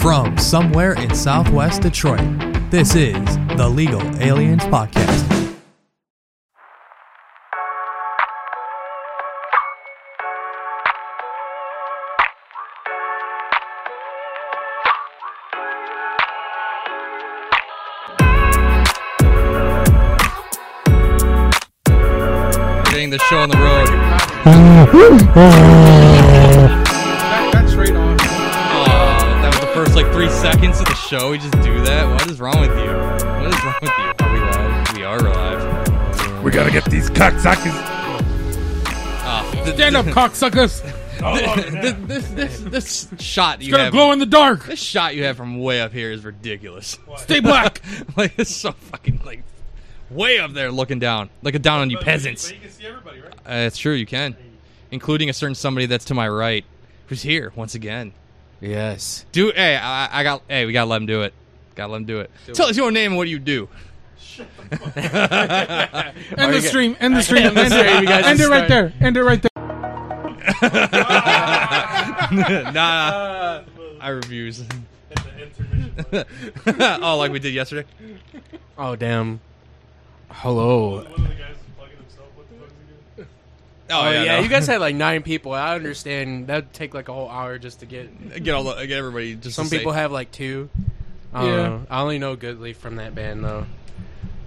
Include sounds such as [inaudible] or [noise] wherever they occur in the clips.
From somewhere in southwest Detroit, this is the Legal Aliens Podcast. getting the show on the road. That, that's straight on. Aw, that was the first like three seconds of the show. We just do that. What is wrong with you? What is wrong with you? Are we live? We are live. We gotta get these cocksuckers. Ah, th- th- Stand up, cocksuckers. [laughs] th- this, this, this shot you Oh, Gonna have. glow in the dark. This shot you have from way up here is ridiculous. Stay black. [laughs] like it's so fucking like way up there, looking down, like a down on you peasants. can see everybody, right? Uh, it's true, you can, including a certain somebody that's to my right, who's here once again. Yes. Do hey, I, I got hey, we gotta let him do it. Gotta let him do it. Tell us your name and what [laughs] you do. [laughs] End the stream. End the stream. End, stream, you guys end it just right there. start. End it right there. [laughs] nah, I refuse. [laughs] oh, like we did yesterday. Oh damn. Hello. Oh, Oh yeah, no. you guys had like nine people. I understand that'd take like a whole hour just to get. get all the, get everybody. Just Some to say- people have like two. I don't Yeah. know. I only know Goodley from that band though.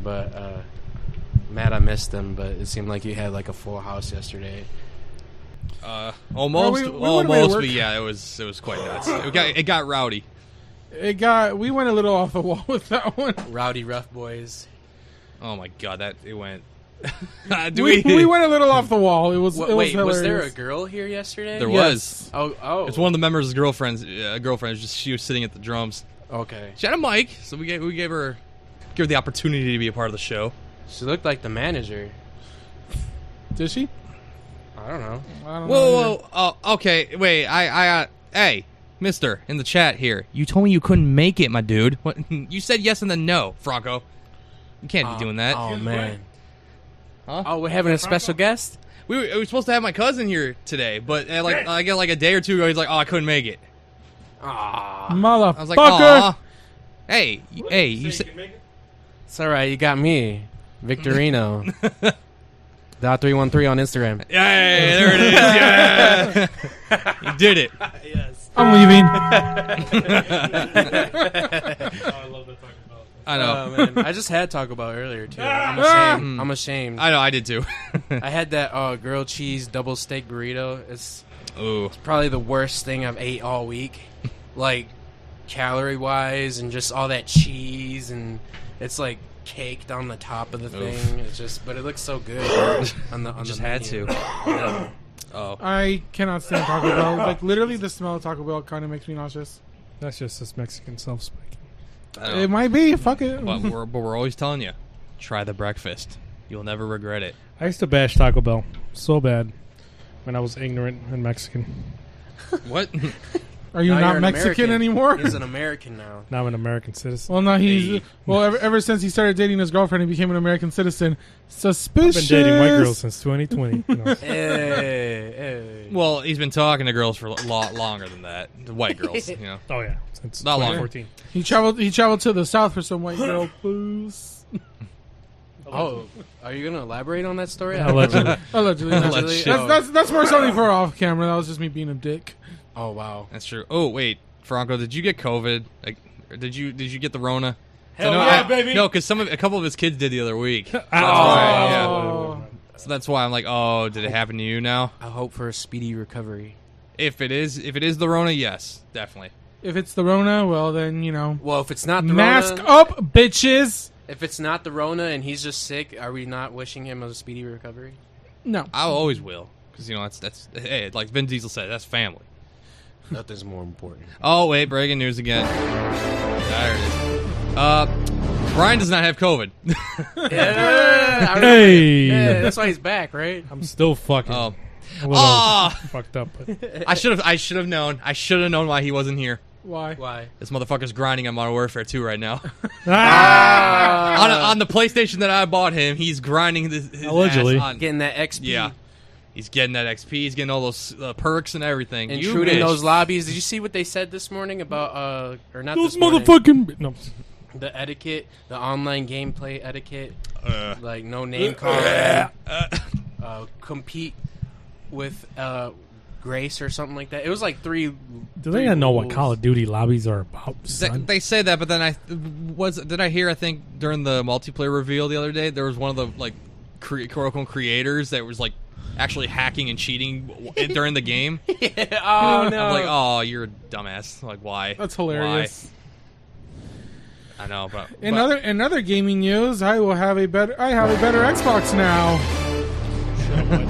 But uh Matt, I missed them, but it seemed like you had like a full house yesterday. uh, almost, Well, we- we went away to almost, work. but yeah, it was it was quite nuts. It got it got rowdy. It got. We went a little off the wall with that one. Rowdy Rough Boys. Oh my god, that it went. [laughs] Do We, we went a little off the wall. It was. Wha- it was wait, hilarious. was there a girl here yesterday? There was. Oh, oh. It's one of the members' girlfriends. Uh, girlfriends, just she was sitting at the drums. Okay. She had a mic, so we gave we gave her give her the opportunity to be a part of the show. She looked like the manager. Did she? I don't know. I don't know. Whoa, whoa, whoa. Oh, okay. Wait, I, I, uh, hey, Mister, in the chat here, you told me you couldn't make it, my dude. What? [laughs] You said yes and then no, Franco. You can't Oh, be doing that. Oh Excuse man. Huh? Oh, we're having a special guest. We, were, we were supposed to have my cousin here today, but uh, like, I get like a day or two ago, he's like, oh, I couldn't make it. Aw. Motherfucker. I was like, oh. Hey, y- hey, you said. It's all right. You got me, [laughs] Victorino. Dot three one three on Instagram. Hey, there it is. [laughs] Yeah. you did it. I'm [laughs] leaving. I know. Oh, Hmm. I just had Taco Bell earlier [laughs] too. I'm ashamed. I'm ashamed. I know. I did too. [laughs] I had that uh, grilled cheese double steak burrito. It's Ooh. probably the worst thing I've ate [laughs] all week, like calorie wise, and just all that cheese, and it's like caked on the top of the thing. It's just, but it looks so good. [laughs] on the, on Just the had menu. [coughs] to. Oh. I cannot stand Taco Bell. [laughs] Like literally, the smell of Taco Bell kind of makes me nauseous. That's just this Mexican self speaking. I know. It might be. Fuck it. but we're but we're always telling you, try the breakfast. You'll never regret it. I used to bash Taco Bell so bad when I was ignorant and Mexican. [laughs] What? Are you Now not an Mexican American. anymore? He's an American now. Now I'm an American citizen. Well, no, he's Hey. well. Ever, ever since he started dating his girlfriend, he became an American citizen. Suspicious. I've been dating white girls since 2020. [laughs] you know. Eh. hey, hey. well, he's been talking to girls for a lot longer than that. The white [laughs] girls, you know. Oh yeah, since Not long. 2014. He traveled. He traveled to the south for some white girl booze. Oh, are you gonna elaborate on that story? [laughs] Allegedly. Allegedly, Allegedly. Allegedly. That's, that's that's more something for off camera. That was just me being a dick. oh wow. That's true. Oh wait, Franco, did you get COVID? Like, or did you did you get the Rona? Hell no, yeah, I- No, because some of a couple of his kids did the other [laughs] week. oh, Oh. So that's why I'm like, oh, did it happen to you now? I hope for a speedy recovery. If it is, if it is the Rona, yes, definitely. If it's the Rona, well then you know. Well, if it's not the Mask Rona, up, bitches. if it's not the Rona and he's just sick, are we not wishing him a speedy recovery? No. I always will, because you know that's that's hey, like Vin Diesel said, that's family. Nothing's more important. Oh wait, breaking news again. There it is. Uh, Brian does not have COVID. [laughs] Yeah, I remember- yeah, Hey, that's why he's back, right? I'm still fucking oh, a little Ah. fucked up. But I should have. I should have known. I should have known why he wasn't here. Why? Why? This motherfucker's grinding on Modern Warfare 2 right [laughs] now. Ah, on, on the PlayStation that I bought him, he's grinding this. His Allegedly. ass on- getting that XP. yeah, He's getting that XP. He's getting all those uh, perks and everything. You Intruding bitch. those lobbies. Did you see what they said this morning about uh or not Those this morning, motherfucking no. the etiquette, the online gameplay etiquette, Uh, like no name calling, uh, compete with uh grace or something like that. It was like three. Do they not know what Call of Duty lobbies are about? They, Son? they say that, but then I was did I hear? I think during the multiplayer reveal the other day, there was one of the like cre- quote unquote creators that was like actually hacking and cheating w- during the [laughs] game. oh no! I'm like, oh, you're a dumbass. Like, why? That's hilarious. Why? I know, but In other in other gaming news, I will have a better I have a better Xbox now. but-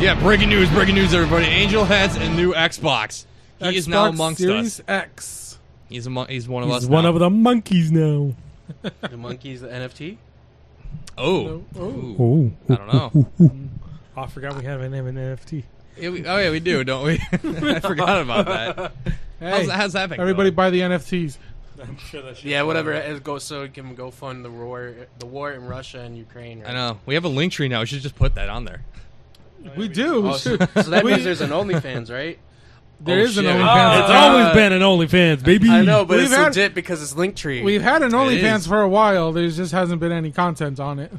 yeah, breaking news, breaking news, everybody! Angel has a new Xbox. He is now Xbox amongst Series us. X. He's among, he's one of us. He's one now. of the monkeys now. the monkeys, the NFT. Oh, No. Ooh. Ooh. I Oh, don't know. I forgot we have an M and NFT. Yeah, we- oh yeah, we do, don't we? [laughs] I forgot about that. Hey, How's, how's that been? everybody going? buy the NFTs. I'm sure that shit. Yeah, whatever. It goes so it can go fund the war, the war in Russia and Ukraine. Right? I know. We have a link tree now. We should just put that on there. We do. We Oh, so, should. so that We- means there's an OnlyFans, right? there Oh, is an shit. OnlyFans. it's Uh, always been an OnlyFans, baby. I know, but We've it's had- legit because it's Linktree. We've had an is. OnlyFans for a while. There just hasn't been any content on it.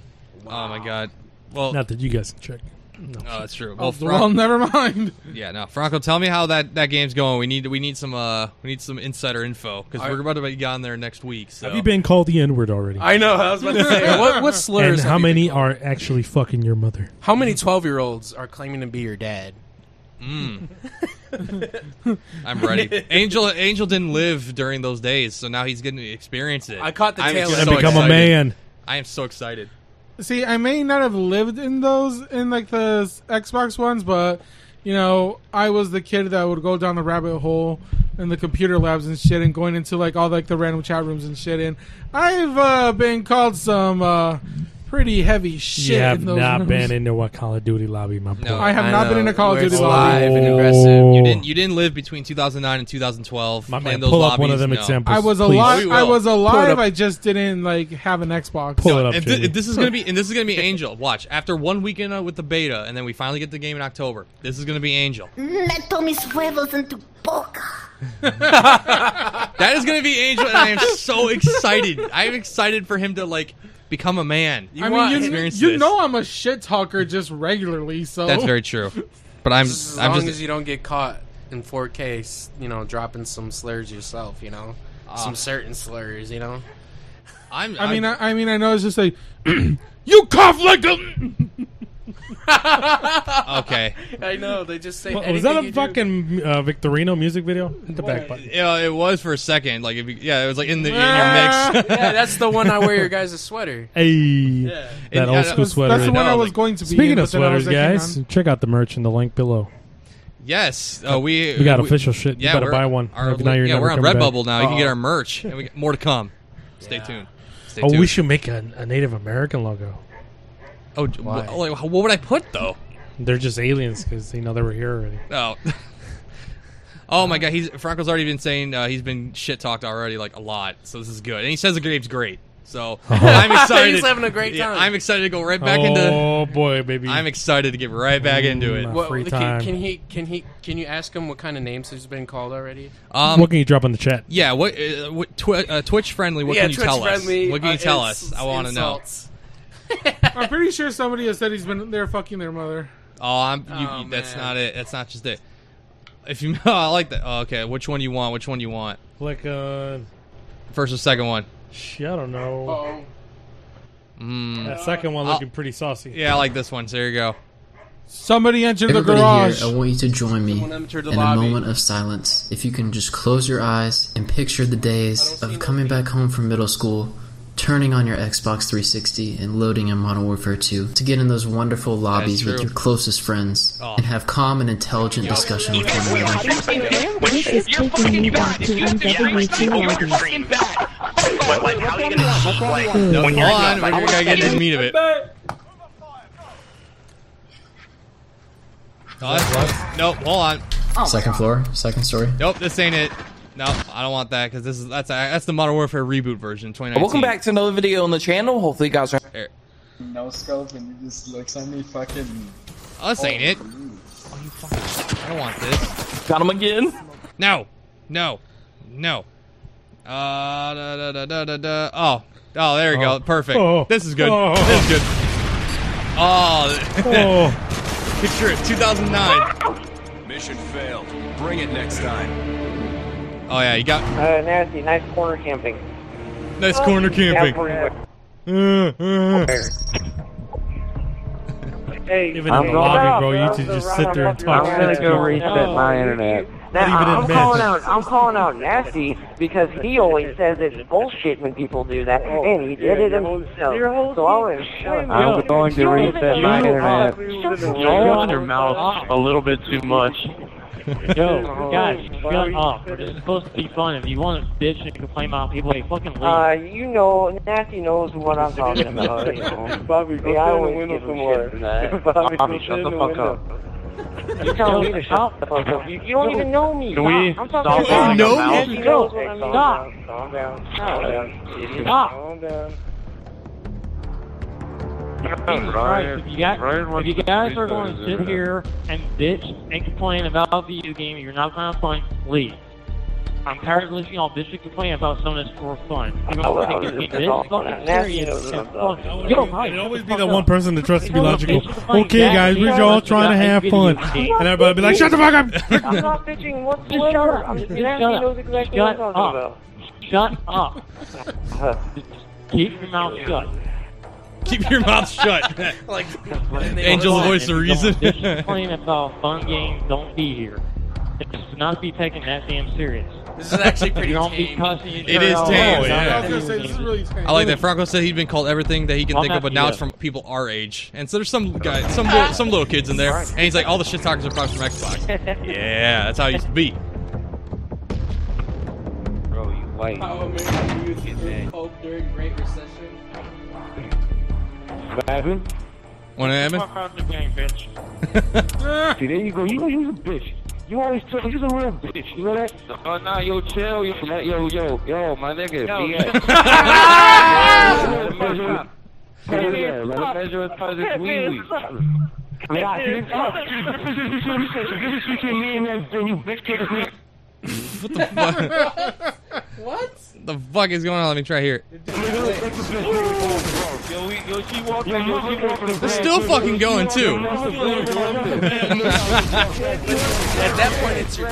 Oh my god. Well, Not that you guys can check. oh, that's true. Well, Well, Fran- never mind. [laughs] yeah, no, Franco, tell me how that, that game's going. We need we need some uh we need some insider info because I- we're about to be on there next week. So Have you been called the N word already? I know. I was about [laughs] to say what, what slurs. and have how you many been- are actually fucking your mother? How many twelve-year-olds are claiming to be your dad? Mm. [laughs] [laughs] I'm [laughs] ready. Angel Angel didn't live during those days, so now he's getting to experience it. I caught the I'm tail so end. And so become a excited. man. I am so excited. See, I may not have lived in those in like the s- Xbox ones, but you know, I was the kid that would go down the rabbit hole in the computer labs and shit, and going into like all like the random chat rooms and shit. And I've uh, been called some uh, pretty heavy shit. You have in those not rooms. been into a Call of Duty lobby, my boy. No. I have I not know, been in a Call of where Duty it's lobby. live and aggressive. You didn't you didn't live between 2009 and 2012. Oh. My man, playing those pull up one lobbies? of them No. examples. I was please. alive. We I will. was Pull it up. alive. I just didn't like have an Xbox. Pull it up, And thi- Jamie. this [laughs] is gonna be and this is [laughs] gonna be Angel. Watch after one weekend uh, with the beta, and then we finally get the game in October. This is gonna be [laughs] Angel. Meto mis huevos en tu boca. That is gonna be Angel, and I am so excited. I am excited for him to like become a man. I mean, want- you, experience you this. know I'm a shit talker just regularly, so That's very true. But I'm Oh. [laughs] Just as I'm long just as you don't get caught in 4K, s- you know, dropping some slurs yourself, you know, some certain slurs, you know. Ah. I'm, [laughs] I mean, I'm- I, I mean, I know it's just like [clears throat] you cough [laughs] like a. okay. [laughs] I know. They just say. Well, was that a fucking uh, Victorino music video? Hit the back button. Yeah, it was for a second. Like, if you, yeah, it was like in the in your mix. Ah. [laughs] [laughs] yeah, that's the one I wear your guys' sweater. Hey, that And- old yeah, school that's- sweater. That's the right one there. know, I was like- going to be. Speaking in, of but then I was sweaters, like, hang guys, on. check out the merch in the link below. yes, uh, we We got official shit. You yeah, better we're- buy one. Our, If not, you're yeah, we're on never coming back. Redbubble now. You can get our merch, and we got more to come. Stay tuned. Stay Oh, tuned. we should make a, a Native American logo. Oh, j- wh- oh, like, what would I put though? They're just aliens because they know they were here already. Oh. [laughs] Oh my God! He's Franco's already been saying uh, he's been shit talked already like a lot, so this is good. And he says the game's great, [laughs] so I'm excited. [laughs] He's having a great Yeah, time. I'm excited to go right back into. oh boy, baby! I'm excited to get right back into it. Mm. What, Free can, time. can he? Can he? Can you ask him what kind of names he's been called already? Um, what can you drop in the chat? yeah, what, uh, what twi- uh, Twitch friendly? What yeah, can you Twitch tell friendly, us? What can you uh, tell ins- us? I want to know. insults. I'm pretty sure somebody has said he's been there fucking their mother. Oh, I'm, you, Oh, you- that's man. not it. That's not just it. If you, [laughs] oh, I like that. Oh, okay, which one do you want? Which one do you want? Like, uh, First or second one? shit, I don't know. Oh, Mm. That second one I'll- looking pretty saucy. Yeah, I like this one. So here you go. Somebody entered the Everybody garage. here, I want you to join me Someone entered the in a lobby. moment of silence. If you can just close your eyes and picture the days of coming back home from middle school, turning on your Xbox 360 and loading in Modern Warfare 2 to get in those wonderful lobbies with true. your closest friends Oh. and have calm and intelligent discussion with one another. [laughs] This is taking me back to MW2 lobbies. No, hold on, we're gonna get into the meat of it. Oh, that's, nope, hold on. Second floor, second story. Nope, this ain't it. No, I don't want that because this is that's that's the Modern Warfare reboot version. 2019. Welcome back to another video on the channel. Hopefully, you guys are Here. no scope and he just looks at me fucking Oh, this ain't it. Oh, you fucking. I don't want this. Got him again. No. No. No. Uh, da, da, da, da, da, da. Oh. Oh, there you go. Perfect. Oh. This is good. Oh. This is good. Oh, Oh, [laughs] picture it. [laughs] 2009. Mission failed. Bring it next time. Oh, yeah. You got Uh, nasty. Nice corner camping. nice corner camping. Everywhere. Uh, uh. Hey, even in the lobby, bro, you should just sit there and talk. I'm gonna shit to go people. reset my internet. Now, Leave it in I'm bed. calling out. I'm calling out nasty because he always says it's bullshit when people do that, and he did it himself. So I'll shut I'm going to reset my internet. You're on your mouth a little bit too much. Yo, guys, shut up. It's supposed to be fun. If you want to bitch and complain about people, hey, fucking leave. Uh, you know, Nasty knows what I'm talking about. you know. [laughs] Bobby, go yeah, I always give him shit [laughs] for [laughs] that. Bobby, shut the fuck up. You telling me to shut the fuck up? You, you don't even know me. Can we Stop. I'm stop talking calling about him out? Nasty knows what I'm Stop. doing. Calm down. Calm down. Stop. Calm down. Christ, if you guys, if you guys are going to sit here and bitch and complain about a video game, you're not going to find leave. I'm tired of listening to y'all bitch and complain about something that's for fun. You don't Oh, well, think it's it's all this fucking fucking nasty, serious. it's and all- fun. You don't mind. It'd always be Fuck that up. one person that tries to be Fuck up. logical. Bitch, complain Okay, back. guys, we're Yeah, all let's trying to go. have Hey, fun, video game. and everybody be like, "Shut the fuck up!" I'm [laughs] not bitching Just shut whatsoever. up. I'm Just Nasty shut up. knows exactly Shut what I'm talking up. about. Shut up. Keep your mouth shut. Keep your mouth shut. Like, Angel's voice of reason. Don't complain about fun games. Don't be here. It's not to be taken that damn serious. This is actually pretty You don't be tame. cussing. each It other is out. tame, It's not yeah. I was gonna say this is really. I like that. Franco said he'd been called everything that he can I'm think of, but happy now to- it's from people our age. And so there's some guy, some little, some little kids in there, and he's like, all the shit talkers are probably from Xbox. Yeah, that's how he used to be. Bro, you white. Oh, What happened? What happened? Fuck out the game, bitch. See, there you go. You know you're a bitch. You always tell me you're a real bitch. You know that? Oh, nah, yo, chill. Yo, yo, yo, yo, my nigga. Yo, BS. shut Measure- Yeah, let him measure his positive wee-wee. Yeah, see, it's- me and that thing, you bitch. The fuck is going on? Let me try here. Yo, we, yo, she walked. Yo, Yo, she walked. you're It's still fucking going too. At that point, it's your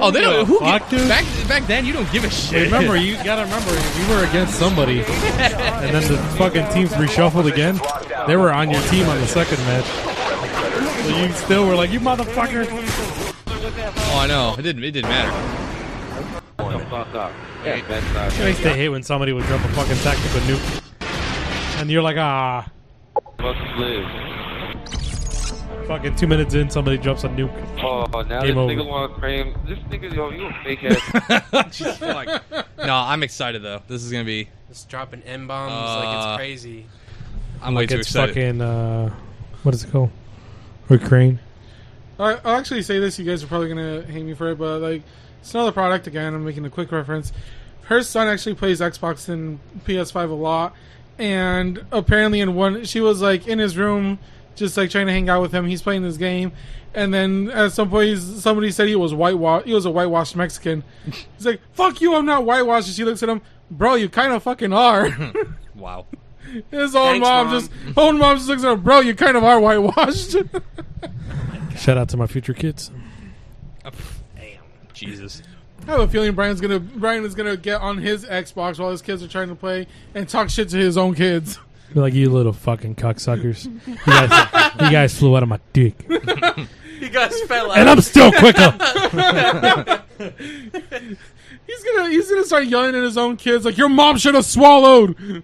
Oh, they don't. Who Fuck, gi- dude. back back then? You don't give a shit. Remember, you gotta remember, you were against somebody, and then the fucking teams reshuffled again. They were on your team on the second match, so you still were like, "You motherfucker!" Oh, I know. It didn't. It didn't matter. I used to hate when somebody would drop a fucking tactical nuke, and you're like, "Ah." Fuck live. Fucking two minutes in, somebody drops a nuke. Oh, now Game this over. nigga want to frame. This nigga, yo, you a fake [laughs] ass. Jeez, fuck. No, I'm excited though. This is gonna be. Just dropping M bombs like Uh, it's crazy. I'm way Like too it's excited. fucking uh, what is it called? Ukraine. I, I'll actually say this. You guys are probably gonna hate me for it, but like, it's another product again. I'm making a quick reference. Her son actually plays Xbox and PS5 a lot, and apparently in one, she was like in his room, just like trying to hang out with him. He's playing this game, and then at some point, he's- somebody said he was whitewash. He was a whitewashed Mexican. He's like, "Fuck you! I'm not whitewashed." And she looks at him, "Bro, you kind of fucking are." Wow. His own Thanks, mom, Mom. just own mom just looks at him, "Bro, you kind of are whitewashed." [laughs] Shout out to my future kids. Jesus. I have a feeling Brian's gonna Brian is gonna get on his Xbox while his kids are trying to play and talk shit to his own kids. [laughs] Be like you little fucking cocksuckers. You guys, you guys flew out of my dick, [laughs] You guys fell and I'm still quicker. [laughs] He's gonna he's gonna start yelling at his own kids like your mom should have swallowed.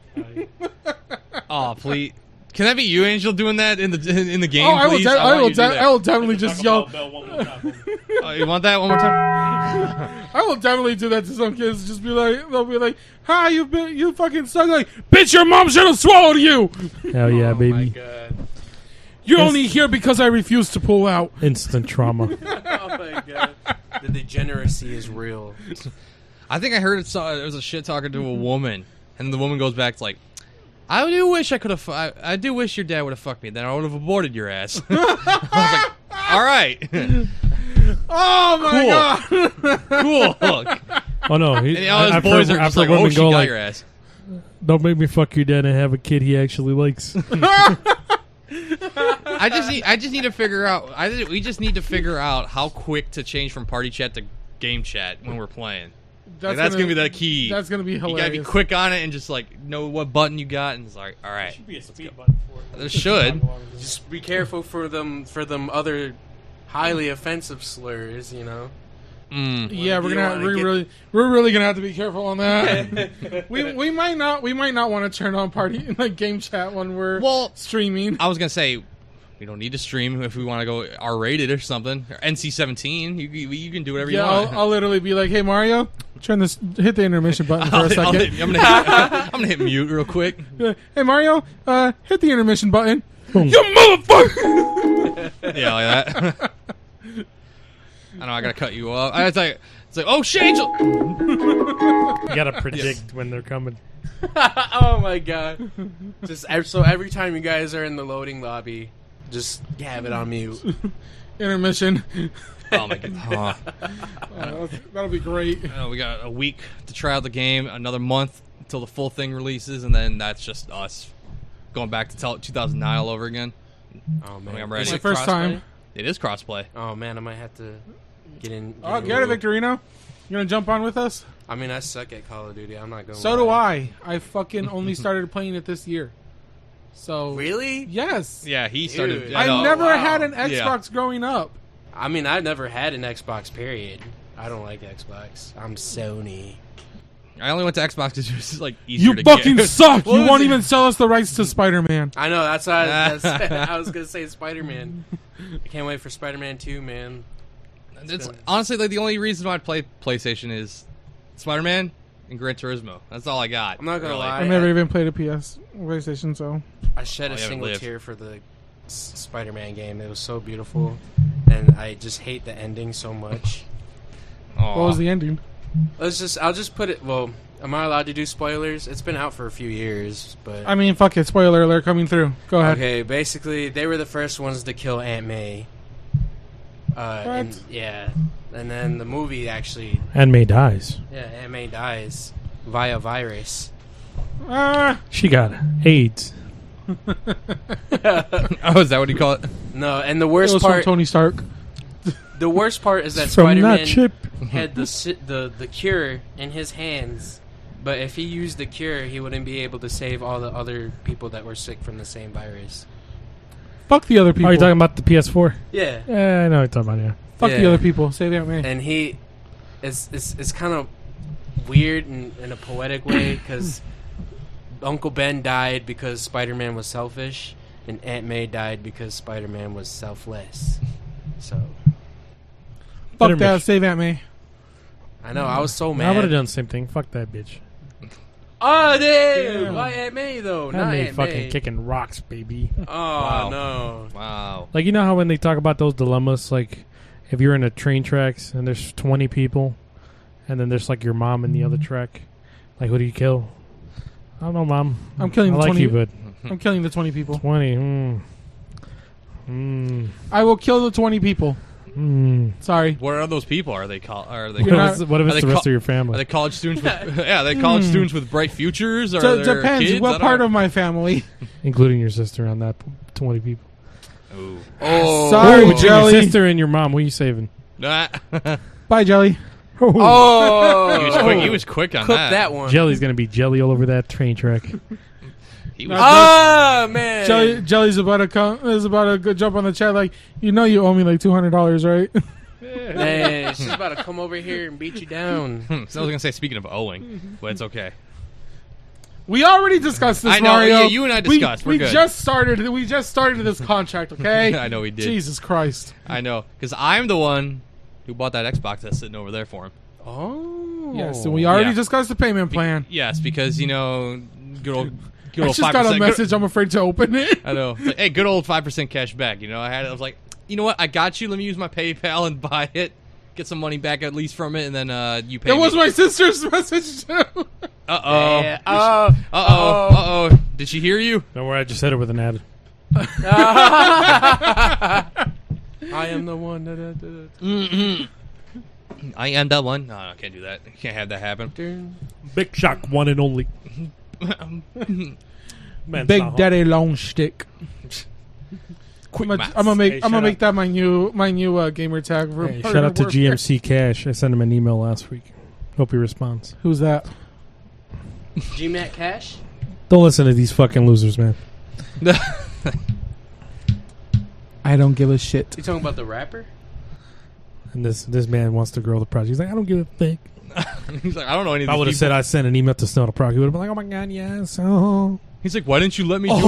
Oh, please. Can that be you, Angel, doing that in the in the game? oh, I will please? de- I, want will you to do de- that. I will definitely just yell. Oh, you want that one more time? [laughs] I will definitely do that to some kids. Just be like they'll be like, "Hi, you been you fucking suck." Like, bitch, your mom should have swallowed you. Hell Oh yeah, baby! God. You're only here because I refuse to pull out. Instant trauma. Oh my [laughs] god. The degeneracy is real. I think I heard it. Saw, there was a shit talking to a woman, and the woman goes back to like, I do wish I could have. I, I do wish your dad would have fucked me. Then I would have aborted your ass. [laughs] I was like, all [laughs] right. Oh my cool. god. [laughs] Cool. Oh no, [laughs] he, And all his after- boys are just after like, women "Oh, she go got like, your ass." Don't make me fuck your dad and have a kid he actually [laughs] likes. I just need. I just need to figure out. I just- we just need to figure out how quick to change from party chat to game chat when we're playing. Like, That's, gonna, be the key. That's gonna be You gotta be hilarious. quick on it and just like know what button you got and it's like, all right. should be a speed button for it. There should. Just be careful for them for them other highly offensive slurs, you know. Hmm. Yeah, You we're don't gonna wanna we're get- really we're really gonna have to be careful on that. [laughs] we we might not we might not want to turn on party [laughs] like game chat when we're well streaming. I was gonna say. We don't need to stream if we want to go R rated or something. Or NC seventeen. You, you, you can do whatever Yeah, you want. I'll, I'll literally be like, "Hey Mario, turn this hit the intermission button for a [laughs] I'll second. hit- I'm [laughs] gonna hit- [laughs] I'm gonna hit mute real quick. hey Mario, uh, hit the intermission button. you motherfucker! [laughs] Yeah, like that. [laughs] I know I gotta cut you off. I- It's like it's like oh shit, Angel. you [laughs] gotta predict when they're coming. oh my god! Just ev- so every time you guys are in the loading lobby, just have it on mute. Oh, intermission. Oh my god. Huh. Uh, [laughs] that'll be great. Uh, we got a week to try out the game, another month until the full thing releases, and then that's just us going back to tel- 2009 all over again. Oh I man, think I'm ready. Is it first crossplay? time. It is crossplay. Oh man, I might have to get in. Get [laughs] Oh, in get a it, little- Victorino. You gonna jump on with us? I mean, I suck at Call of Duty. I'm not going. So do I. I fucking only started playing it this year. So really, yes, Yeah, he started. Dude. I know. I never wow. had an Yeah. Xbox growing up. I mean, I never had an Xbox. Period. I don't like Xbox. I'm Sony. I only went to Xbox because it was just, like easier You to [laughs] fucking get. suck. What you was won't it? even sell us the rights to Spider-Man. I know. That's why I, [laughs] was- that's, I was gonna say Spider Man. I can't wait for Spider Man Two, man. It's honestly like the only reason why I play PlayStation is Spider-Man and Gran Turismo. That's all I got. I'm not gonna really. lie. I've never even played a PS PlayStation, so I shed Oh, a you haven't single lived. tear for the S- Spider-Man game. It was so beautiful, and I just hate the ending so much. Aw. what was the ending? Let's just—I'll just put it. Well, am I allowed to do spoilers? It's been out for a few years, but I mean, fuck it. Spoiler alert coming through. Go ahead. okay. Basically, they were the first ones to kill Aunt May. Uh, What? and- yeah, and then the movie actually, And May dies. yeah, Aunt May dies via virus. Ah, She got AIDS. [laughs] Oh, is that what you call it? No, and the it worst was part from Tony Stark. The worst part is that From that Spider-Man chip. had the si- the the cure in his hands, but if he used the cure, he wouldn't be able to save all the other people that were sick from the same virus. Fuck the other people. Are you talking about the PS4? Yeah. Yeah, Eh, I know what you're talking about. Yeah. Fuck Yeah. the other people. Save Aunt May. And he, it's it's it's kind of weird in, in a poetic way because Uncle Ben died because Spider-Man was selfish, and Aunt May died because Spider-Man was selfless. So Fuck Intermission. that. Save Aunt May. I know I was so I would have mad. done the same thing. Fuck that bitch. Oh, dude, Damn. why Aunt May though? That Not made Aunt fucking May. kicking [laughs] rocks, baby. Oh Wow. no. Wow. Like you know how when they talk about those dilemmas, like if you're in a train tracks and there's 20 people, and then there's like your mom in the Mm-hmm. other track, like who do you kill? I don't know, mom. I'm killing I the like 20 you, but [laughs] I'm killing the 20 people. 20. Hmm. Hmm. I will kill the 20 people. Hmm. Sorry. What are those people? Are they col- are they What You're if not- it's, what if Are it's they the rest co- of your Are family? they college students? With, [laughs] yeah, are they college students with bright futures. Are D- there depends. Kids? What part of my family? including your sister on that 20 people. of? Oh. Sorry, Between your Jelly. sister and your mom, what are you saving? [laughs] Bye, [laughs] Jelly. Oh, he was quick. He was quick on cook that, one. Jelly's gonna be jelly all over that train track. He was Oh man, Jelly. Jelly's about to come. Is about to go jump on the chat. Like you know, you owe me like two hundred dollars, right? [laughs] man, she's about to come over here and beat you down. Hmm, [laughs] so I was gonna say, speaking of owing, but it's okay. we already discussed this. I know, Mario. yeah, you and I We- discussed, we're We, good. just started. We just started this [laughs] contract. Okay. I know we did. Jesus Christ. I know, because I'm the one who bought that Xbox that's sitting over there for him. Oh, Yes, and we already Yeah. discussed the payment plan. Yes, because you know, good old, good I old just five got a percent. message. I'm afraid to open it. I know. It's like, hey, good old five percent cash back. You know, I had. I was like, you know what? I got you. Let me use my PayPal and [laughs] buy it. Get some money back at least from it, and then uh, you pay. [laughs] It was my sister's message too. Uh oh. Yeah. Oh, Uh oh. Uh oh. Did she hear you? Don't worry, I just said it with an ad. I am the one. Da, da, da, da. [laughs] Mm-mm. [clears throat] I am that one. No, no, can't do that. Can't have that happen. Big Shock, one and only. [laughs] Man's not Big home. Daddy Long Stick. I'm gonna, I'm gonna make Hey, I'm shut gonna up. make that my new my new uh, gamer tag for [laughs] Hey, shout out to GMC Cash. I sent him an email last week. Hope he responds. Who's that? GMAT Cash? Don't listen to these fucking losers, man. [laughs] I don't give a shit. You talking about the rapper? And this this man wants to grow the project. He's like, I don't give a fuck. [laughs] He's like, I don't know any. If Of these I would have people. said I sent an email to Snow the Prog, he would have been like, oh my god, yes. Oh. He's like, why didn't you let me do it?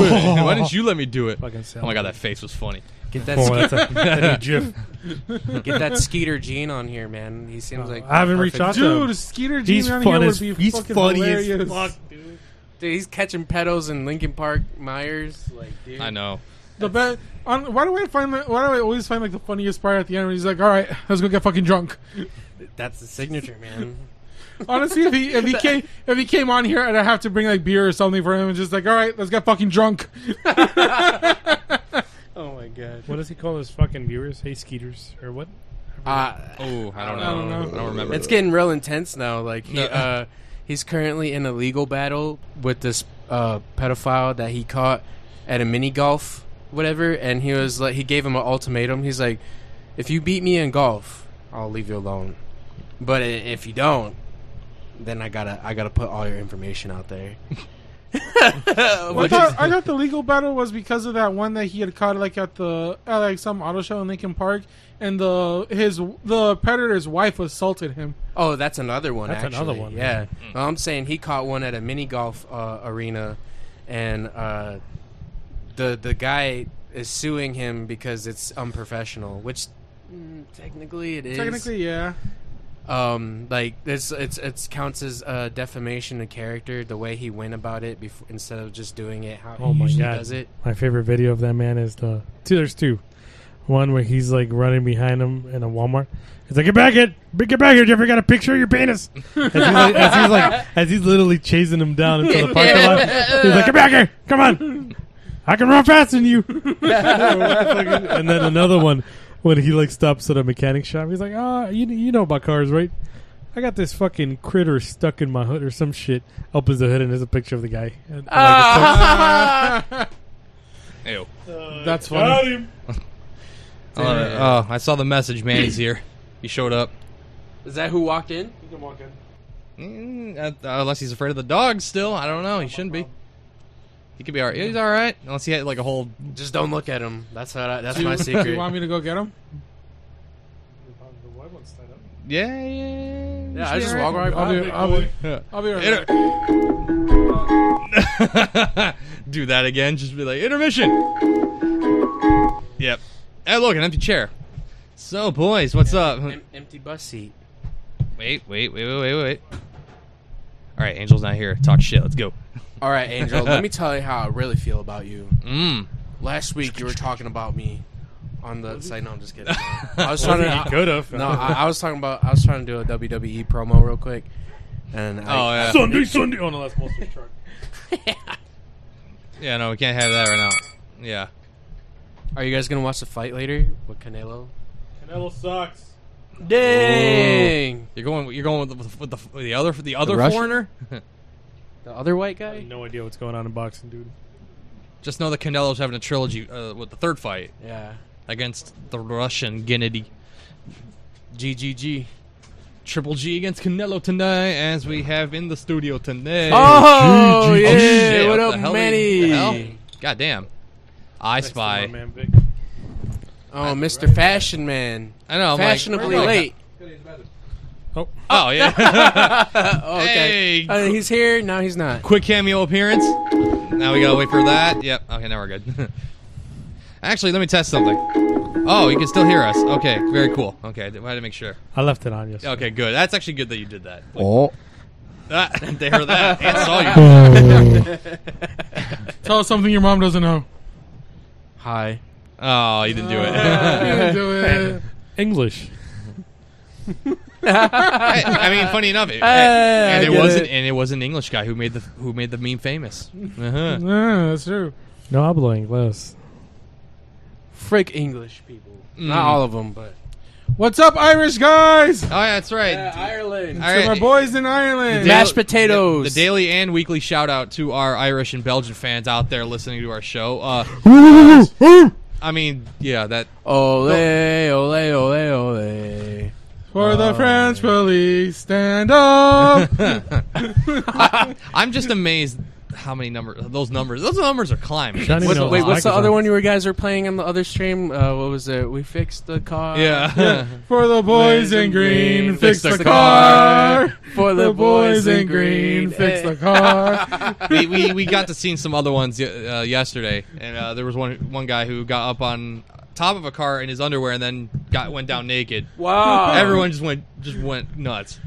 [laughs] Oh. Why didn't you let me do it? Fucking oh my god, that face [laughs] was funny. Get that, Oh, Skeet- that's a- that new GIF. Get that Skeeter Gene on here, man. He seems like I haven't reached out to him. Dude, Skeeter He's Gene on fun here as- would be he's fucking funny as hilarious. fuck. Dude, he's catching pedals in Lincoln Park Myers. Like, dude. I know. The best. On, why do I find that, why do I always find like the funniest part at the end when he's like, "All right, let's go get fucking [laughs] drunk." That's the signature, man. Honestly, if he if he came if he came on here, I'd have to bring like beer or something for him and just like, "All right, let's get fucking drunk." [laughs] [laughs] oh my god. What does he call his fucking viewers? Hey, Skeeters. Or what? Uh, oh, I don't know. I don't I don't remember. It's getting real intense now. Like he, No. uh, he's currently in a legal battle with this uh, pedophile that he caught at a mini golf, whatever. And he was like, he gave him an ultimatum. He's like, if you beat me in golf, I'll leave you alone. But i- if you don't, then I gotta I gotta put all your information out there. [laughs] I Which thought, is- I thought the legal battle was because of that one that he had caught like at the at like some auto show in Lincoln Park, and the his the predator's wife assaulted him. Oh, that's another one. That's actually. another one, Yeah. man. Hmm. No, I'm saying he caught one at a mini golf uh, arena, and uh, the the guy is suing him because it's unprofessional, which mm, technically it is. Technically, yeah. Um, like it's it's it's counts as uh, defamation of character. The way he went about it before, instead of just doing it how Oh he my usually god! does it. [laughs] My favorite video of that man is the two. There's two. One where he's like running behind him in a Walmart. He's like, "Get back here! Get back here, Jeffrey! Got a picture of your penis." As he's like, as he's, like- as he's literally chasing him down into the parking lot. He's like, "Get back here! Come on! I can run faster than you!" and then another one when he like stops at a mechanic shop. He's like, "Ah, you you know about cars, right?" I got this fucking critter stuck in my hood or some shit. Opens the hood and there's a picture of the guy. And, Ah. Ew. That's funny. I love it. Oh, I saw the message. Man, he's here. He showed up. Is that who walked in? You can walk in. Mm, uh, unless he's afraid of the dog still. I don't know. He shouldn't be. He could be all right. He's all right. Unless he had like a whole. Just don't look at him. That's what I, [laughs] that's Do you- my Do you secret. want me to go get him? Yeah, yeah. Yeah, I just all walk right I'll by. be, I'll be, Yeah. I'll be right Inter- back. [laughs] Do that again. Just be like intermission. Yep. Hey, look, an empty chair. So, boys, what's up? Em- empty bus seat. Wait, wait, wait, wait, wait, wait. All right, Angel's not here. Talk shit. Let's go. All right, Angel. let me tell you how I really feel about you. Mm. Last week you were talking about me on the site. No, I'm [laughs] just kidding. I was trying you to. could have. No, I, I was talking about. I was trying to do a WWE promo real quick, and Oh I, yeah. Sunday, Sunday. Oh no, that's [laughs] Monster Truck. [laughs] yeah, no, we can't have that right now. Yeah. are you guys gonna watch the fight later with Canelo? Canelo sucks. Dang, You're going. You're going with the with the, with the other the other Russian? foreigner. [laughs] the other white I have guy. no idea what's going on in boxing, dude. Just know that Canelo's having a trilogy uh, with the third fight Yeah, against the Russian Gennady. GGG. Triple G against Canelo tonight, as we have in the studio today. Oh yeah, shit, what the hell- up, the hell? Manny? God damn. I spy. Oh, Mr. Fashion Man, I know. I'm like- fashionably I'm like- late. oh yeah. [laughs] oh, okay. Hey. Uh, he's here now. He's not. Quick cameo appearance. Now we gotta wait for that. Yep. Okay, now we're good. [laughs] Actually, let me test something. Oh, you can still hear us. Okay, very [laughs] cool. Okay, I had to make sure. I left it on you. Okay, good. That's actually good that you did that. Oh. Ah, [laughs] they heard that and saw you. Oh. Tell us something your mom doesn't know. Hi. [laughs] Oh, you didn't [laughs] do You it. can do it. English. I, I mean, funny enough, it, Ah, and I it get wasn't, it. and it was an English guy who made the who made the meme famous. Uh-huh. Yeah, that's true. No hablo inglés. Frick English people. Mm. Not all of them, but What's up, Irish guys? Oh, yeah, that's right. Ireland. All right. my boys in Ireland. The, the daily and weekly shout out to our Irish and Belgian fans out there listening to our show. Uh, I mean, yeah, that. Ole, ole, ole, ole. For the French police, stand up. [laughs] I, am just amazed how many numbers those numbers those numbers are climbing. What's- wait, what's the other one you guys were playing on the other stream? Uh, what was it? We fixed the car. [laughs] Yeah. Yeah. For the boys in green, fix the car. For the boys in green, fix eh. the car. [laughs] we, we, we got to see some other ones ye- uh, yesterday, and uh, there was one one guy who got up on top of a car in his underwear and then got went down naked. Wow. Everyone just went just went nuts.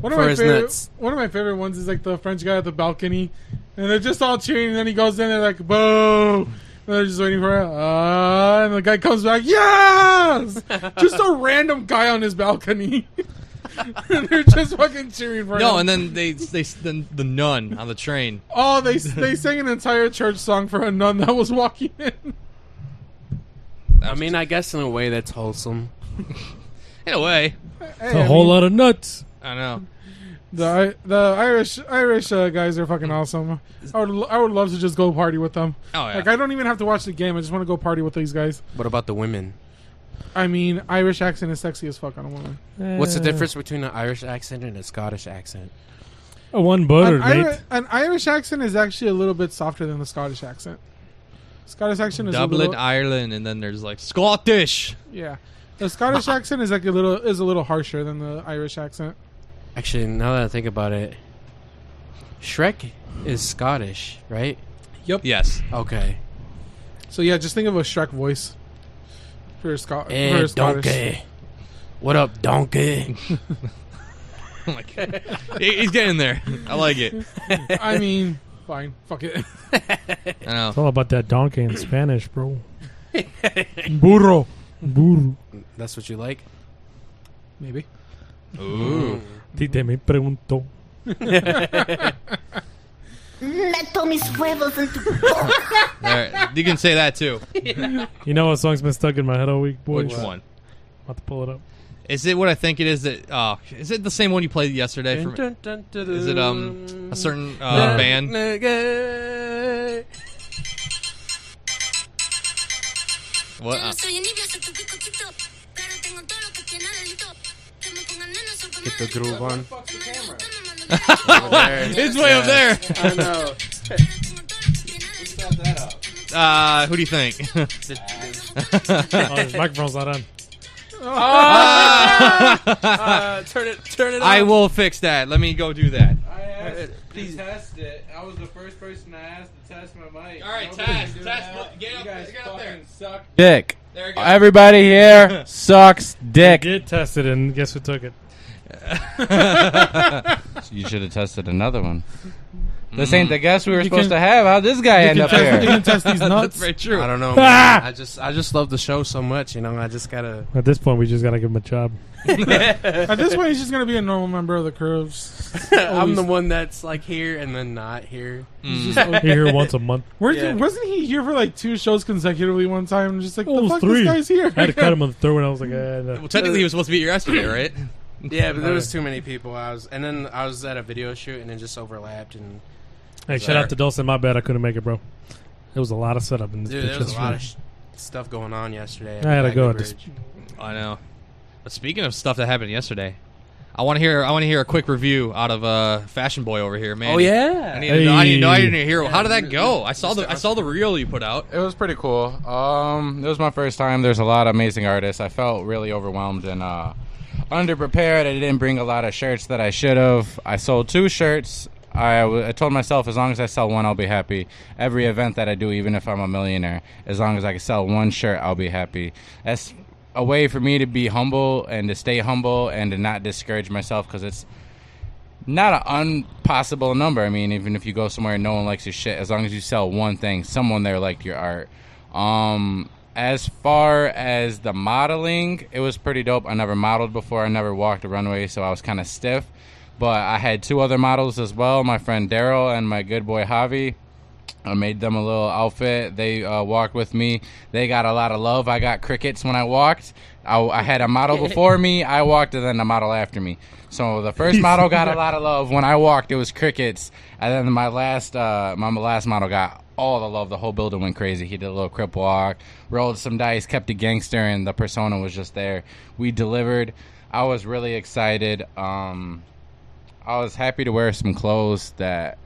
One of For my his favorite, nuts. one of my favorite ones is like the French guy at the balcony, and they're just all cheering. And then he goes in, they're like, "Boo!" And they're just waiting for it. Uh, and the guy comes back, [laughs] "Yes!" just a random guy on his balcony. [laughs] and they're just fucking cheering for him. No, and then they they the, the nun on the train. [laughs] oh, [laughs] they they sang an entire church song for a nun that was walking in. I mean, I guess in a way that's wholesome. In a way, It's a whole lot of nuts. I know. The the Irish Irish uh, guys are fucking awesome. I would lo- I would love to just go party with them. Oh, yeah. Like I don't even have to watch the game. I just want to go party with these guys. What about the women? I mean, Irish accent is sexy as fuck on a woman. What's the Eh. difference between an Irish accent and a Scottish accent? A one An, butter, mate. Iri- an Irish accent is actually a little bit softer than the Scottish accent. Scottish accent is Dublin, a little, Ireland, and then there's like Scottish. yeah. The Scottish accent is like a little is a little harsher than the Irish accent. Actually, now that I think about it, Shrek is Scottish, right? Yep. Yes. Okay. So yeah, just think of a Shrek voice for Scot Eh, for Scottish. [laughs] donkey. What up, donkey? I'm like, [laughs] he- he's getting there. I like it. I mean, fine, fuck it. [laughs] I know. It's all about that donkey in [laughs] Spanish, bro. Burro. Burro. That's what you like? Maybe. Ooh. Tite [laughs] me pregunto. Meto mis huevos en tu boca. All right, You can say that too. You know what song's been stuck in my head all week, boys? Which one? About to pull it up. Is it what I think it is? That uh, is it the same one you played yesterday? For me? Is it um a Mm. certain uh, [laughs] band? What? Uh, [laughs] Get the groove on. [laughs] it's way up there. [laughs] I know. Uh, who do you [laughs] think? oh, his microphone's not on. [laughs] Ah! Uh, turn it- turn it I off. will fix that. Let me go do that. I asked to test it. I was the first person I asked to test my mic. All right, test, test. Look, Get up, get up there. Suck. Dick. There it goes. Everybody [laughs] here sucks dick. Dick. did test it, and guess who took it? you should have tested another one. [laughs] Mm-hmm. This ain't the guest we were You supposed to can- have. How this guy you end can up test- here? you can [laughs] test these nuts. very true. I don't know. Ah! man. I just I just love the show so much, you know. I just [laughs] gotta. [laughs] At this point, we just gotta give him a job. At this point, he's just gonna be a normal member of the [laughs] curves. [laughs] I'm the one that's like here and then not here. Mm. He's just- You're here once a month. Where's Yeah. wasn't he here for like two shows consecutively one time? Just like the Almost fuck Oh, three. this guy's here. I had to [laughs] cut him on the third one. I was like, eh, no. Well, technically, he was supposed to be here yesterday, [laughs] right? Yeah, but there was too many people. I was, and then I was at a video shoot, and it just overlapped. And Hey, shout out to Dulcin. My bad, I couldn't make it, bro. It was a lot of setup in this dude, bitch. there was a That's lot right. of sh- stuff going on yesterday. I had to Back go to at this- Bridge. I know. But speaking of stuff that happened yesterday, I want to hear. I want to hear a quick review out of uh, Fashion Boy over here, man. Oh, yeah. I need to know. I need to know. I Hey. need to hear. How did that go? I saw the. I saw the reel you put out. It was pretty cool. Um, it was my first time. There's a lot of amazing artists. I felt really overwhelmed and uh, underprepared. I didn't bring a lot of shirts that I should have. I sold two shirts. I, w- I told myself as long as I sell one, I'll be happy. Every event that I do, even if I'm a millionaire, as long as I can sell one shirt, I'll be happy. That's a way for me to be humble and to stay humble and to not discourage myself because it's not an impossible number. I mean, even if you go somewhere and no one likes your shit, as long as you sell one thing, someone there liked your art. Um, As far as the modeling, it was pretty dope. I never modeled before. I never walked a runway, so I was kind of stiff. But I had two other models as well my friend Daryl and my good boy Javi. I made them a little outfit. They uh, walked with me. They got a lot of love. I got crickets when I walked. I, I had a model before me. I walked, and then a model after me. So the first model got a lot of love when I walked. It was crickets, and then my last uh, my last model got all the love. The whole building went crazy. He did a little crip walk, rolled some dice, kept a gangster, and the persona was just there. We delivered. I was really excited. Um, I was happy to wear some clothes that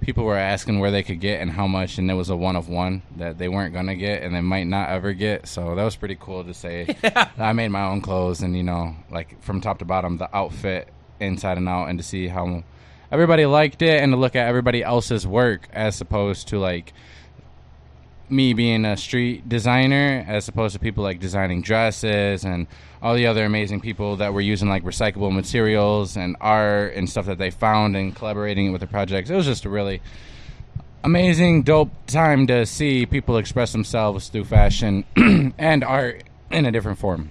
people were asking where they could get and how much, and it was a one of one that they weren't gonna get and they might not ever get. So that was pretty cool to say. I made my own clothes, and you know, like from top to bottom, the outfit inside and out, and to see how everybody liked it, and to look at everybody else's work as opposed to like me being a street designer as opposed to people like designing dresses and all the other amazing people that were using like recyclable materials and art and stuff that they found and collaborating it with the projects. It was just a really amazing, dope time to see people express themselves through fashion [clears throat] and art in a different form.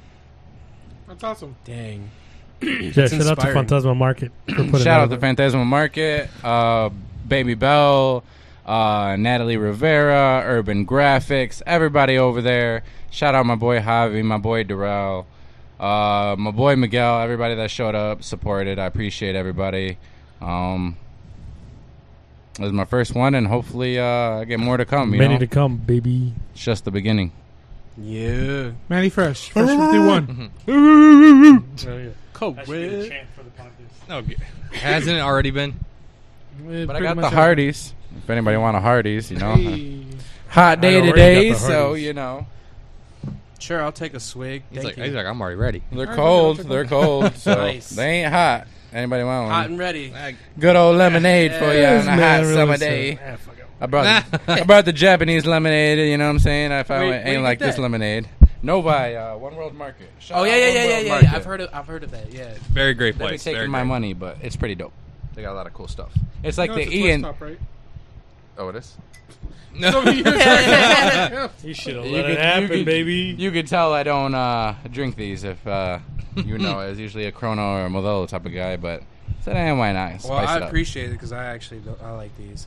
That's awesome. Dang. [clears throat] Yeah, shout out to Fantasma [clears throat] Market. For putting Shout out that to Phantasmal Market, uh, Baby Bell, uh, Natalie Rivera, Urban Graphics, everybody over there. Shout out my boy Javi, my boy Darrell, uh, my boy Miguel, everybody that showed up, supported. I appreciate everybody. Um, this is my first one, and hopefully uh, I get more to come. You Many know? to come, baby. It's just the beginning. Yeah. Manny [laughs] Fresh, Fresh 51. Cool. No, g- hasn't it already been? But I got the Hardys. If anybody want a Hardys, you know. [laughs] Hot I day already today, got the so Hardys. you know. Sure, I'll take a swig. He's Thank like, you. he's like, I'm already ready. They're cold. They're cold. [laughs] So [laughs] Nice. they ain't hot. Anybody want one? hot and ready. Good old lemonade for you Yes, on a man, hot really summer so- day. Ah, fuck it. I brought I brought the Japanese lemonade. You know what I'm saying? If I Wait, where you ain't like get this that? lemonade, Novi, uh, One World Market. Shout oh yeah, out yeah, One yeah, yeah, World yeah. Market. I've heard of, I've heard of that. Yeah. Very great They've been place. taking Very my great. money, but it's pretty dope. They got a lot of cool stuff. It's like No, the it's a twist Ian. [laughs] top, right? Oh, it [laughs] is. [laughs] [laughs] You should've You let could- it you happen, could- baby. You could tell I don't uh, drink these if uh, you know. I was usually a Chrono or a Modelo type of guy, but I said, "Hey, why not?" Well, Spice I it up. appreciate it because I actually don't, I like these.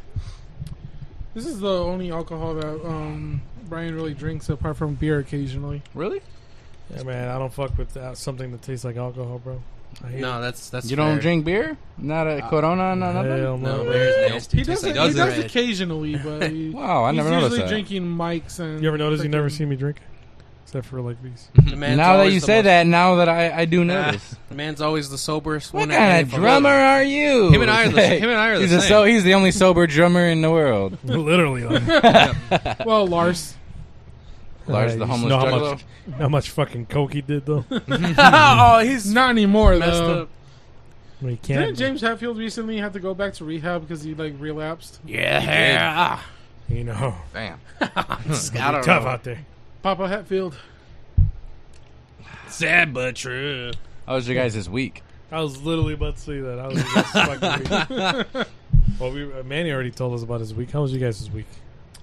This is the only alcohol that um, Brian really drinks apart from beer occasionally. Really? Yeah, man, I don't fuck with uh, something that tastes like alcohol, bro. I hate No, it. that's that's. Uh, you don't drink beer? Not a Corona? Not nothing? Hell no. beer's He nasty. does, Tastes it, like he does red. occasionally, but he, Wow, I he's never noticed usually that. drinking mics and. You ever notice you freaking- never see me drink? Except for like these. [laughs] The man's now that always you the say most- that, now that I, I do [laughs] notice. The man's always the soberest what one. at kind any of fucking- drummer are you? Him and I are [laughs] the- him and I are the he's a same. so, he's the only sober drummer in the world. [laughs] [laughs] Literally. Like, [laughs] Well, Lars. Lars Uh, the you homeless know how juggalo. much, how much fucking coke he [laughs] did though. oh, he's Not anymore, messed though. up. Well, he Didn't can't. James Hatfield recently have to go back to rehab because he, like, relapsed? Yeah. you know, [laughs] Damn. [laughs] It's I gotta- tough out there. Papa Hatfield. Sad but true. How was your guys this week? I was literally about to say that. I was just [laughs] fucking weak. Well, we, uh, Manny already told us about his week. How was you guys this [laughs] week?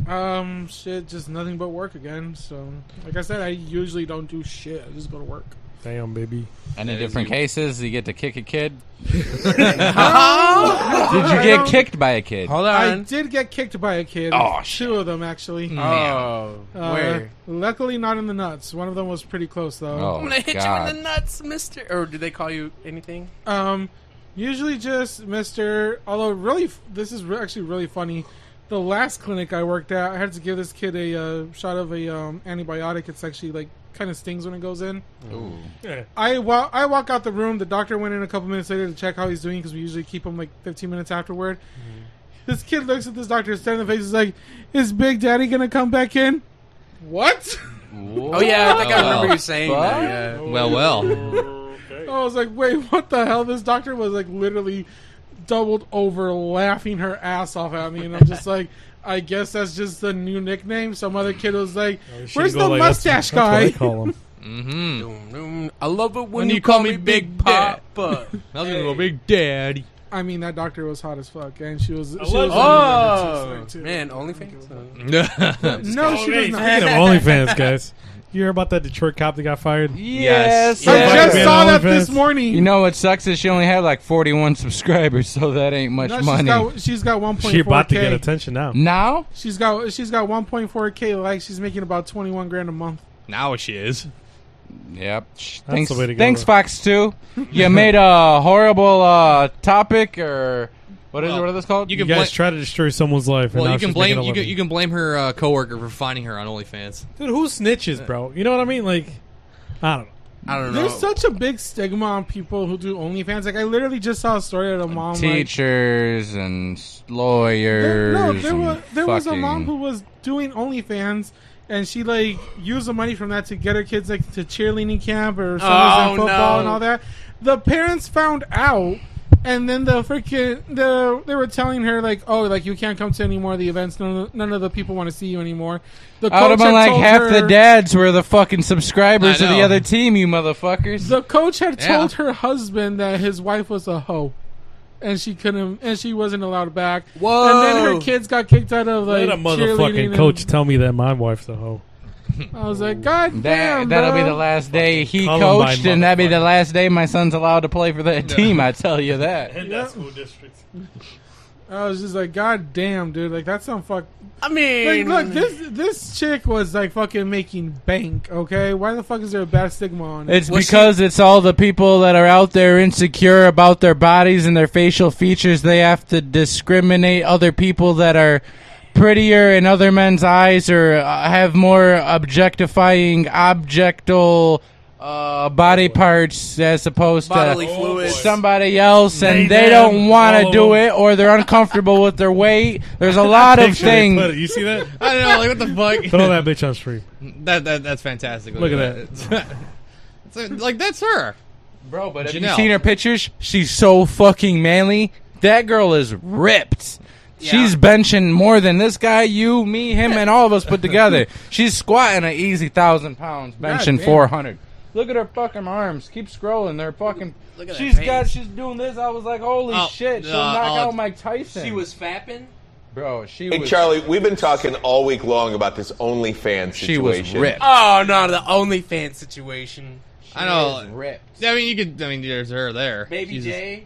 Um, shit, just nothing but work again. So, like I said, I usually don't do shit. I just go to work. Damn, baby. Any Yeah, different you- cases? You get to kick a [laughs] kid? [laughs] Did you get kicked by a kid? Hold I on. did get kicked by a kid. Oh, Two of them, actually. Oh, Uh, where? Luckily, not in the nuts. One of them was pretty close, though. Oh. I'm gonna hit you God. in the nuts, Mister. Or do they call you anything? Oh. [laughs] Um, usually just Mister. Although, really, this is re- actually really funny. The last clinic I worked at, I had to give this kid a uh, shot of a um, antibiotic. It's actually like kind of stings when it goes in. Ooh. I wa- I walk out the room. The doctor went in a couple minutes later to check how he's doing because we usually keep him like 15 minutes afterward. This kid looks at this doctor, staring in the face. He's like, "Is Big Daddy gonna come back in?" What? Oh yeah, I think Oh, I remember well. you saying that. Yeah. Well, well. I was like, "Wait, what the hell?" This doctor was like literally doubled over, laughing her ass off at me, and I'm just like, "I guess that's just the new nickname." Some other kid was like, "Where's the mustache guy?" [laughs] Mm. Mm-hmm. Hmm. Doom, doom. I love it when, you, call me Big Papa. That was gonna go big daddy. I mean, that doctor was hot as fuck, and she was. She was Allegedly. on the Oh, man, OnlyFans? No, she [laughs] [laughs] was not. Speaking of OnlyFans, guys, you hear about that Detroit cop that got fired? Yes. I just Yeah. saw that this morning. You know what sucks is she only had like 41 [laughs] subscribers, so that ain't much No, money. She's got, she's got 1.4k. She about to get attention now. Now? She's got she's got 1.4k likes. She's making about 21 grand a month. Now she is. Yep. the thanks, way to go, thanks bro. Fox [laughs] 2. You made a horrible uh, topic, or what is it? What are those called? You, guys try to destroy someone's life. Well, and now you can she's blame making a you can, living. you can blame her uh, coworker for finding her on OnlyFans. Dude, who snitches, bro? You know what I mean? Like, I don't know. I don't There's such a big stigma on people who do OnlyFans. Like I literally just saw a story of a mom. Like, Teachers and s- lawyers. no, there and was there was a mom fucking- who was doing OnlyFans. And she like used the money from that to get her kids like to cheerleading camp or summers Oh, and football no. and all that. The parents found out, and then the freaking the they were telling her like, oh, like you can't come to any more of the events. None of the, none of the people want to see you anymore. The I would have coach had been like told half her- the dads were the fucking subscribers I of the know. other team, you motherfuckers. The coach had Yeah. told her husband that his wife was a hoe, and she couldn't, and she wasn't allowed back. Whoa. And then her kids got kicked out of like Let a cheerleading motherfucking and- coach tell me that my wife's a hoe. I was like, God That, damn, that'll bro. be the last day he Columbine coached, and that'll be the last day my son's allowed to play for that team. I tell you that. In that school district. I was just like, God damn, dude, like that's some fuck. I mean- like, look, this this chick was like fucking making bank. Okay, why the fuck is there a bad stigma on? it? It's because it's all the people that are out there insecure about their bodies and their facial features. They have to discriminate other people that are prettier in other men's eyes or uh, have more objectifying, objectal uh, body parts as opposed [laughs] Bodily to fluids. Oh, somebody else, and They they them, don't want all to of do them. it or they're uncomfortable with their weight. There's [laughs] a lot of Picture they things. put it. You [laughs] see that? I don't know, like what the fuck. Throw that bitch on stream. That, that that's fantastic. Look at that. It's like- like that's her, bro. But Janelle. Have you seen her pictures? She's so fucking manly. That girl is ripped. She's benching more than this guy, you, me, him, and all of us put together. She's squatting an easy thousand pounds, benching damn. four hundred. Look at her fucking arms. Keep scrolling. They're fucking. at that She's face. got. She's doing this. I was like, holy Oh, shit! She'll uh, knock oh, out Mike Tyson. She was fapping? bro. She Hey, was. Charlie, we've been talking all week long about this OnlyFans situation. She was ripped. Oh, no, the OnlyFans situation. [laughs] I know. She is ripped. I mean, you could. I mean, there's her there. Baby Jesus. J,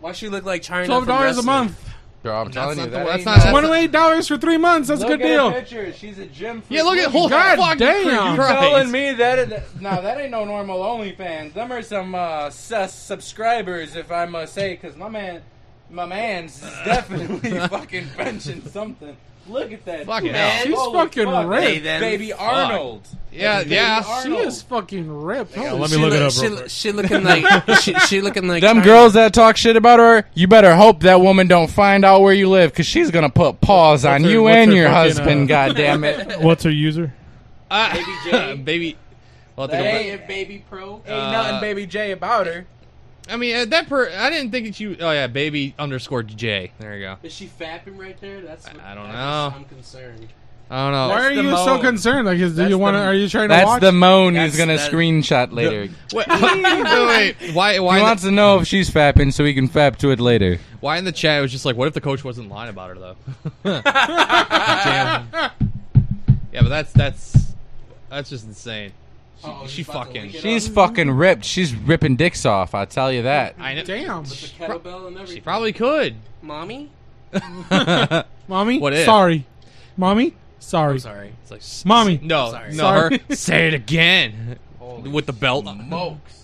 why she look like China? Twelve from dollars a wrestling? month. Bro, I'm telling you, not that the- ain't that's not- Twenty eight dollars for three months. That's a Look good at deal. Her picture. She's a gym. Yeah, look at- hold- God fuck, damn. You Christ. telling me that? It, now that ain't no normal OnlyFans. Them are some uh, sus subscribers, if I must say, because my man, my man's is definitely fucking benching something. Look at that. Fuck dude. hell. She's Holy fucking fuck. ripped. Hey, then. baby Arnold. Yeah, Baby yeah. She is fucking ripped. Holy let me shit. look it up She, real look- [laughs] she looking like she, she looking like Them China. girls that talk shit about her, you better hope that woman don't find out where you live, because she's gonna put paws on her- you what's and her your fucking, husband. uh, God damn it. [laughs] What's her user? Ah, Baby J. [laughs] baby. Well, I That think I'm- ain't it, baby pro. Ain't Uh, nothing, baby J about her. I mean, uh, that per. I didn't think that you. Oh yeah, baby underscore J. There you go. Is she fapping right there? That's what, I don't that's- know. I'm concerned. I don't know. Why are you so concerned? Like, is, do you want to? Are you trying to That's watch? the moan he's That's gonna that- [laughs] screenshot later. Wait, wait, wait. Why? Why? he in wants to know if she's fapping so he can fap to it later. the, why in the chat it was just like, what if the coach wasn't lying about her though? [laughs] [laughs] Damn. Yeah, but that's that's that's just insane. She, Oh, she fucking. She's fucking ripped. She's ripping dicks off. I tell you that. I know. Damn. Kettlebell and She everything. probably could. [laughs] Mommy? [laughs] Mommy, What if? sorry. Mommy, sorry. sorry. It's like, s- Mommy. No, Sorry. no. [laughs] Sorry. Her, say it again. With the belt. Smokes.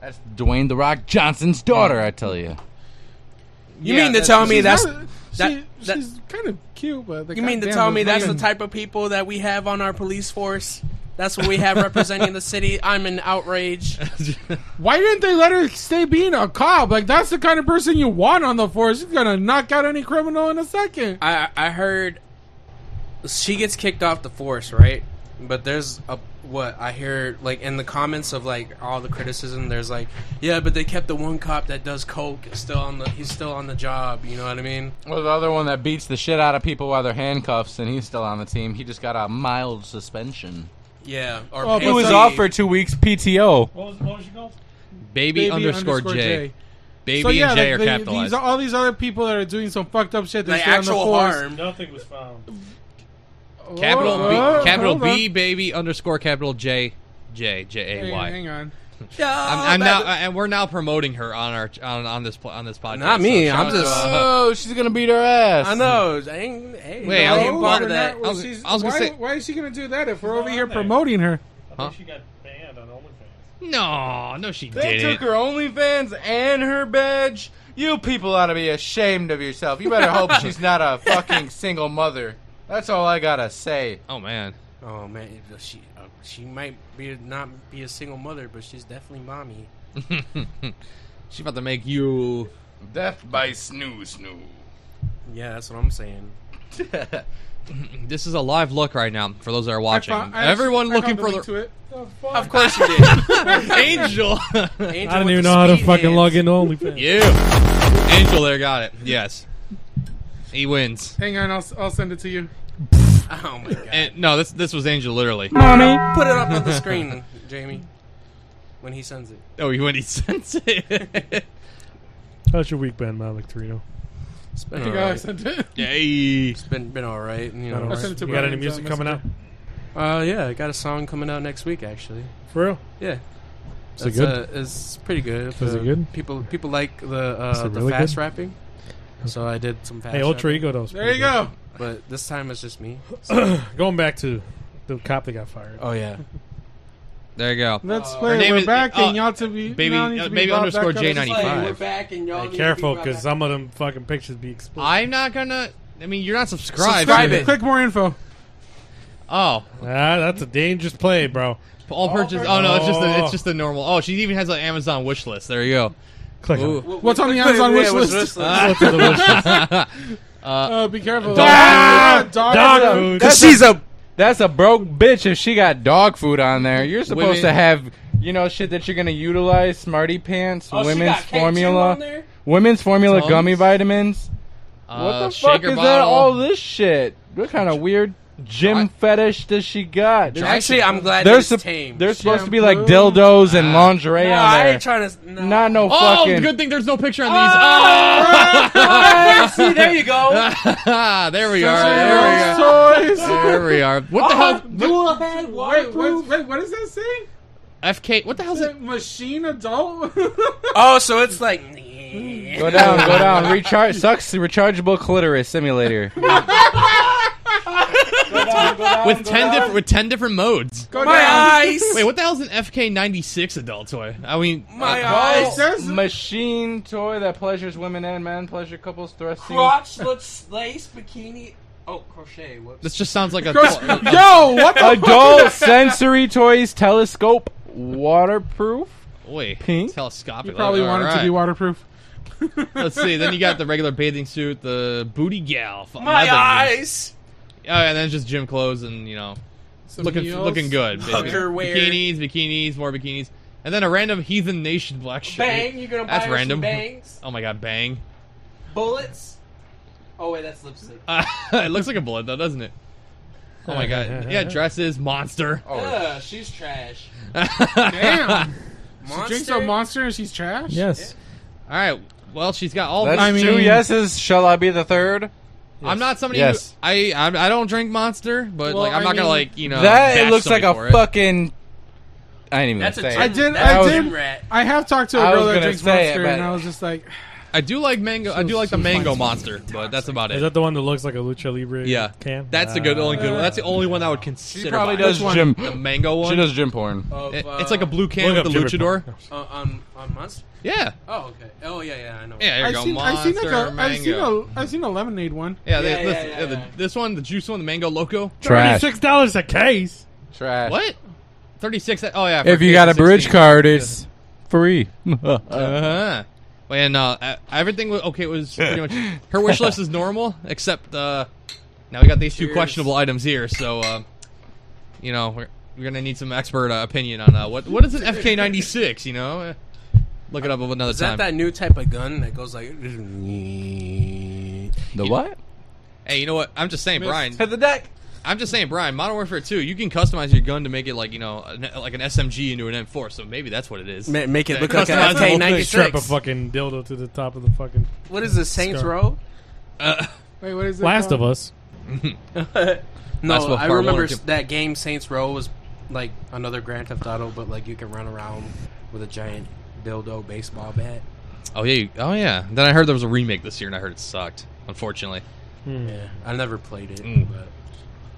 That's Dwayne the Rock Johnson's daughter. I tell you. You mean to tell me She's that's not- that- she- that- she's kind of cute, but like, you mean to goddamn, tell me those that's the women- type of people that we have on our police force? That's what we have representing the city. I'm in [laughs] outrage. Why didn't they let her stay being a cop? Like that's the kind of person you want on the force. She's gonna knock out any criminal in a second. I I heard she gets kicked off the force, right? But there's a what I hear like in the comments of like all the criticism. There's like, yeah, but they kept the one cop that does coke still on the he's still on the job. You know what I mean? Well, the other one that beats the shit out of people while they're handcuffs, and he's still on the team. He just got a mild suspension. Yeah. Or Oh, He but was the- Oh. off for two weeks PTO. What was, what was she called? Baby, underscore, J. Baby so yeah, and Jay like are the- capitalized. These, all these other people that are doing some fucked up shit. They Like stay on the actual force. harm. Nothing was found. capital Whoa, B, whoa, capital hold B, baby underscore capital J, J J A Y. Hang [laughs] on. I'm, I'm now, uh, and we're now promoting her on our on, on this pl- on this podcast. Not me, so shout I'm out just- to, uh, Oh, she's gonna beat her ass. I know. I ain't, hey, Wait, I I was- ain't part of We're that. not- well, she's- why, why is she gonna do that if we're over here on there. promoting her? Huh? She got banned on OnlyFans. No, no, she They took her OnlyFans and her badge. You people ought to be ashamed of yourself. You better hope she's not a [laughs] fucking [laughs] single mother. That's all I gotta say. Oh man. Oh man, it- she uh, she might be not be a single mother, but she's definitely mommy. [laughs] [laughs] She's uh, about to make you. Death by snoo snoo. Yeah, that's what [laughs] I'm saying. This is a live look right now for those that are watching. found- I Everyone actually- I looking found for the To the. it. Of course you [laughs] did, Angel. [laughs] Angel I don't with even the know how to speed fucking oh. [laughs] hands. log into OnlyFans. Yeah. Angel there got it. Yes. He wins. Hang on, I'll, I'll send it to you. Oh my god! And, no, this this was Angel literally. put it up on the screen, Jamie. When he sends it, [laughs] oh, he went. He sent it. How's your week been, Malik Torino? it's been I think I alright. sent it. Yay! It's been been all right. You know, Been all right. I sent it to You got Brian any music on coming out? Uh, yeah, I got a song coming out next week actually. For real? Yeah. Is it That's, good? Uh, it's pretty good. Is it Uh, good? People people like the Is it uh, the really fast good? rapping, so I did some fast. Hey, Ultra rapping. Ego though is There you go. But this time it's just me. [clears throat] Going back to the cop that got fired. Oh yeah. There you go. Let's Her play. it. name We're is- back, uh, and y'all to be baby- y'all need uh, to be baby brought underswear back up. J95. We're back and y'all Hey, careful, because some of them fucking pictures be exploding. I'm not gonna. I mean, you're not subscribed. Subscribe it. Click more info. Oh, Ah, that's a dangerous play, bro. all purchase. Oh no, it's just a, it's just a normal. Oh, she even has an Amazon wish list. There you go. Click on Ooh. What's on the Yeah, Amazon what's wish wish list? list? What's on the wish list? [laughs] Uh, be careful. dog Ah, food. dog Dog food. food. That's she's a that's a broke bitch if she got dog food on there. You're supposed Women- to have you know shit that you're gonna utilize: smarty pants, Oh, she women's got K2 on formula, there? women's formula Tums? gummy vitamins. what Uh, the fuck shaker is that? bottle. All this shit. What kind of weird gym fetish does she got? Actually, I'm glad they're it's sup- tame. they're supposed to be like dildos and lingerie No, on I there. ain't trying to. No. Not no Oh, fucking. good thing there's no picture on [laughs] [laughs] these. Ah, see, there you go. Oh! there we are. There we Toys. are. There we are. What Oh, the hell? Do a bad wait, wait, wait, what does that say? FK. What the hell's Is it machine adult? [laughs] Oh, so it's like. [laughs] Go down, [laughs] go down. Recharge sucks. Rechargeable clitoris simulator. [laughs] with ten different with ten different modes. Go My down. eyes. Wait, what the hell's an FK96 adult toy? I mean, My uh, eyes. Says- Machine toy that pleasures women and men. Pleasure couples thrusting. Crotchless lace bikini. Oh, crochet. Whoops. this just sounds like a. Yo, what the Adult sensory toys. Telescope. Waterproof. Wait, Pink? You telescopic. probably All want it to be right. waterproof. [laughs] Let's see. Then you got the regular bathing suit, the booty gal. Fuck, My nothing. eyes. Oh, and then just gym clothes and you know, Some looking heels. looking good. basically. Hugger wear. Bikinis, bikinis, more bikinis, and then a random heathen nation black shirt. Bang. You're gonna buy That's her random. some bangs. Oh my god, bang! [laughs] Bullets. Oh wait, that's lipstick. Uh, it looks like a bullet though, doesn't it? Oh my god. Yeah, dresses, monster. Ugh, [laughs] she's trash. [laughs] Damn. She Monster? drinks a monster and she's trash. Yes. All right. Well, she's got all. That's I mean, two yeses. Shall I be the third? I'm not somebody. Yes. Who, I, I I don't drink Monster, but Well, like I'm I not gonna mean- like you know. that it bash looks like somebody for a it. fucking. I ain't even That's a gonna I say. gym- it. did. That I was- did. I have talked to a I girl was that gonna drinks say it, monster, but- and I was just like, I do like mango. I So- do like the so mango fine. monster, but that's about Is it. that the one that looks like a Lucha Libre Yeah, can? Ah. that's the good only good one. That's the only one I would consider. probably buying. does Which one? gym- the mango one. She does gym porn. Of, It- uh, it's like a blue can Look with the up Jimmy luchador. Park. Uh, on on monster. Yeah, Oh okay. Oh yeah yeah I know. yeah. There you I've go. seen, I've monster seen like a, I've seen mango. a, I've seen a lemonade one. Yeah, they, Yeah, yeah, this, yeah, yeah, the- yeah. this one, the juice one, the mango loco. Trash. Thirty-six dollars a case. Trash. What? Thirty six. Oh yeah. for If you kids got a 16. bridge card, it's free. [laughs] Uh-huh. And uh, e- everything was okay. It was pretty much her wish list is normal, except uh, now we got these two Cheers. questionable items here. So, uh, you know, we're, we're gonna need some expert uh, opinion on uh, what what is an FK ninety six. You know, Uh, look it up another Is time. that that new type of gun that goes like? The what? Hey, you know what? I'm just saying, Brian. Hit the deck. I'm just saying, Brian. Modern Warfare 2, you can customize your gun to make it like you know, an, like an SMG into an M4. So maybe that's what it is. Ma- make it Yeah, look like an customizable. FK We'll strap a fucking dildo to the top of the fucking. What is this, Saints scarf. Row? Uh, Wait, what is Last [laughs] of Us. That's no, what I part remember one s- can- that game Saints Row was like another Grand Theft Auto, but like you can run around with a giant dildo baseball bat. Oh yeah, you- oh yeah. Then I heard there was a remake this year, and I heard it sucked. Unfortunately, Hmm. Hmm. Yeah, I never played it. But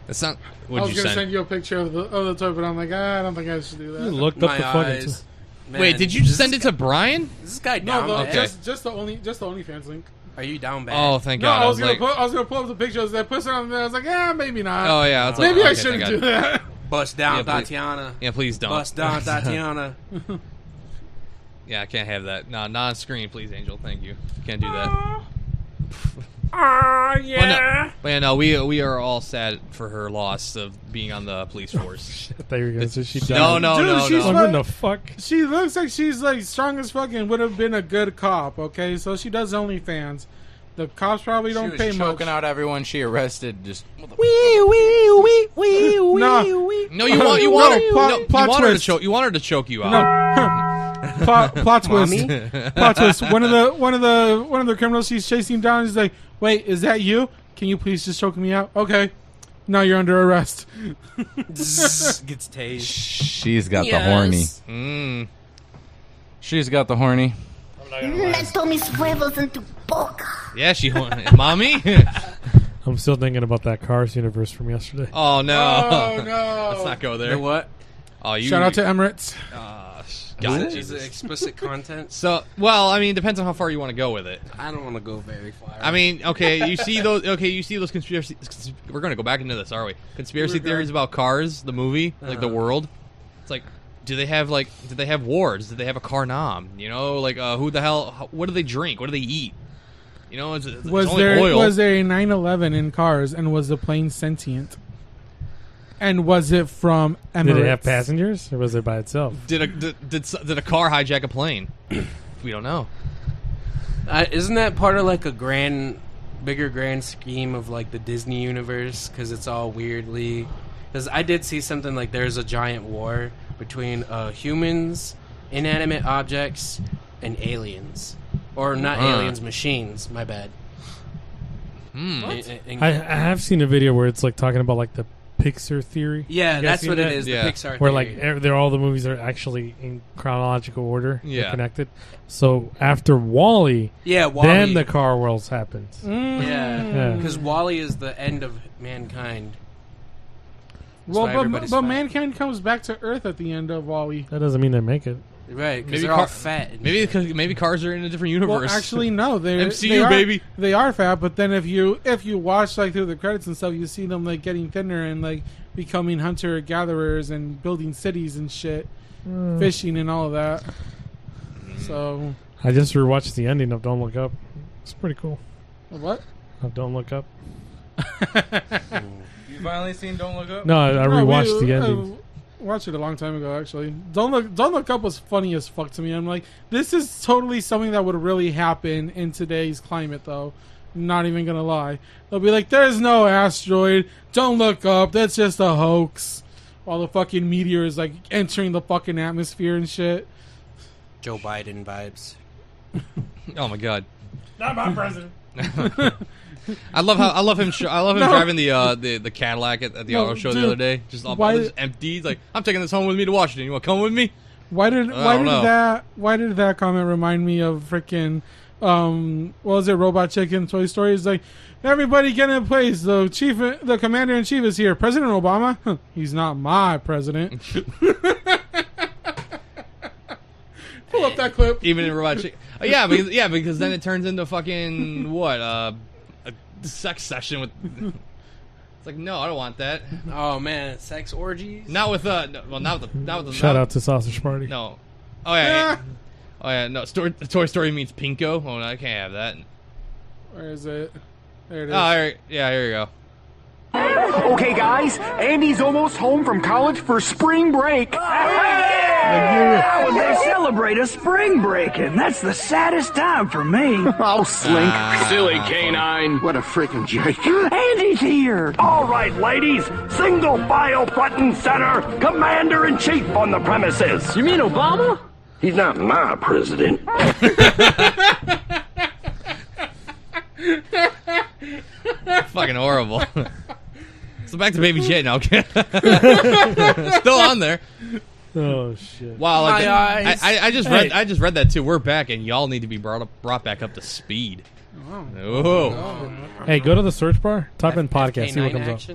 it's not. I What'd was you gonna send? send you a picture of the of the toy, but I'm like, ah, I don't think I should do that. You looked up My the fucking eyes. Wait, did you send it to Brian? This guy No, down the, Okay. just just the only just the OnlyFans link. Are you down bad? Oh, thank No, God. I was, like, gonna put, I was gonna pull up the pictures. I put it on there. I was like, yeah, maybe not. oh yeah. was like, maybe I okay, thank shouldn't God. do that. Bust down, Yeah, please- Tatiana. Yeah, please don't. [laughs] Bust down, Tatiana. Yeah, I can't have that. No, non screen, please, Angel. Thank you. Can't do that. Ah, yeah. But yeah, no, we we are all sad for her loss of being on the [laughs] police force. I thought you were gonna say she died. No, no, Dude, Oh, no, she's no. Like, what the fuck? She looks like she's like strong as fucking. Would have been a good cop. Okay, so she does OnlyFans. The cops probably She don't was pay much. choking out everyone she arrested. Just Wee wee wee wee [laughs] wee wee. No, you want you want her, plot, no, plot you want her to twist. choke you want her to choke you out. No. plot, [laughs] plot twist. Mommy? plot twist. One of the one of the one of the criminals she's chasing him down. He's like, "Wait, is that you? Can you please just choke me out?" Okay. Now you're under [laughs] arrest. [laughs] Gets tased. she's got Yes. the horny. Mm. Hmm. She's got the horny. Meto mis huevos en tu boca. Yeah, she [laughs] went. mommy. I'm still thinking about that Cars universe from yesterday. Oh no. Oh, no. [laughs] Let's not go there. The what? Oh, you Shout out to Emirates. Ah, sh- Is God, it- is Jesus. [laughs] it explicit content? So, well, I mean, depends on how far you want to go with it. I don't want to go very far. I mean, okay, you see those. Okay, you see those conspiracy. cons- We're gonna go back into this, are we? Conspiracy We're going- theories about cars, the movie, like the Uh-huh. world. It's like, do they have like, do they have wars? Do they have a car nom? You know, like, uh, who the hell? how- What do they drink? What do they eat? You know, it's, it's Was only there oil. was there a 911 in cars and was the plane sentient? And was it from Emirates? Did it have passengers or was it by itself? did a did, did s- did a car hijack a plane? we don't know. Uh, isn't that part of like a grand, bigger grand scheme of like the Disney universe? Because it's all weirdly. Because I did see something like there's a giant war between uh, humans, inanimate objects, and aliens, or not Huh. aliens, machines. My bad. Hmm. And- and- I, I have seen a video where it's like talking about like the Pixar theory. Yeah, You guys that's seen what it that? is, the Yeah. Pixar theory. where like ev- they're all the movies are actually in chronological order. They're Yeah. connected. So after Wally, Yeah, then WALL-E. Mm. the car worlds happens. Yeah, Yeah. because Wally is the end of mankind. That's Well, why but, everybody's but fat. mankind comes back to Earth at the end of Wally. That doesn't mean they make it. right? Because Maybe they're car- all fat. and Maybe 'cause- maybe cars are in a different universe. Well, actually, [laughs] no. [laughs] They MCU they are, baby. They are fat, but then if you if you watch like through the credits and stuff, you see them like getting thinner and like becoming hunter gatherers and building cities and shit, Hmm. fishing and all of that. So I just rewatched the ending of Don't Look Up. It's pretty cool. what? Of Don't Look Up. You finally seen Don't Look Up? No, I, I No, we- rewatched the uh, ending. Watched it a long time ago, actually. Don't look. Don't look up was funny as fuck to me. I'm like, this is totally something that would really happen in today's climate, though. Not even gonna lie. They'll be like, "There's no asteroid. Don't look up. That's just a hoax." While the fucking meteor is like entering the fucking atmosphere and shit. Joe Biden vibes. oh my god. Not my president. [laughs] I love how I love him. Sh- I love him No. driving the uh, the the Cadillac at, at the No, auto show dude, the other day. Just all why- just empty. He's like, I'm taking this home with me to Washington. You want to come with me? Why did I why did don't know. that why did that comment remind me of freaking um what was it Robot Chicken Toy Story? It's like everybody get in place. The chief, the commander in chief is here. President Obama, [laughs] Huh, he's not my [laughs] president. Pull up that clip. Even in robot chicken. Oh, yeah, because, yeah, because then it turns into fucking what uh, a sex session with. [laughs] It's like no, I don't want that. Oh man, [laughs] sex orgies. Not with uh, no, well, not with the, not with the. Shout not- out to Sausage Party. No. Oh yeah. yeah. Oh yeah. No. Story, Toy Story means Pinko. Oh, no, I can't have that. Where is it? There it is. Ah, Oh, here- yeah. Here you go. Okay, guys, Andy's almost home from college for spring break. How would they celebrate a spring break? And that's the saddest time for me. [laughs] Oh, Slink. Silly canine. What a freaking jerk. [laughs] Andy's here. All right, ladies. Single file front and center. Commander in chief on the premises. You mean Obama? He's not my [laughs] president. Fucking horrible. so back to Baby J now. Still on there. Oh shit! Wow, like, My eyes. I, I, I just read Hey. I just read that too. We're back, and y'all need to be brought up brought back up to speed. Oh, Hey, go to the search bar, type in podcast, see what comes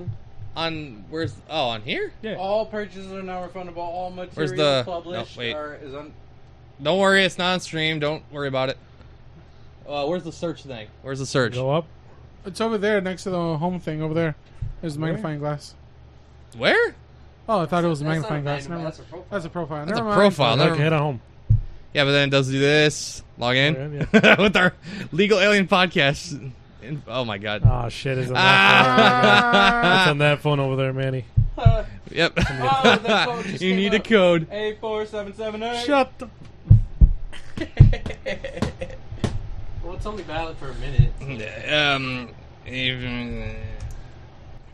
on where's oh on here? All purchases are now refundable. All Where's materials the- published no, wait. are is on. Don't worry, it's non-stream. Don't worry about it. Uh, where's the search thing? Where's the search? Go up. It's over there next to the home thing over there. There's a magnifying glass. Where? Oh, I thought it was a That's magnifying not a glass. Never mind. That's a profile. That's Never a mind. profile. Never- home. Yeah, but then it does do this. Log in, [laughs] Log with our legal alien podcast. In- Oh my god. Oh shit! Is on that phone. Ah. It's on that phone over there, Manny. Yep. Oh, [laughs] that phone just you came need a up. code. A four seven seven eight. Shut the. [laughs] Well, it's only valid for a [laughs] minute. Um. even-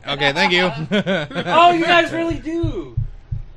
Okay. [laughs] Thank you. oh, you guys really do.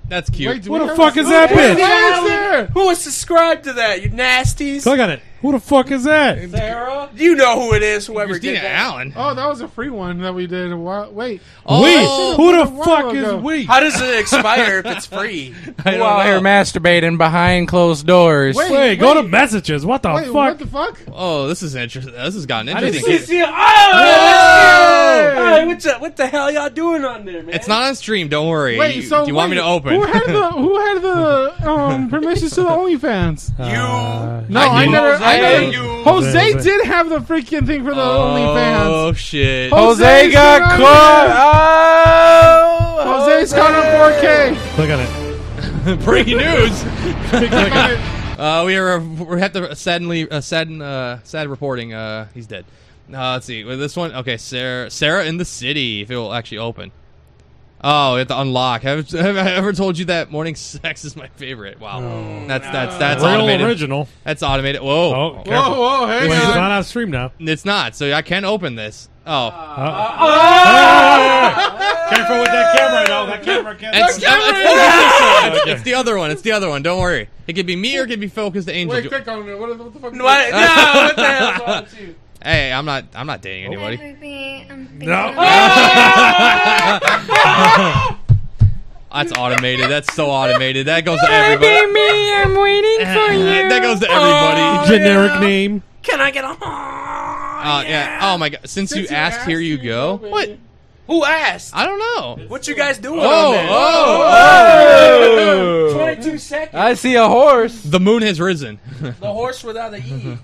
That's cute. What the fuck is that bitch? Who was subscribed to that? You nasties. Click on it. Who the fuck is that? Sarah. You know who it is. Whoever Christina did that. Allen. Oh, that was a free one that we did. A while, wait, Oh. Who A the while fuck ago. is we? How does it expire if it's free? Who out here masturbating behind closed doors? Wait, go to messages. What the wait, fuck? what the fuck? Oh, this is interesting. This has gotten I didn't interesting. see Yeah. Oh, Whoa! Hey, what's up? What the hell y'all doing on there, man? It's not on stream. Don't worry. Wait, you, so do you want me wait, to open? [laughs] Who had the Who had the um, permissions to the OnlyFans? You. No, I, did. never. I Jose. never. You. Jose Uh, Jose. did have the freaking thing for the OnlyFans. oh shit! Jose's got been on caught. Oh. there. Oh, Jose's caught on 4K. Click on it. Breaking news. uh, we are we have to sadly uh, sadden uh, sad reporting. Uh, he's dead. Uh, let's see. Well, this one. Okay, Sarah. Sarah in the city. If it will actually open. Oh, you have to unlock. Have, [laughs] have I ever told you that morning sex is my favorite? Wow, that's that's that's Real automated. original. That's automated. Whoa, Oh, careful. Whoa, whoa, hang Wait, It's on. not on stream now. It's not. So I can open this. Oh, Careful with that camera, though. That camera can't. It's, no, it's, focused [laughs] this one. It's- [laughs] it's the other one. It's the other one. Don't worry. It could be me or it could be focused to Angel. Wait, click on it. What, what the fuck? What? No, [laughs] what the hell? hey, I'm not. I'm not dating anybody. No. [laughs] [laughs] That's automated. That's so automated. That goes to everybody. me, I'm waiting for [laughs] you. Oh, That goes to everybody. Generic name. Can I get a? Uh, yeah. Oh my god. Since, you, asked, here you go. What? Who asked? I don't know. What you guys doing? Whoa, on there? oh, [laughs] whoa, Oh. whoa. 22 oh, seconds. I see a horse. The moon has risen. [laughs] The horse without a E.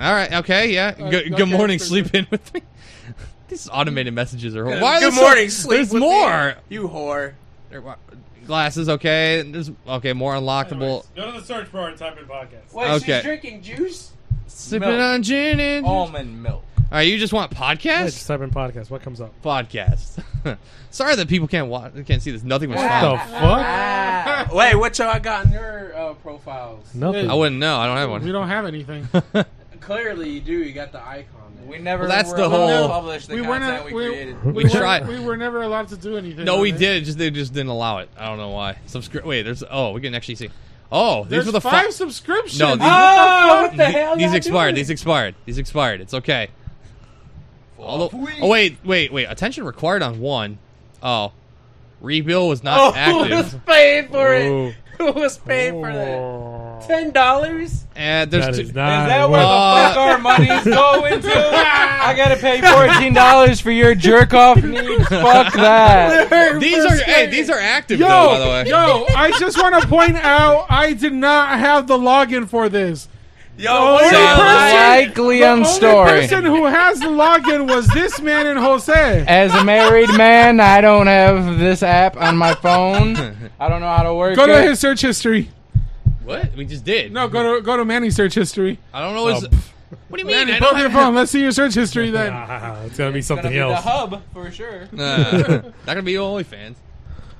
All right. Okay. Yeah. Uh, Good- okay, good morning. for Sleep in with me. [laughs] These automated messages are. Good- Why are Good there so- morning, sleep. There's with more. Me. You whore. Glasses. Okay. There's okay. More unlockable. Go to the search bar and type in podcast. Wait, Okay. she's drinking juice? Sipping on gin and almond milk. All right, you just want Yeah, podcast? just type in podcast. What comes up? Podcast. [laughs] Sorry that people can't watch, can't see this. Nothing was What the found. Uh, [laughs] fuck? Wait, what y'all got in your uh, profiles? I wouldn't know. I don't have one. We don't have anything. [laughs] Clearly, you do. You got the icon. There. We never. Well, that's were the allowed to whole- Publish the We weren't- content we, we- created. We were- tried. We were never allowed to do anything. No, on we it. [laughs] did. Just they just didn't allow it. I don't know why. Subscribe. Wait, there's. Oh, we can actually see. Oh, these There's were the fi- five subscriptions. No, these- Oh, what the Th- hell? These y'all expired. doing? These expired. These expired. It's okay. Although, oh wait, wait, wait. Attention required on one. Oh, rebuild was Oh, [laughs] not who's active. paying for Ooh. it? [laughs] Who was paying for that? Ten dollars? And Eh, there's That two- is not Is that where Uh, the fuck [laughs] our money's going to? [laughs] I gotta pay Fourteen dollars for your jerk off needs. Fuck that. these are hey, these are active Yo, though. By the way, yo, I just want to point out I did not have the login for this. Yo, The what's only up? Likely the on only story. person who has the login was this man and [laughs] Jose. As a married man, I don't have this app on my phone. I don't know how to work Go to it. his search history. what we just did? No, go to go to Manny's search history. I don't know. His, What do you Randy, mean? I pull don't up your have- phone. Let's see your search history then. [laughs] it's gonna be something gonna be the else. hub. Hub [laughs] for sure. [laughs] Uh, not gonna be OnlyFans,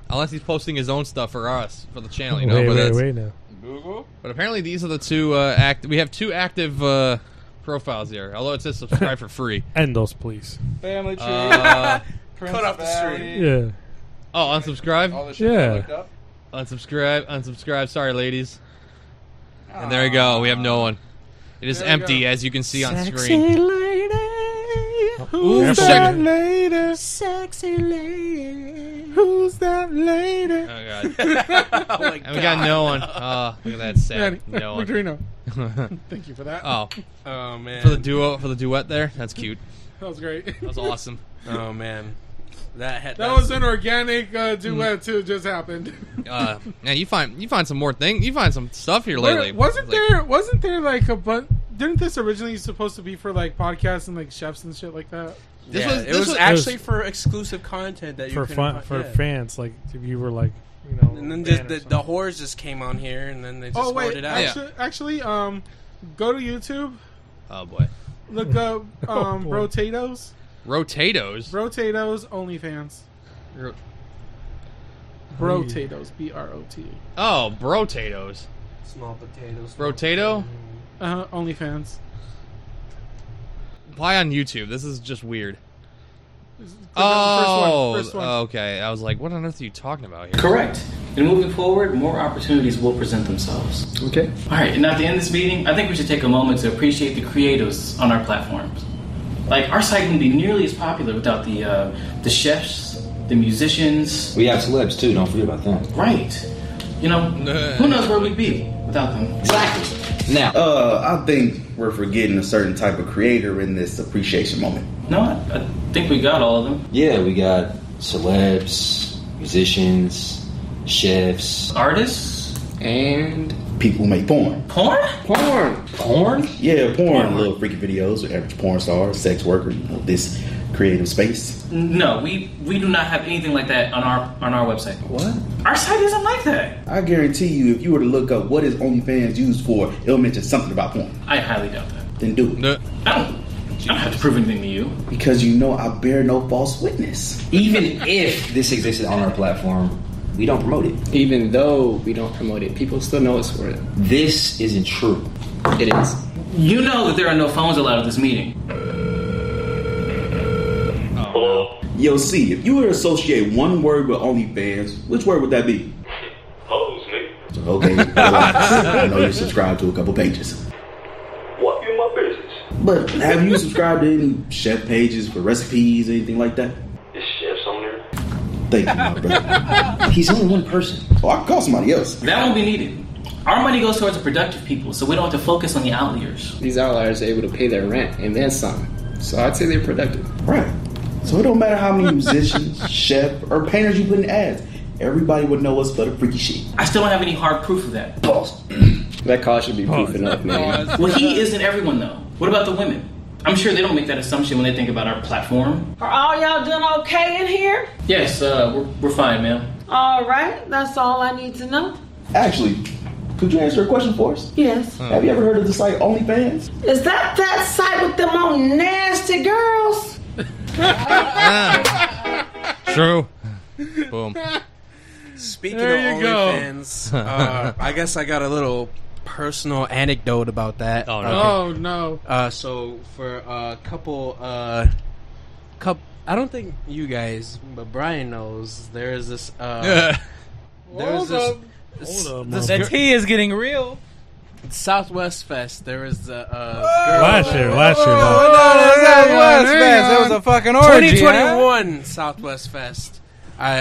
unless he's posting his own stuff for us for the channel. You know, Wait, but wait, that's- wait now. Google. But apparently, these are the two uh, act. We have two active uh, profiles here. Although it says subscribe for free. End those, please. [laughs] Family tree. [laughs] [laughs] Uh, Prince Cut off the stream. Yeah. Oh, unsubscribe. All the shit Yeah. I looked up. Unsubscribe. Unsubscribe. Sorry, ladies. And there you go. We have no one. It is empty, as you can see on screen. Who's Careful. that lady? Sexy lady. Who's that lady? Oh [laughs] Oh, God. [laughs] and we got no one. Oh, look at that sad. Randy, No one. [laughs] Victorino. Thank you for that. Oh. Oh, man. For the duo, for the duet there, that's cute. That was great. That was awesome. Oh man, that [laughs] had, That was an organic uh, duet too. Just happened. Uh, yeah, you find you find some more things. You find some stuff here Wait, lately. wasn't Like- there? Wasn't there like a bunch? Didn't this originally supposed to be for like podcasts and like chefs and shit like that? This yeah, was- it this was, was- actually for exclusive content that you for couldn't fun find- for yeah. fans. Like if you were like, you know, And then a just fan the, or the whores just came on here, and then they just oh wait, hoarded out. actually, actually, um, go to YouTube. Oh boy, Look [laughs] up Oh, um, boy. Rotatoes. Rotatoes. Rotatoes OnlyFans. Ro- Rotatoes. B R O T. Oh, brotatoes. Small potatoes. Brotato. Uh, OnlyFans. Why on YouTube? This is just weird. Click Oh, on the first one, first one. okay. I was like, what on earth are you talking about here? Correct. And moving forward, more opportunities will present themselves. Okay. All right, and at the end of this meeting, I think we should take a moment to appreciate the creatives on our platforms. Like, our site wouldn't be nearly as popular without the, uh, the chefs, the musicians. We have celebs too, don't forget about that. Right. You know, who knows where we'd be without them? Exactly. Now, uh, I think we're forgetting a certain type of creator in this appreciation moment. No, I, I think we got all of them. Yeah, we got celebs, musicians, chefs, Artists? and people who make porn. Porn? Porn. Porn? Yeah, porn. Little freaky videos, your average porn star, sex worker, you know, this creative space. No, we we do not have anything like that on our on our website. What? Our site isn't like that. I guarantee you, if you were to look up what is OnlyFans used for, it'll mention something about porn. I highly doubt that. Then do it. I don't, I don't have to prove anything to you. Because you know I bear no false witness. Even if this existed on our platform, we don't promote it. Even though we don't promote it, people still know us for it. This isn't true. It is. You know that there are no phones allowed at this meeting. Yo, see, if you were to associate one word with OnlyFans, which word would that be? Hoes, nigga. Okay, [laughs] relax. I know you're subscribed to a couple pages. What in my business? But have you subscribed to any chef pages for recipes, anything like that? This chef's on there. Thank you, my brother. He's only one person. Oh, I can call somebody else. That won't be needed. Our money goes towards the productive people, so we don't have to focus on the outliers. These outliers are able to pay their rent and then some. So I'd say they're productive. Right. So it don't matter how many musicians, [laughs] chef, or painters you put in ads. Everybody would know us for the freaky shit. I still don't have any hard proof of that. Pause. That call should be proof enough, man. Well, he isn't everyone though. What about the women? I'm sure they don't make that assumption when they think about our platform. Are all y'all doing okay in here? Yes, uh, we're, we're fine, ma'am. All right, that's all I need to know. Actually, could you answer a question for us? Yes. Have you ever heard of the site OnlyFans? Is that that site with them old nasty girls? True. Boom. Speaking There of you go. OnlyFans, uh, I guess I got a little personal anecdote about that. Oh Oh no. Uh, so for a couple, uh, cup, I don't think you guys, but Brian knows there is this. Uh, there Hold is this. up. this- Hold up, this mama. gir- The tea is getting real. Southwest Fest. There was the uh, Last year, last Oh, year, last- no, no, Hang on, Southwest hang Fest. That on. was a fucking orgy. 2021 huh? Southwest Fest. I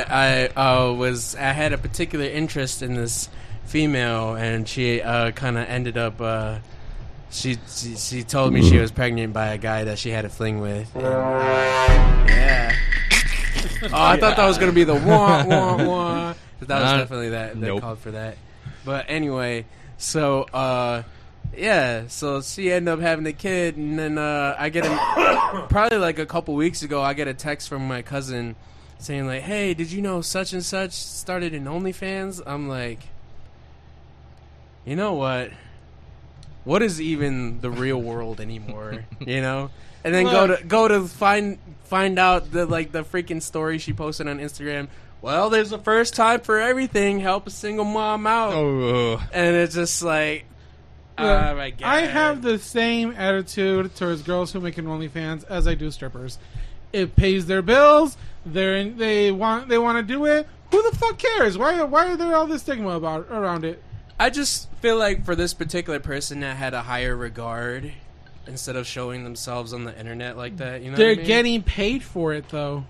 I uh, was I had a particular interest in this female, and she uh, kind of ended up. Uh, she, she she told me she was pregnant by a guy that she had a fling with. Yeah. [laughs] Oh, I thought that was gonna be the wah wah wah. But that was Nah. definitely that. They Nope. called for that. But anyway, so uh, yeah, so she ended up having a kid, and then uh, I get a, [coughs] probably like a couple weeks ago, I get a text from my cousin saying like, "Hey, did you know such and such started in OnlyFans?" I'm like, you know what? what is even the real world anymore? you know, and then go Look. to go to find find out the like the freaking story she posted on Instagram. Well, there's a first time for everything. Help a single mom out, oh. and it's just like, Yeah. oh my god, I have the same attitude towards girls who make an OnlyFans as I do strippers. It pays their bills. They're in, they want they want to do it. Who the fuck cares? Why why are there all this stigma about around it? I just feel like for this particular person that had a higher regard instead of showing themselves on the internet like that, you know, what I They're mean? getting paid for it [laughs] though.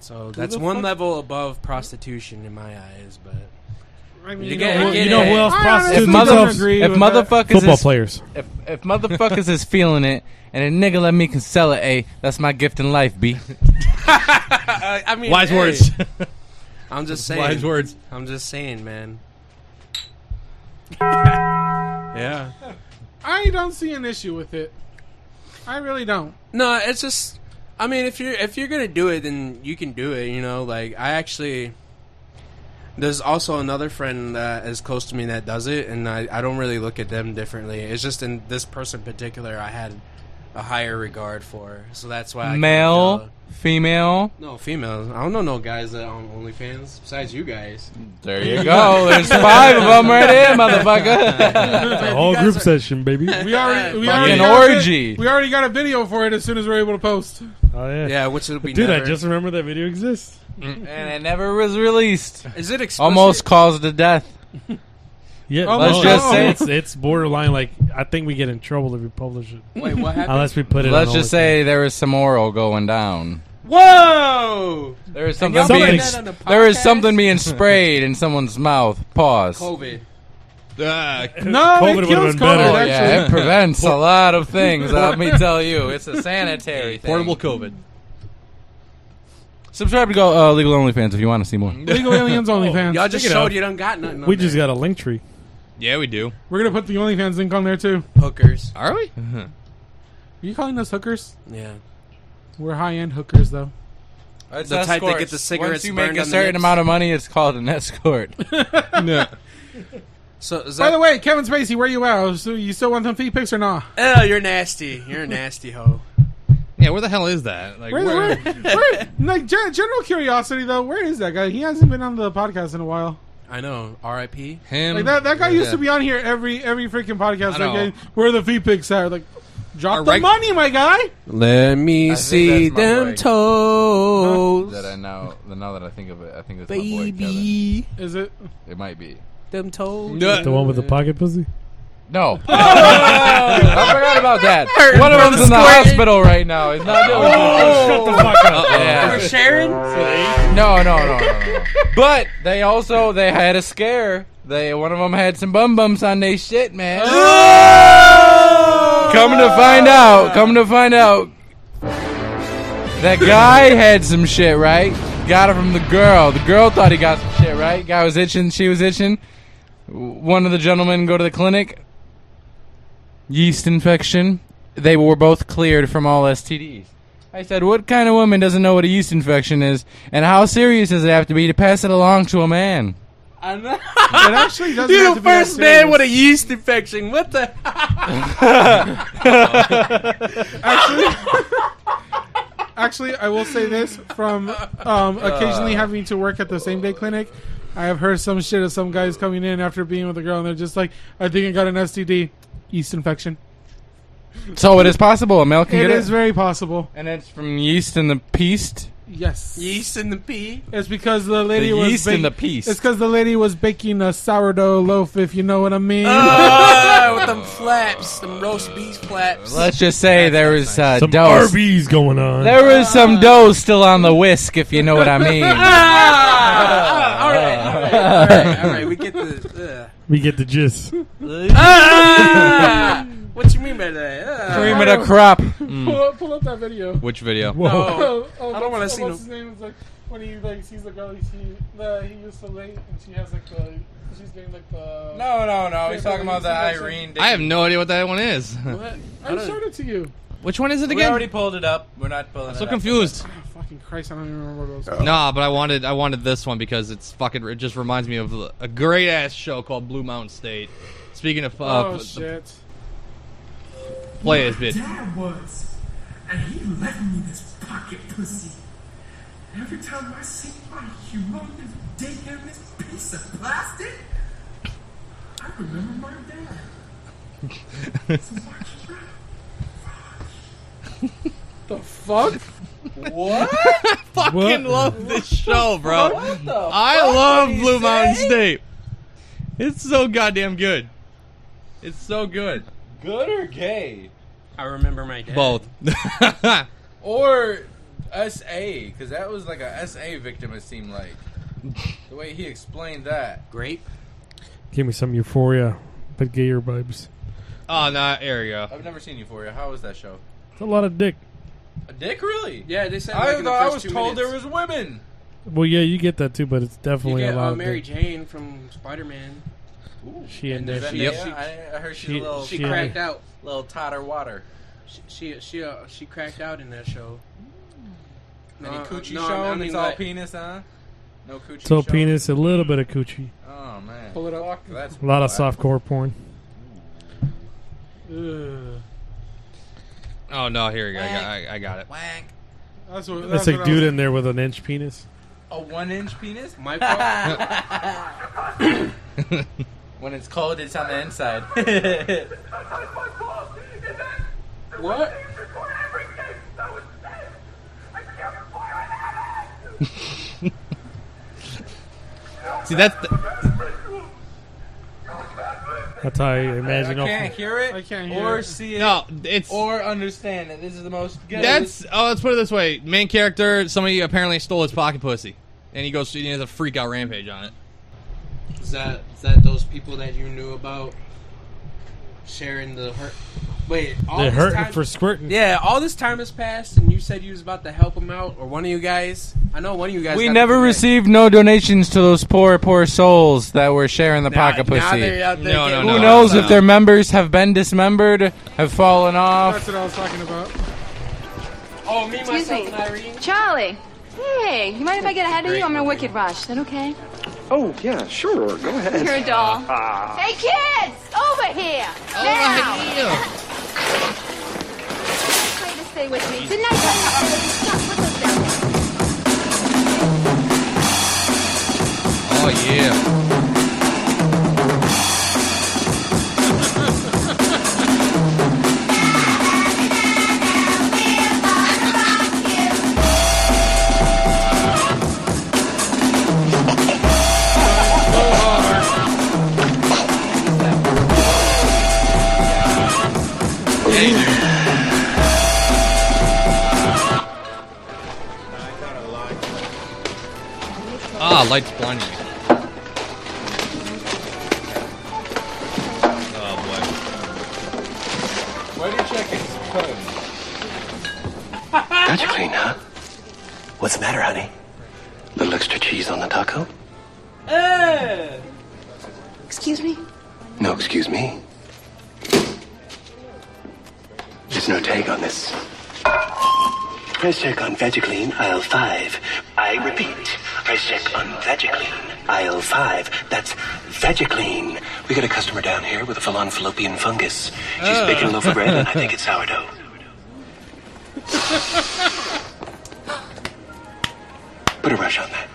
so Who that's the one fuck- level above prostitution in my eyes, but. I mean, you, know get, who- you know who else If, mother, if motherfuckers Football is, players. If, if motherfuckers is feeling it, and a nigga let me can sell it, a that's my gift in life, [laughs] b. I, I mean, Wise hey. words. [laughs] I'm just saying. Wise words. I'm just saying, man. yeah. I don't see an issue with it. I really don't. No, it's just. I mean, if you're if you're gonna do it, then you can do it. You know, like I actually. There's also another friend that is close to me that does it, and I, I don't really look at them differently. It's just in this person in particular, I had a higher regard for, so that's why. I kinda Male, feel- female. No, females. I don't know no guys that on OnlyFans besides you guys. There [laughs] you go. There's five of 'em right there, motherfucker. All You guys group are- session, baby. We already we Fucking already got a vi- orgy. we already got a video for it as soon as we're able to post. Oh yeah. Yeah, which it'll be Dude, I never. Mm. just remember that video exists. and it never was released. Is it explicit? Almost caused the death. [laughs] Yeah, Let's no, just no, say it's it's borderline. Like I think we get in trouble if we publish it. Wait, what happened? Unless we put it. Let's on just say there was some oral going down. Whoa! There is Something being, there is something being sprayed in someone's mouth. Pause. COVID. uh, [laughs] no, COVID it kills COVID. Oh, yeah, actually. [laughs] it prevents a lot of things. let me tell you, it's a sanitary [laughs] thing. Portable COVID. Subscribe to go uh, Legal OnlyFans if you want to see [laughs] more. Legal aliens OnlyFans. Y'all just showed you don't got nothing. [laughs] We just got a link tree. Yeah, we do. We're gonna put the OnlyFans link on there too. Hookers. Are we? Mm-hmm. Are you calling us hookers? Yeah. We're high end hookers though. It's The type that escorts. get the cigarettes Once you make burned a on the certain lips. amount of money, it's called an [laughs] escort. no. So is By that? the way, Kevin Spacey, where you at? So you still want them feet pics or not? oh, you're nasty. You're a nasty hoe. Yeah, where the hell is that? Like, Where, where, where, like gen- general curiosity though, where is that guy? He hasn't been on the podcast in a while. I know. R.I.P. Him. Like that, that guy used to be on here every every freaking podcast. I know. Like, hey, where are the feet pics at? Like, drop Our the reg- money, my guy. Let me see that's my them break. toes. That I know. Now that I think of it, I [laughs] think it's my boy Kevin. Baby. Is it? It might be. Them toes. The one with the pocket pussy. No. Oh, I forgot about [laughs] that. One of from them's the in the square. hospital right now. He's not doing Oh, good. shut the fuck up. Yeah. For Sharon? No, no, no, no, no. But they also they had a scare. They one of them had some bum bumps on their shit, man. Oh, Come to find out, come to find out, that guy had some shit, right? Got it from the girl. The girl thought he got some shit, right? Guy was itching, she was itching. W- One of the gentlemen go to the clinic. Yeast infection. They were both cleared from all STDs. I said, what kind of woman doesn't know what a yeast infection is, and how serious does it have to be to pass it along to a man? I know. It actually doesn't You're have the to be that first man serious. with a yeast infection. What [laughs] the? Actually, I will say this from um, occasionally Uh. having to work at the same day clinic. I have heard some shit of some guys coming in after being with a girl, and they're just like, "I think I got an STD, yeast infection." So it is possible a male can It get is it very possible. And it's from yeast and the peast. Yes, yeast in the pee. It's because the lady was yeast in the piece. It's because the lady was baking a sourdough loaf, if you know what I mean. [laughs] Ah, with them flaps, them roast beef [laughs] flaps. Let's just say there was uh, Some dough. RBs going on. There was some dough still on the whisk, if you know what I [laughs] mean. [laughs] Ah, all right, all right, all right, all right. We get the. We get [laughs] the gist. [laughs] Uh. ah, what you mean by that? Ah. Cream of the crop. Mm. Pull, up, pull up that video. Which video? No, Whoa. [laughs] oh, I don't wanna what's- see oh, no- What's his name? It's like when he like sees the girl he see, the, he used to late, and she has like the she's getting like the. No, no, no. He's talking about the Infection. Irene. I have no idea what that one is. What? I showed it to you. Which one is it again? pulled it up. We're not pulling. I'm so confused. Fuck Oh, fucking Christ, I don't even remember what it was. Nah, but I wanted I wanted this one because it's fucking. It just reminds me of a great ass show called Blue Mountain State. Speaking of, uh, oh p- shit! [laughs] play this bitch. Dad was, and he left me this pocket pussy. Every time I see my humongous dick-ass piece of plastic, I remember my dad. so why keep running? The fuck? What? I [laughs] fucking love this show, bro. What the I fuck love did he Blue Mountain say? State. It's so goddamn good. oh. It's so good. Good or gay? I remember my dad. Both. [laughs] Or SA, because that was like a SA victim, it seemed like. The way he explained that. Grape? Give me some euphoria, but gayer vibes. Oh, no, there you go. I've never seen Euphoria. How was that show? It's a lot of dick. A dick, really? Yeah, they said, I like, in the thought I first was two told minutes. there was women. Well, yeah, you get that too, but it's You definitely get a lot uh, of Mary dick. Jane from Spider Man. She in there. there. Yep. Yeah, I, I heard she's She- a little. she kinda cracked out. Little totter water. She she she, uh, she cracked out in that show. Any No, coochie no, I shown? mean, it's all like- penis, huh? No [laughs] coochie. So shown? penis, a little bit of coochie, Oh man. Pull it up. That's a lot of softcore porn. Ugh. Oh no, here you go. I got, I, I got it. That's what. That's a dude in there with an inch penis. A one inch penis? My fault. [laughs] when it's cold, it's on the inside. [laughs] What? See, that's the, That's how I imagine. I all- can't hear it. I can't or hear it. see it. No, it's- or understand it. This is the most. Good. that's. Oh, let's put it this way: main character, somebody apparently stole his pocket pussy, and he goes. He has a freak out rampage on it. Is that is that those people that you knew about sharing the hurt? Wait, all They're this hurting time, for squirting. Yeah, all this time has passed, and you said you was about to help them out, or one of you guys. I know one of you guys. We got never the- received no donations to those poor, poor souls that were sharing the pocket Now pussy. they're out there No, getting- no, Who no. knows no. if their members have been dismembered, have fallen off? That's what I was talking about. Oh, me, Excuse myself, me. and Irene. Charlie. Hey, you mind if I get ahead of you? I'm in a wicked rush. Is that okay? Oh, yeah, sure. Go ahead. You're a doll. Ah. Oh, Hey, kids! Over here! Over now! here! Pray to stay with me. Tonight, Oh yeah. Ah, lights blinding me. Oh Why do you check his phone? [laughs] Got you clean, huh? What's the matter, honey? Little extra cheese on the taco? Excuse me? No, excuse me. There's no tag on this. Price check on Vegiclean, aisle 5. I repeat, price check on Vegiclean, aisle 5. That's Vegiclean. We got a customer down here with a full on fallopian fungus. She's Ah. Oh. baking a loaf of bread, and [laughs] I think it's sourdough. Put a rush on that.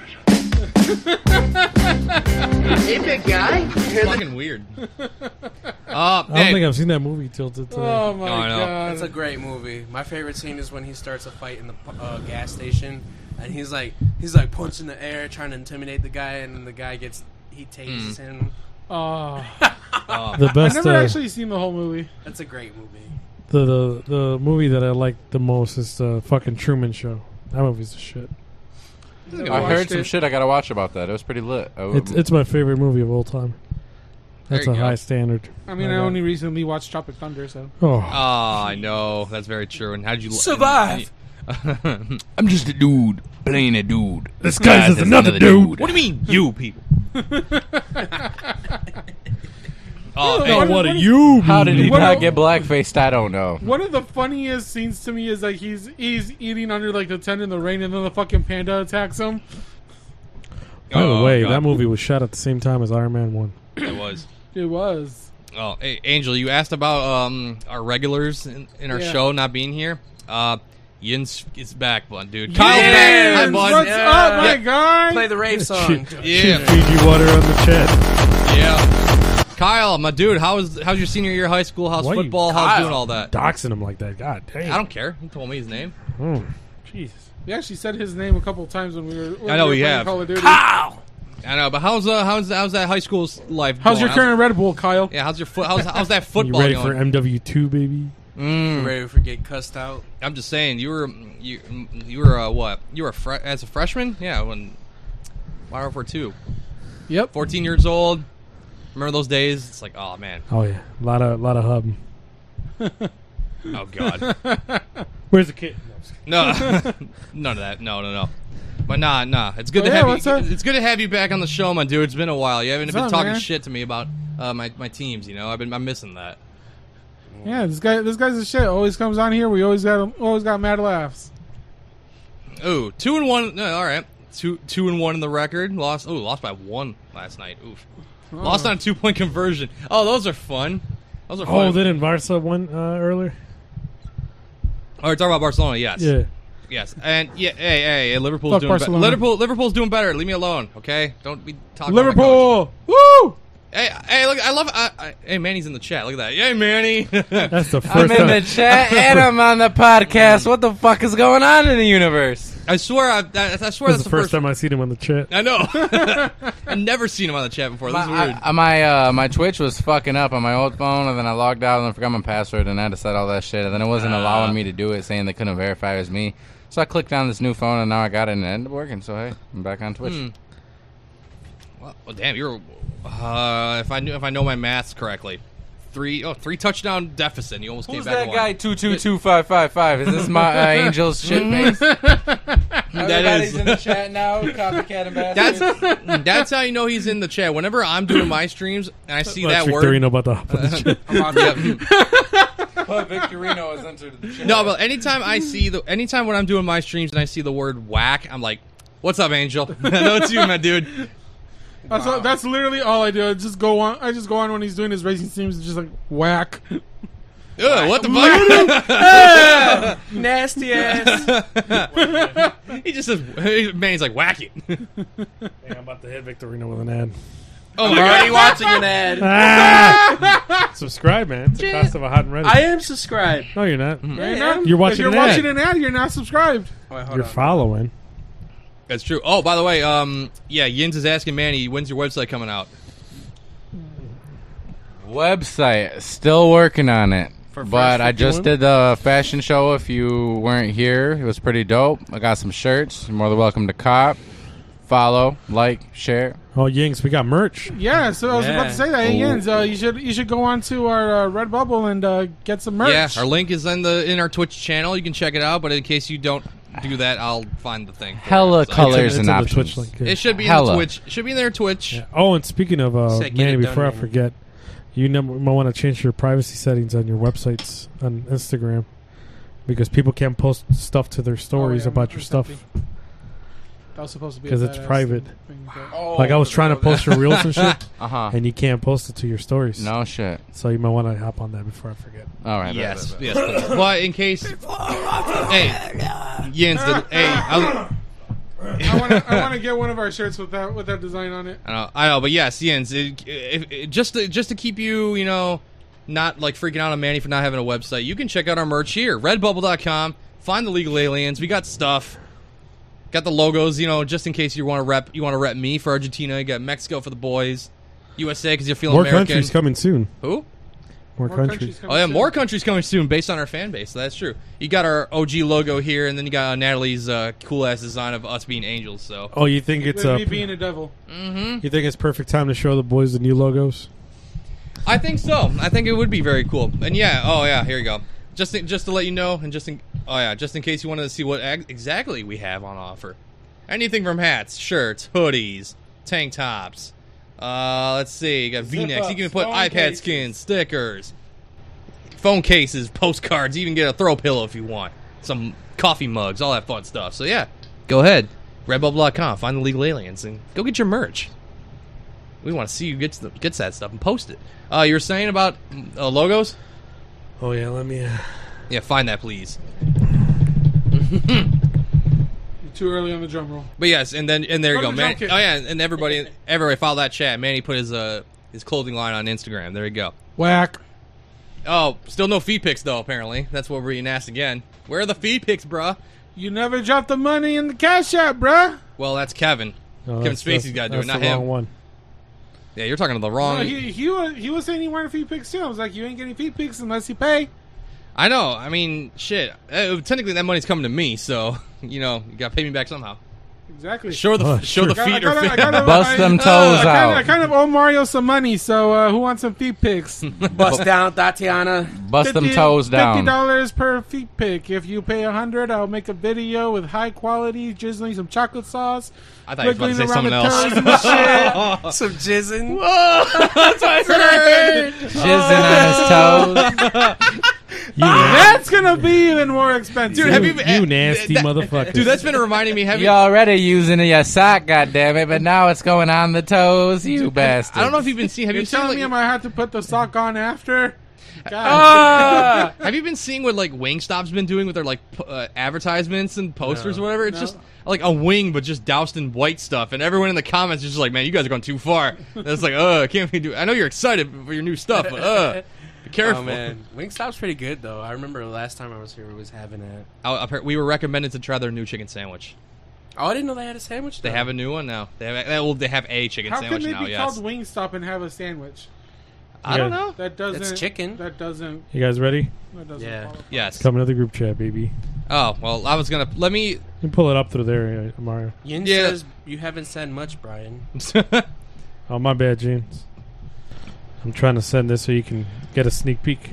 hey, big guy. boy. Fucking [laughs] weird. Oh, I don't think I've seen that movie till today. It's a great movie. My favorite scene is when he starts a fight in the uh, gas station, and he's like he's like punching the air, trying to intimidate the guy, and then the guy gets he tases him. [laughs] Oh. [laughs] The best, I never uh, actually seen the whole movie. That's a great movie. The, the the movie that I like the most is the fucking Truman Show. That movie's the shit. I heard some shit I gotta watch about that. It was pretty lit. I- It's it's my favorite movie of all time. That's Oh, There a you go. high standard. I mean, I only recently watched Tropic Thunder, so. Oh. Ah, I know. That's very true. And how'd you lo- Survive. I'm just a dude playing a dude. This guy guy's is [laughs] just another dude. What do you mean, you people? Oh, No, hey. what are you? How did he What not do- get blackfaced? I don't know. One of the funniest scenes to me is like he's he's eating under like the tent in the rain, and then the fucking panda attacks him. By the Oh, way, God. that movie was shot at the same time as Iron Man One. It was. [clears throat] It was. [laughs] Oh, hey, Angel, you asked about um, our regulars in, in our Yeah. show not being here. Uh, Yin's is back, bud, dude. Kyle's back. Hi, Yinz, bud. what's up, my Yeah. guy? Play the rave song. Yeah. Fiji water on the chest. Yeah. Kyle, my dude, how's how's your senior year of high school? How's Why you- football? How's Kyle. doing all that? Doxing him like that. God damn. I don't care. He told me his name. Mm. Jesus. We actually said his name a couple times when we were. When I know we, were we playing have. Call of Duty. I know, but how's uh, how's how's that high school life? How's going? your current Red Bull, Kyle? Yeah, how's your foot? How's how's that You football ready going? for MW two, baby? Mm. Ready for get cussed out? I'm just saying, you were you you were uh, what? You were a fre- as a freshman, yeah. When Mario for two, yep, 14 years old. Remember those days? It's like, oh man, Oh yeah, a lot of lot of hub. [laughs] [laughs] oh [laughs] god. Where's the kid? No, [laughs] none of that. No, no, no. But nah, nah. It's good Oh, to yeah, have what's you. up? It's good to have you back on the show, my dude. It's been a while. You haven't What's been up, talking man? shit to me about uh, my my teams. You know, I've been I'm missing that. Yeah, this guy, this guy's a shit. Always comes on here. We always got, him- always got mad laughs. Ooh, two and one. No, all right, two two and one in the record. Lost. Ooh, lost by one last night. Oof. Lost Oh. on a two point conversion. Oh, those are fun. Those are fun. [laughs] Oh, didn't Varsa win uh, earlier? All right, talk about Barcelona. Yes. Yeah. Yes. And yeah, hey, hey, hey, Liverpool's Fuck doing better. Barcelona. Liverpool, Liverpool's doing better. Leave me alone, okay? Don't be talking. about my Liverpool, woo! coach. Hey, hey, look, I love. I, I, hey, Manny's in the chat. Look at that. Hey, Manny. That's [laughs] the first. I'm in the [laughs] chat and I'm on the podcast. What the fuck is going on in the universe? I swear, I, I, I swear That's that's the first time I seen him on the chat. I know. [laughs] I've never seen him on the chat before. This is My, weird. I- my, uh, my Twitch was fucking up on my old phone, and then I logged out and I forgot my password, and I had to set all that shit, and then it wasn't Ah. allowing me to do it, saying they couldn't verify it was me. So I clicked on this new phone, and now I got it, and it ended up working. So hey, I'm back on Twitch. Hmm. Well, well, damn, you're. Uh, if I knew, if I know my math correctly, three, oh, three touchdown deficit. And you almost came Who's back. that one. guy? Two two two five five five. Is this my uh, [laughs] angel's shit face? that is. chat now. Copycat That's that's how you know he's in the chat. Whenever I'm doing my streams and I see Let that word, Victorino about to hop on the [laughs] chat. But Victorino has entered the chat. no, but anytime I see the anytime when I'm doing my streams and I see the word whack, I'm like, "What's up, Angel? [laughs] I know it's you, my dude." That's all, that's literally all I do. I just go on. I just go on when he's doing his racing teams and just like whack. Ugh, what the Literally. fuck? [laughs] [laughs] Nasty ass. he just says, hey, "Manny's like whack [laughs] it." I'm about to hit Victorino with an ad. Oh my I'm already god! watching [laughs] an ad. Ah! Subscribe, man. It's the cost of a hot and ready. I am subscribed. No, you're not. You're not- You're If watching you're an watching ad. an ad. You're not subscribed. Oh, You're following. That's true. Oh, by the way, um, yeah, Yins is asking Manny, "When's your website coming out?" Website still working on it. For but first I just 51? did the fashion show. If you weren't here, it was pretty dope. I got some shirts. You're more than welcome to cop, follow, like, share. Oh, Yinks, we got merch. Yeah, so I was about Yeah. to say that. Hey, Jens, uh, you should you should go on to our uh, Redbubble and uh, get some merch. Yeah, our link is in the in our Twitch channel. You can check it out. But in case you don't do that, I'll find the thing. for Hella you. So- colors and options. It should be in Hella. the Twitch. It should be in their Twitch. Oh, and speaking of uh, Say, get Manny, it done, before I Manny. forget, you know, might want to change your privacy settings on your websites on Instagram because people can post stuff to their stories Oh, yeah, about your stuff That was supposed to be a because it's badass private. thing, but- like I was trying to post your reels and shit, Uh-huh. and you can't post it to your stories. No shit. Mm-hmm. So you might want to hop on that before I forget. All right. [laughs] Yes, bet, bet, yes. bet. please. But in case, hey, Jens, the, hey, I, I want to I want to get one of our shirts with that with that design on it. I know, I know, but yes, Jens, it, it, it, just to, just to keep you, you know, not like freaking out on Manny for not having a website, you can check out our merch here, Redbubble.com. Find the Legal Aliens. We got stuff. Got the logos, you know, just in case you want to rep. You want to rep me for Argentina. You got Mexico for the boys, USA because you're feeling More American. countries coming soon. Who? More, countries. Oh yeah, more countries coming soon based on our fan base. So that's true. You got our OG logo here, and then you got uh, Natalie's uh, cool ass design of us being angels. So Oh, you think it's With me a being a devil. Mm-hmm. [laughs] you think it's perfect time to show the boys the new logos? I think so. I think it would be very cool. And yeah, oh yeah, here you go. Just just to let you know, and just in, oh yeah, just in case you wanted to see what ag- exactly we have on offer. Anything from hats, shirts, hoodies, tank tops, Uh, let's see. You got V-necks. You can Zip-ups, put phone iPad cases. skins, stickers, phone cases, postcards. You even get a throw pillow if you want. Some coffee mugs, all that fun stuff. So yeah, go ahead. Redbubble.com. Find the Legal Aliens and go get your merch. We want to see you get to the, gets that stuff and post it. Uh, you were saying about mm, uh, logos? Oh yeah, let me. Uh... Yeah, find that please. You're too early on the drum roll. But yes, and then and there you Go go, to the man. drum kit. Oh yeah, and everybody, everybody follow that chat. Manny put his uh his clothing line on Instagram. There you go. Whack. Oh, still no feed pics though. Apparently, that's what we're being asked again. Where are the feed pics, bruh? You never dropped the money in the cash app, bruh. Well, that's Kevin. No, Kevin Oh, that's- Spacey's got to do it, that's not the him. wrong one. Yeah, you're talking to the wrong. No, he, he, was, he was saying he wanted feed pics too. I was like, you ain't getting feed pics unless you pay. I know. I mean, shit. Uh, technically, that money's coming to me, so [laughs] you know, you got to pay me back somehow. Exactly. Show the Oh, show the I feet kinda- or I fin- [laughs] kinda- I- uh, I kinda, I kind of owe Mario some money, so uh, who wants some feet [laughs] pics? Bust down, Tatiana. Bust them toes Fifty down. dollars per feet pick. If you pay a hundred, I'll make a video with high quality, drizzling some chocolate sauce. I thought you were about to wiggling say around something the else. toes and shit. [laughs] Some jizzing. [laughs] That's what I heard. Jizzing on his toes. Oh. [laughs] Ah, That's gonna be even more expensive. Dude, have you- You nasty motherfucker. Dude, that's been reminding me. Have You already using your sock, goddamn it! But now it's going on the toes, you bastard. I don't know if you've been seeing. Have You're you seen telling like, me I might have to put the sock on [laughs] after? God. Ah! [laughs] have you been seeing what like Wingstop's been doing with their like p- uh, advertisements and posters No. or whatever? It's No. just like a wing, but just doused in white stuff, and everyone in the comments is just like, "Man, you guys are going too far." [laughs] And it's like, "Uh, can't we do?" I know you're excited for your new stuff, but uh, be careful. Oh, man. Wingstop's pretty good, though. I remember the last time I was here, we was having it. I, I, heard- we were recommended to try their new chicken sandwich. Oh, I didn't know they had a sandwich. They though. have a new one now. They have, well, they have a chicken How can sandwich they now. be yes, called Wingstop and have a sandwich? I don't know. That doesn't. It's chicken. That doesn't. You guys ready? That doesn't Yeah. qualify. Yes. Come to the group chat, baby. Oh well, I was gonna let me. You can pull it up through there, uh, [laughs] Mario. Yin Yeah. says you haven't said much, Brian. Oh, my bad, James. I'm trying to send this so you can get a sneak peek.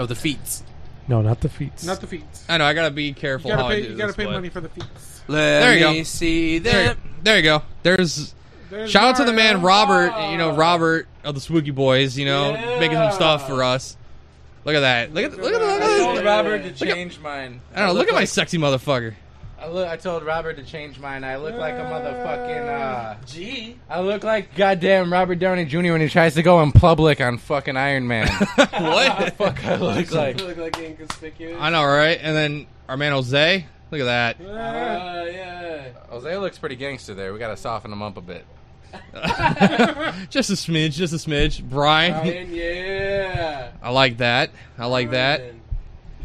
Oh, the feats. No, not the feet. Not the feet. I know. I gotta be careful. You gotta how I pay. do You gotta this, pay but- money for the feet. Let there you me go. see There, that. there you go. There's, There's shout out to the man Mario. Robert. You know Robert of the Swoogie Boys. You know making some stuff for us. Look at that. Look at look at, look I at, told look Robert to at- change mine. I don't know. Look at my like- sexy motherfucker. I, look, I told Robert to change mine. I look like a motherfucking. Uh, Gee. I look like goddamn Robert Downey Jr. when he tries to go in public on fucking Iron [laughs] Man. [laughs] What? Fuck, I look like. look like inconspicuous. I know, right? And then our man Jose. Look at that. Uh, yeah. Jose looks pretty gangster there. We gotta soften him up a bit. Just a smidge. Just a smidge. Brian. Brian, yeah. [laughs] I like that. I like that.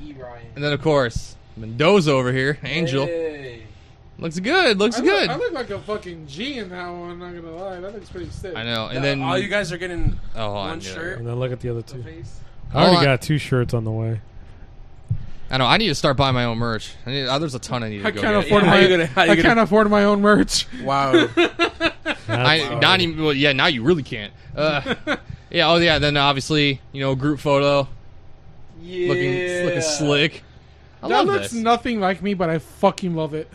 E. Brian. And then of course Mendoza over here. Angel. Hey. Looks good. Looks I look- good. I look like a fucking G in that one. Not gonna lie, that looks pretty sick. I know. And Now, then all you guys are getting Oh, hold on, one yeah. shirt. And then look at the other two. I Hold already on. got two shirts on the way. I know. I need to start buying my own merch. I need, oh, there's a ton I need to I go can't get. afford Yeah, how my. you gonna- how you I gonna- can't afford my own merch. [laughs] Wow. I, not even. Well, yeah, now you really can't. Uh, yeah. Oh, yeah. Then obviously, you know, group photo. yeah. Looking, looking slick. I that love looks this. nothing like me, but I fucking love it.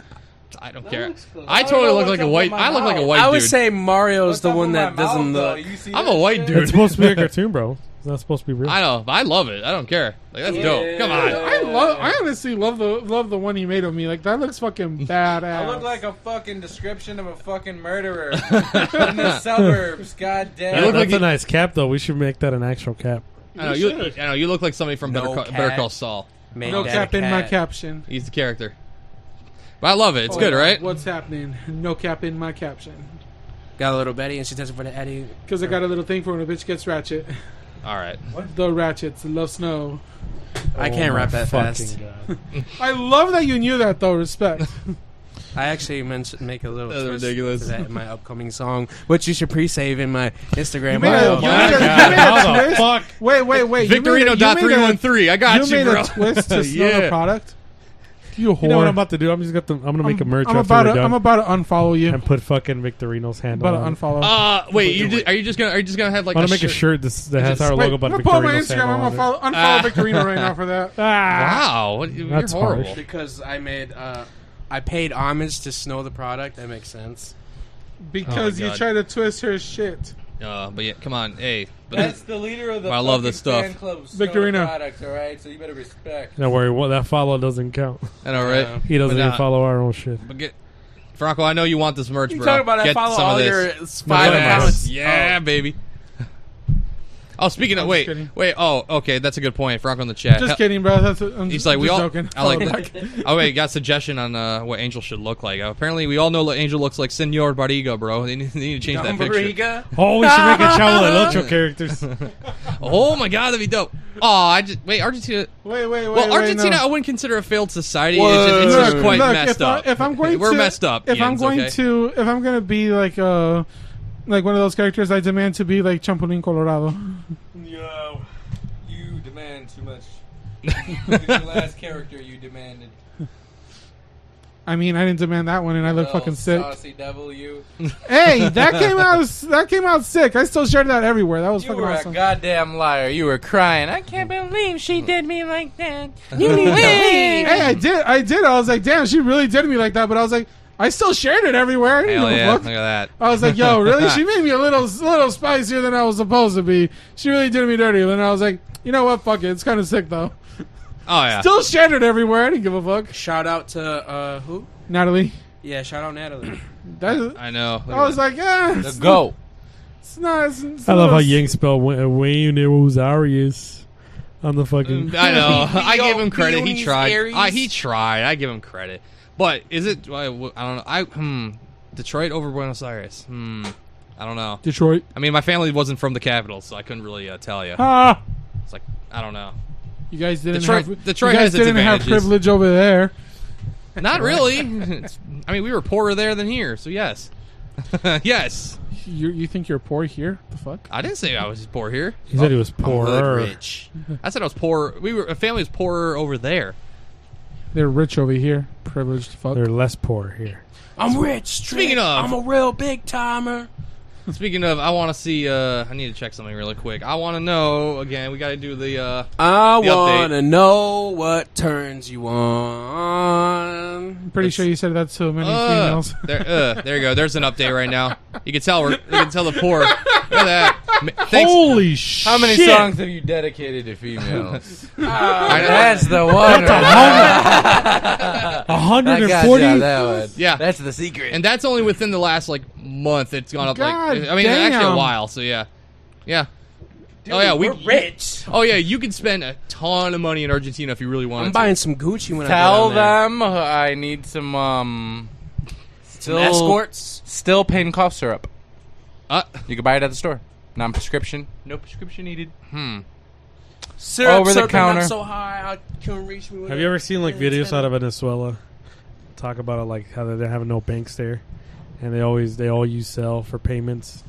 I don't care. I totally look like a white. I look like a white I would dude. say Mario's the one that doesn't though? look. You see I'm a white dude. It's supposed [laughs] to be a cartoon, bro. It's not supposed to be real. I know. but I love it. I don't care. Like [laughs] that's dope. Come on. I love. I honestly love the love the one he made of me. Like that looks fucking [laughs] [laughs] badass. I look like a fucking description of a fucking murderer in [laughs] the suburbs. Goddamn. Yeah, that's a nice cap, though. We should make that an actual cap. I know you. I know you look like somebody from No Better Call, cat. Better Call Saul. Man, no dad, cap in my cat. caption. He's the character. But I love it. It's Oh, good, right? What's happening? No cap in my caption. Got a little Betty, and she does it for the Eddie. Because I got a little thing for when a bitch gets ratchet. All right. The ratchets love snow. I can't rap that fast. [laughs] I love that you knew that though. Respect. I actually meant to make a little That's twist ridiculous. to that in my upcoming song, which you should pre-save in my Instagram. You made a, Oh you bio. made a, you made a twist. Wait, wait, wait. You made a- you made a- Victorino.313. I got you, made bro. a twist [laughs] to snow the Yeah. product. You whore. You know what I'm about to do? I'm just gonna I'm gonna make a merch I'm after about we're to, done I'm about to unfollow you. and put fucking Victorino's handle. about to on it. unfollow. Uh, wait. You just, are you just gonna are you just gonna have like I'm a gonna make a shirt that's, that has our Wait, logo, but I'm gonna pull up my Victorino's Instagram. handle. I'm gonna on follow, it. Uh, unfollow [laughs] Victorino right now for that. Ah. Wow, what, you're That's horrible. harsh. because I made uh, I paid homage to Snow the product. That makes sense. because Oh my you God. try to twist her shit. Uh, but yeah, come on, hey. But That's the leader of the. I love this fucking stuff. Fan club Stone Victorino. Products, all right, so you better respect. Don't worry, well, that follow doesn't count. I know, right? [laughs] He doesn't But even now- follow our own shit. But get, Franco, I know you want this merch, You bro. talking about I get follow some all of your this. five Yeah, accounts. Yeah, baby. Oh, speaking of Oh. I'm just wait, kidding. wait. Oh, okay, that's a good point. Franco in the chat. Just Hell- kidding, bro. That's, I'm He's just- like we just all. joking. I like Oh, [laughs] that. my Oh wait, got suggestion on uh, what Angel should look like. Uh, apparently, we all know what Angel looks like. Senor Barriga, bro. They need, they need to change that picture. Barriga? Oh, we should make a Chavo del Ocho characters. [laughs] oh my god, that'd be dope. Oh, I just wait Argentina. Wait, wait, wait. well, wait, Argentina, oh, no. I wouldn't consider a failed society. It's just, it's just Look, quite look, messed if I- up. if I'm going we're to, messed up. If I'm Jens, going okay? to, if I'm going to be like uh, like one of those characters, I demand to be like Champolin Colorado. No, you demand too much. Look at the [laughs] last character you demanded. I mean, I didn't demand that one, and I look Little fucking sick. Saucy devil, you. [laughs] hey, that came out that came out sick. I still shared that everywhere. That was You fucking were awesome. a goddamn liar. You were crying. I can't believe Mm. she did me like that. You need to hey, leave. I did, I did. I was like, damn, she really did me like that. But I was like, I still shared it everywhere. I didn't Hell give a yeah! fuck. Look at that. I was like, yo, really? [laughs] she made me a little little spicier than I was supposed to be. She really did me dirty. And then I was like, you know what? Fuck it. It's kind of sick though. Oh yeah. Still shared it everywhere. I didn't give a fuck. Shout out to uh, who? Natalie, Yeah, shout out [coughs] Natalie. that, I know. I was like, yeah, The it's- goat. It's not. It's, it's I love how not- Yang spelled Wa- Wayne Rosarius on the fucking. Mm, I know. I gave him credit. He Peonies, tried. Aries. I, he tried. I give him credit. But is it? I, I don't know. I hmm. Detroit over Buenos Aires. Hmm. I don't know. Detroit. I mean, my family wasn't from the capital, so I couldn't really uh, tell you. Ah. It's like I don't know. You guys didn't Detroit- have Detroit you guys has its didn't have advantages. privilege over there. Not really. [laughs] It's- I mean, we were poorer there than here, so yes. [laughs] yes. You you think you're poor here? The fuck? I didn't say I was poor here. [laughs] He said he was poorer. I said I was poor. We were a family was poorer over there. They're rich over here. Privileged fuck. They're less poor here. I'm rich. Strick. Speaking of- I'm a real big timer. Speaking of, I want to see. Uh, I need to check something really quick. I want to know again. We got to do the. Uh, I the update. want to know what turns you on. I'm pretty sure you said that to many Uh, females. [laughs] [laughs] there, uh, there you go. There's an update right now. You can tell we're. You can tell the poor. Look at that. Ma- Thanks. Holy How many shit. songs have you dedicated to females? [laughs] Ah, I know. that's the one. [laughs] A hundred and forty? I got that one. Yeah, that's the secret. and that's only within the last like month. It's gone up God like. I mean, actually a damn. while. So yeah, yeah. Dude, oh yeah, we, we're rich. Oh yeah, you can spend a ton of money in Argentina if you really want. I'm buying some Gucci when Tell I go down them I need some um, still escorts? still pain cough syrup. Uh, you can buy it at the store, non-prescription. No prescription needed. Hmm. there. Syrup, over the syrup, I'm counter. Up so high, I couldn't reach me. with Have it. you ever seen like Yeah, videos it's out kinda- of Venezuela? Talk about it like how they're having no banks there, and they always they all use cell for payments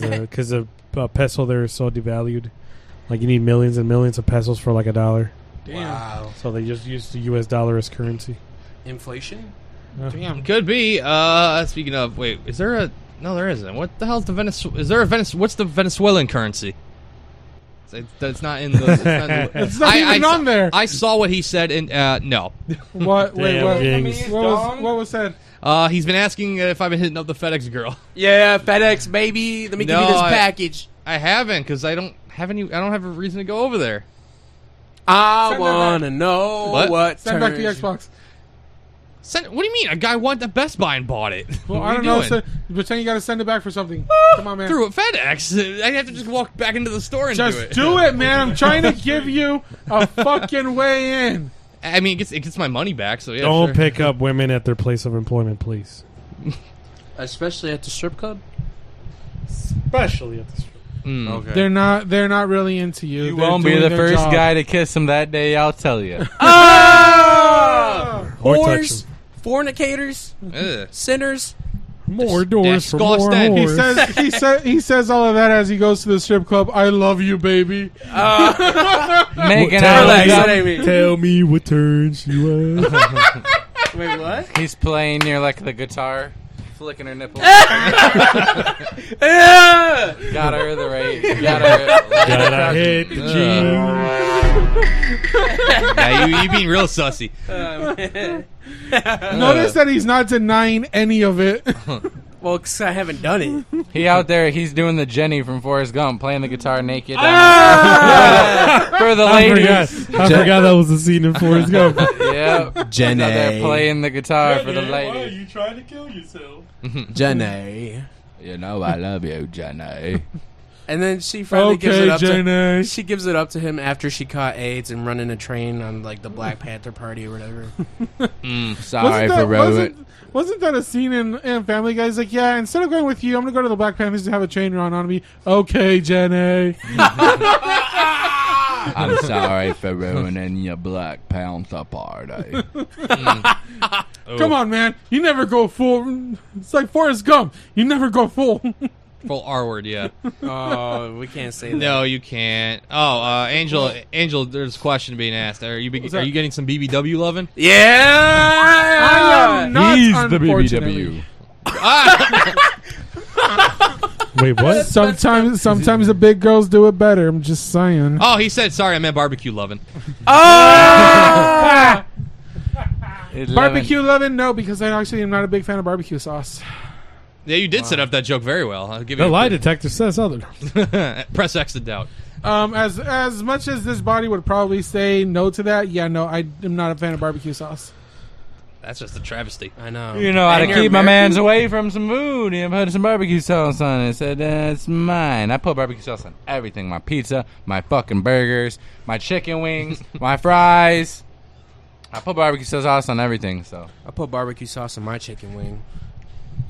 [laughs] because the uh, peso there is so devalued. Like you need millions and millions of pesos for like a dollar. Wow. So they just use the U.S. dollar as currency. Inflation? Damn, could be. Uh, speaking of, wait, is there a? No, there isn't. What the hell's the Venezuela? Is there a Venez? What's the Venezuelan currency? It's, it's not in the. It's not, in the- [laughs] It's not I- even I, on there. I saw what he said, and uh, no. [laughs] What? Wait, Damn, what? Jinx. What was, what was said? Uh, he's been asking if I've been hitting up the FedEx girl. [laughs] Yeah, FedEx, baby. Let me No, give you this I- package. I haven't because I don't have any. I don't have a reason to go over there. I want to know What? what, Send back turns the you- Xbox. Send, what do you mean? A guy went to Best Buy and bought it. [laughs] Well, what are I don't you know. doing? Ah, So, pretend you got to send it back for something. Come on, man. Through a FedEx. [laughs] I have to just walk back into the store and Just do it. do it, man. [laughs] I'm trying to give you a fucking way in. I mean, it gets, it gets my money back. So yeah. Don't sure. pick up women at their place of employment, please. Especially at the strip club? Especially at the strip. hmm. Okay. They're not. They're not really into you. you They're won't be doing the their first job. guy to kiss him that day. I'll tell you. Ah! Or touch Whores, fornicators, Ugh. sinners. More doors for more disgusting. He whores. says. [laughs] He says. He says all of that as he goes to the strip club. I love you, baby. [laughs] Making tell, out me, with Relax, him. baby. tell me what turns you on. Wait, what? He's playing near like the guitar, flicking her [laughs] [laughs] nipple. Ah! [laughs] Got her the right. [laughs] Got her. Gotta hit the jeans. [laughs] yeah, you, you being real sussy. Um, [laughs] [laughs] Notice that he's not denying any of it. [laughs] Well, because I haven't done it. [laughs] He out there, he's doing the Jenny from Forrest Gump, playing the guitar naked. Ah! [laughs] for the I ladies. forgot, I forgot that was the scene in [laughs] Forrest Gump. Yep. Jenny. He's out there playing the guitar for the Jenny, ladies. Why are you trying to kill yourself? Jenny. You know I love you, Jenny. Oh, And then she finally gives Okay, it up. To, Jenny. she gives it up to him after she caught AIDS and running a train on like the Black Panther party or [laughs] whatever. Hmm. [laughs] sorry for ruining. wasn't, wasn't that a scene in, in Family Guy? He's like, yeah, instead of going with you, I'm going to go to the Black Panthers and have a train run on me. Okay, Jenny. I'm sorry for ruining your Black Panther party. [laughs] Come on, man. You never go full. It's like Forrest Gump. You never go full. [laughs] Full R word, yeah. oh, we can't say that. No, you can't. Oh, uh, Angel, Angel, there's a question being asked. Are you be, What's are that? you getting some BBW loving? Yeah, I am not, He's the unfortunately. BBW. Ah! [laughs] Wait, what? Sometimes, sometimes the big girls do it better. I'm just saying. Oh, he said sorry. I meant barbecue [laughs] loving. Oh! [laughs] Ah! Eleven. barbecue loving? No, because I actually am not a big fan of barbecue sauce. Yeah, you did set up that joke very well. I'll give The you lie detector says other. [laughs] press X to doubt. Um, as as much as this body would probably say no to that, yeah, no, I am not a fan of barbecue sauce. That's just a travesty. I know. You know how to keep my man's away from some food. He put some barbecue sauce on it. Said that's mine. I put barbecue sauce on everything: my pizza, my fucking burgers, my chicken wings, my fries. I put barbecue sauce on everything. So I put barbecue sauce on my chicken wing.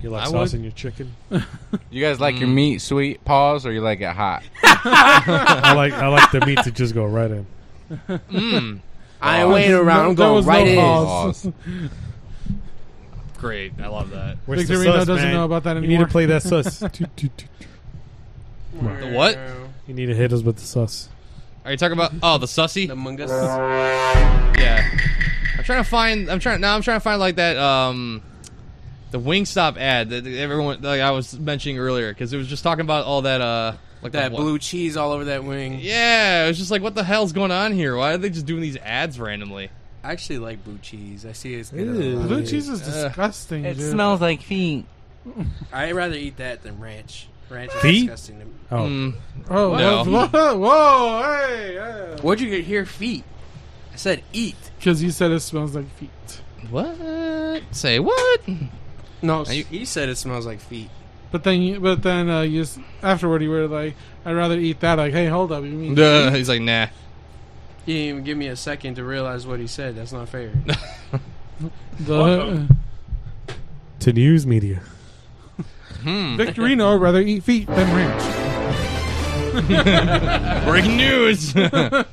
You like I sauce would- in your chicken? you guys like your meat sweet, pause, or you like it hot? [laughs] I like I like the meat to just go right in. [laughs] Mm. Hmm. I ain't waiting around. I'm going right in. Great. I love that. Where's the Victorino sus, doesn't man? know about that You need anymore. [laughs] to play that sus. Toot, toot, toot. The what? You need to hit us with the sus. Are you talking about? Oh, the sussy. Among Us. Yeah. I'm trying to find. I'm trying now. I'm trying to find like that. Um, the Wingstop ad that everyone like I was mentioning earlier because it was just talking about all that. Uh, like That the, blue cheese all over that wing. Yeah, it was just like, what the hell's going on here? Why are they just doing these ads randomly? I actually like blue cheese. I see it's Blue cheese [laughs] is Uh, disgusting. dude. like feet. I'd rather eat that than ranch. Ranch is Feet? disgusting to me. Oh. Mm. Oh, No. whoa, whoa, [laughs] whoa, hey, hey. What'd you get here? Feet. I said eat. Because you said it smells like feet. What? Say what? No, Are you- he said it smells like feet. But then, you, but then, uh, you s afterward you were like, "I'd rather eat that." Like, hey, hold up, you mean? Duh. [laughs] He's like, nah. He didn't even give me a second to realize what he said. That's not [laughs] fair. The To news media. Hmm. Victorino would rather eat feet than [laughs] ranch. Breaking [laughs] news. He liked-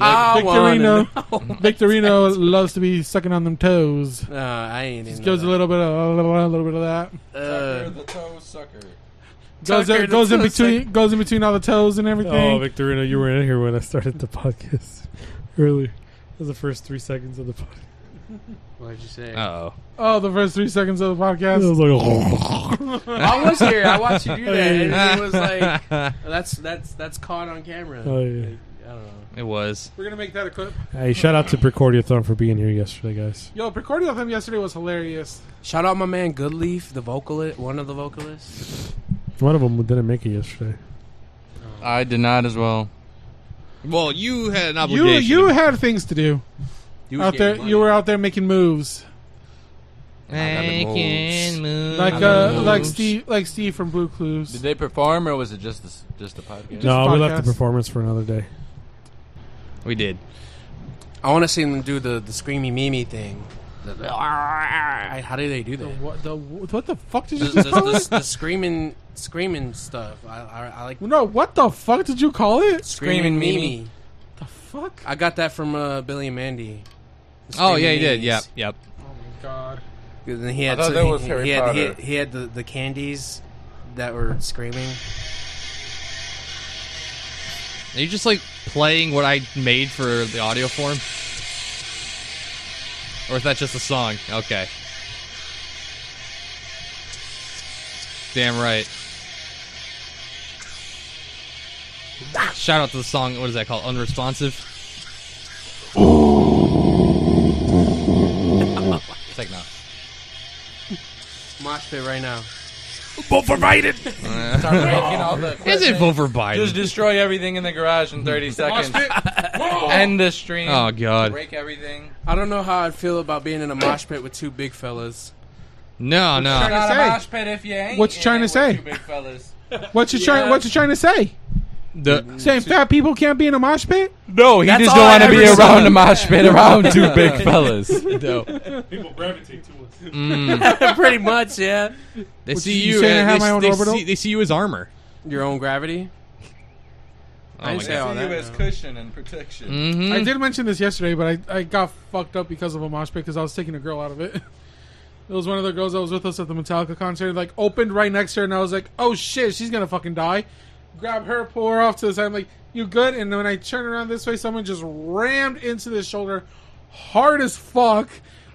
I Ah, [laughs] Victorino. wanna Oh, know. [laughs] Victorino loves to be sucking on them toes. No, Uh, I ain't Just into goes that. a little bit of a little, a little bit of that. Sucker the toe sucker. uh, Goes, Tucker, goes in that's so between, goes in between all the toes and everything. Oh, Victorino, you were in here when I started the podcast [laughs] earlier. That was the first three seconds of the podcast. What'd you say? Oh. Oh, the first three seconds of the podcast. It was like, [laughs] [laughs] I was here. I watched you do that, [laughs] and it was like, Oh, that's that's that's caught on camera. Oh, yeah. Like, I don't know. It was. We're gonna make that a clip. hey, shout out to Precordia Thumb for being here yesterday, guys. Yo, recording with him yesterday was hilarious. Shout out my man Goodleaf, the vocalist, one of the vocalists. One of them didn't make it yesterday. I did not as well. Well, you had an You obligation. you had things to do. You was out there, getting you were out there making moves, Making moves. like uh, like Steve, like Steve from Blue Clues. Did they perform, or was it just the, just the podcast? no, we left podcast. the performance for another day. We did. I want to see them do the the screamy Mimi thing. The- the- How do they do that? What the what the fuck did The, you the, just call the, it? the screaming screaming stuff. I, I, I like No, what the fuck did you call it? screaming Mimi. The fuck? I got that from uh, Billy and Mandy. The Oh yeah, Screaming he did. Mimis. Yep, yep. Oh God. And then he I had, thought so that he, was he- Harry he had, he had Potter. he had the, the candies that were screaming. Are you just like playing what I made for the audio form, or is that just a song? Okay. Damn right. Shout out to the song. What is that called? Unresponsive. It's like no. My cockpit right now. Vote for Biden. [laughs] Start breaking all the Is it equipment. vote for Biden? Just destroy everything in the garage in 30 seconds. End the stream. Oh, God. Break everything. I don't know how I'd feel about being in a mosh pit with two big fellas. No, no. You're not a say? mosh pit if you ain't. What you trying to say? Big [laughs] fellas. What you trying? What you trying to say? Saying fat people can't be in a mosh pit? No, he That's just all don't I want to be ever around said. the mosh [laughs] [laughs] pit around two big fellas. People gravitate to us. Mm. [laughs] Pretty much, yeah. They see you. and they, they, see, they see you as armor. Your own gravity. Oh my I didn't say all God. See you that. as cushion and protection. I did mention this yesterday, but I, I got fucked up because of a mosh pit because I was taking a girl out of it. [laughs] It was one of the girls that was with us at the Metallica concert. Like opened right next to her, and I was like, "Oh shit, she's gonna fucking die." Grab her, pull her off to the side. I'm like, "You good?" And then when I turn around this way, someone just rammed into the shoulder, hard as fuck.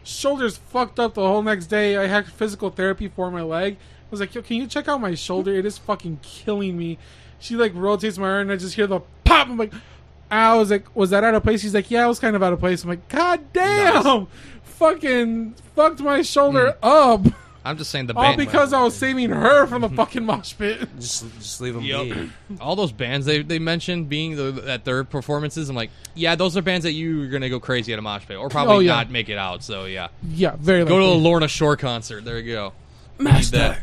Shoulders fucked up the whole next day. I had physical therapy for my leg. I was like, "Yo, can you check out my shoulder? It is fucking killing me." She like rotates my arm, and I just hear the pop. I'm like, "I was like, was that out of place?" She's like, "Yeah, I was kind of out of place." I'm like, "God damn!" [laughs] fucking fucked my shoulder up. I'm just saying Mm. the all band. Oh, because I was saving her from the fucking mosh [laughs] pit. Just, just leave them Yup. [clears throat] All those bands they, they mentioned being the, at their performances, I'm like, yeah, those are bands that you're gonna go crazy at a mosh pit, or probably Oh, yeah. not make it out. So yeah, Yeah, very Go to a likely. Lorna Shore concert. There you go. Master,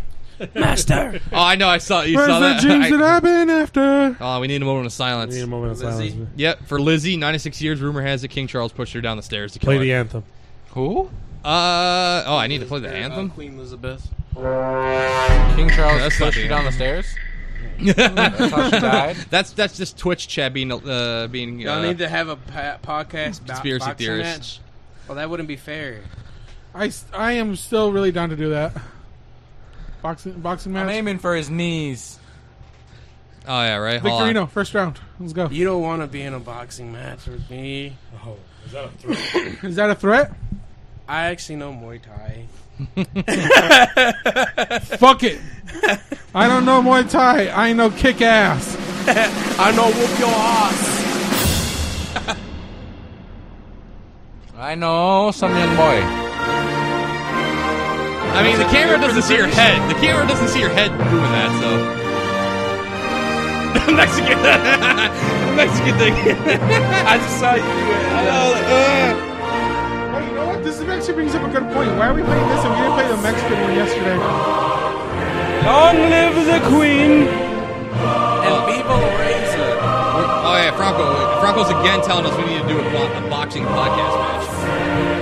Master. [laughs] oh, I know. I saw you Where's saw the that. dreams [laughs] I- that I've been after? Oh, we need a moment of silence. We need a moment of For Lizzie? silence. Yep, for Lizzie, 96 years. Rumor has it King Charles pushed her down the stairs to kill Play her. the anthem. Who? Uh oh, I need to play the anthem. Queen Elizabeth. King Charles That's not pushed the you down the anthem. stairs. [laughs] That's how she died. That's that's just Twitch chat being uh, being. Y'all Uh, need to have a pa- podcast about Conspiracy boxing theorists. match. Well, that wouldn't be fair. I, s- I am still really down to do that. Boxing boxing match. I'm aiming for his knees. oh yeah, right. Hold on. Victorino, first round. Let's go. You don't want to be in a boxing match with me. Oh, is that a threat? Is that a threat? [laughs] [laughs] I actually know Muay [laughs] Thai. [laughs] Fuck it. I don't know Muay Thai. I know kick ass. I know whoop your ass. I know some young boy. I mean, the camera doesn't see your head. The camera doesn't see your head doing that. So [laughs] Mexican, Mexican thing. [laughs] I just saw you. Wait, you know what? This actually brings up a good point. Why are we playing this and we didn't play the Mexican one yesterday? Long live the queen. And people raise it. Oh yeah, Franco. Franco's again telling us we need to do a, bo- a boxing podcast match.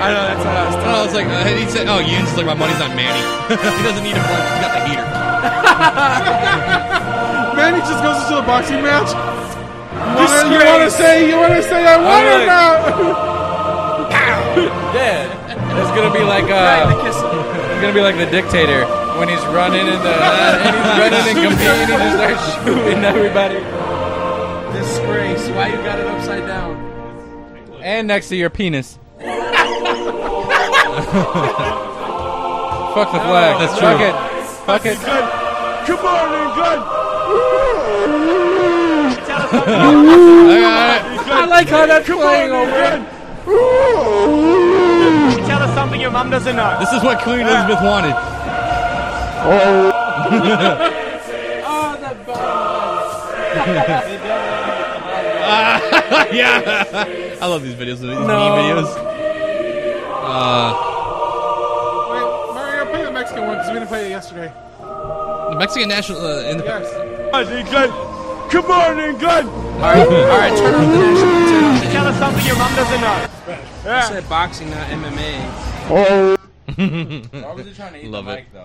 I know that's what I was. Telling. I was like, uh, he said, "Oh, Yin's like my money's on Manny. [laughs] he doesn't need a punch. He's got the heater." Man, he just goes into the boxing match. Disgrace. You want to say? You want to say I won I'm or like- not? Dead. It's gonna be like uh, it's gonna be like the dictator when he's running and [laughs] the and he's running and competing and just starts shooting everybody. Disgrace. Why you got it upside down? And next to [laughs] your penis. Fuck the flag. That's Fuck true. it. Fuck it. Come on, England. I like how that's [laughs] playing over. Tell us something your mum doesn't know. This is what Queen Elizabeth wanted. [laughs] Oh, [laughs] Ah, yeah, I love these videos. These meme videos. Uh, Wait, Mario, play the Mexican one because we didn't play it yesterday. the Mexican national. Uh, in the Come on, England. Alright, alright, turn off the national anthem. Tell us something your mum doesn't know. I said boxing, not MMA. [laughs] Oh. Why was he trying to eat Love the it. mic though?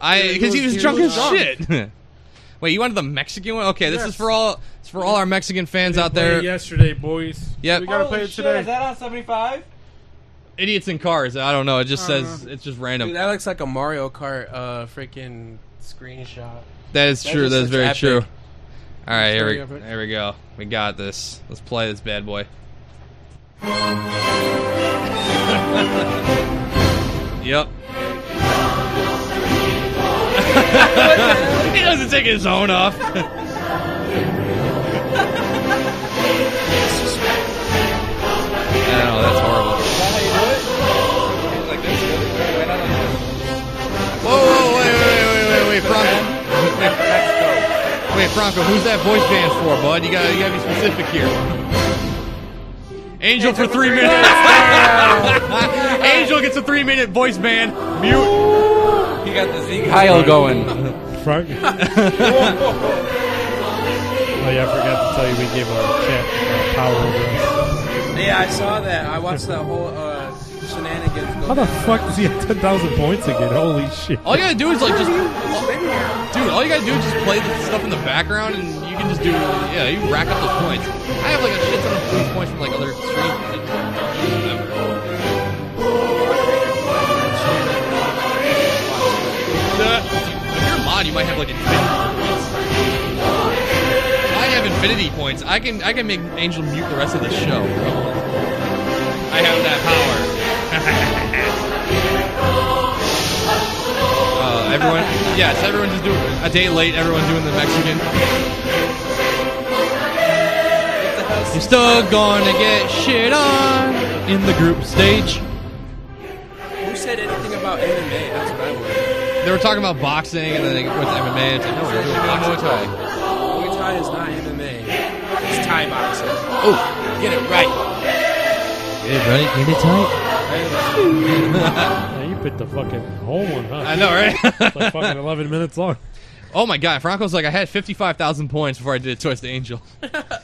I I don't. because he was drunk as drunk. shit. [laughs] Wait, you wanted the Mexican one? Okay, this Yes. is for all. It's for all our Mexican fans out Play there. yesterday, boys. Yep. We gotta play it today. that on seventy-five? Idiots in cars. I don't know. It just I don't says it's just random. Dude, that looks like a Mario Kart uh, freaking screenshot. that is true. just That is looks very epic. true. All right, here very we, epic. here we go. We got this. Let's play this bad boy. [laughs] yep. [laughs] he doesn't take his own off. I know that's horrible. Whoa, whoa, wait, wait, Bronco, who's that voice band for, bud? You gotta, you gotta be specific here. Angel for three minutes. [laughs] Angel gets a three minute voice band. Mute. He got the Z. Kyle going. [laughs] Frank. oh yeah, I forgot to tell you we gave our champ uh, power over us. Yeah, I saw that. I watched that whole uh, shenanigans. How the fuck does he have ten thousand points again? Holy shit! All you gotta do is like just, dude. All you gotta do is just play the stuff in the background, and you can just do, yeah, you rack up those points. I have like a shit ton of these points from like other streams. If you're a uh, mod, you might have like infinity points. I have infinity points. I can I can make Angel mute the rest of the show. I have that power. [laughs] uh, everyone, yes, everyone just doing a day late. Everyone doing the Mexican. You're still gonna get shit on in the group stage. Who said anything about MMA? That's what I was. They were talking about boxing, and then they went to MMA. It's like, no, we're doing boxing. Muay Thai is not MMA. It's Thai boxing. Oh, get it right. Get it right, get it tight. Oh yeah, you put the fucking whole one, huh? I know, right? [laughs] it's like fucking eleven minutes long. Oh my god, Franco's like, I had 55,000 points before I did Twist [laughs] Angel.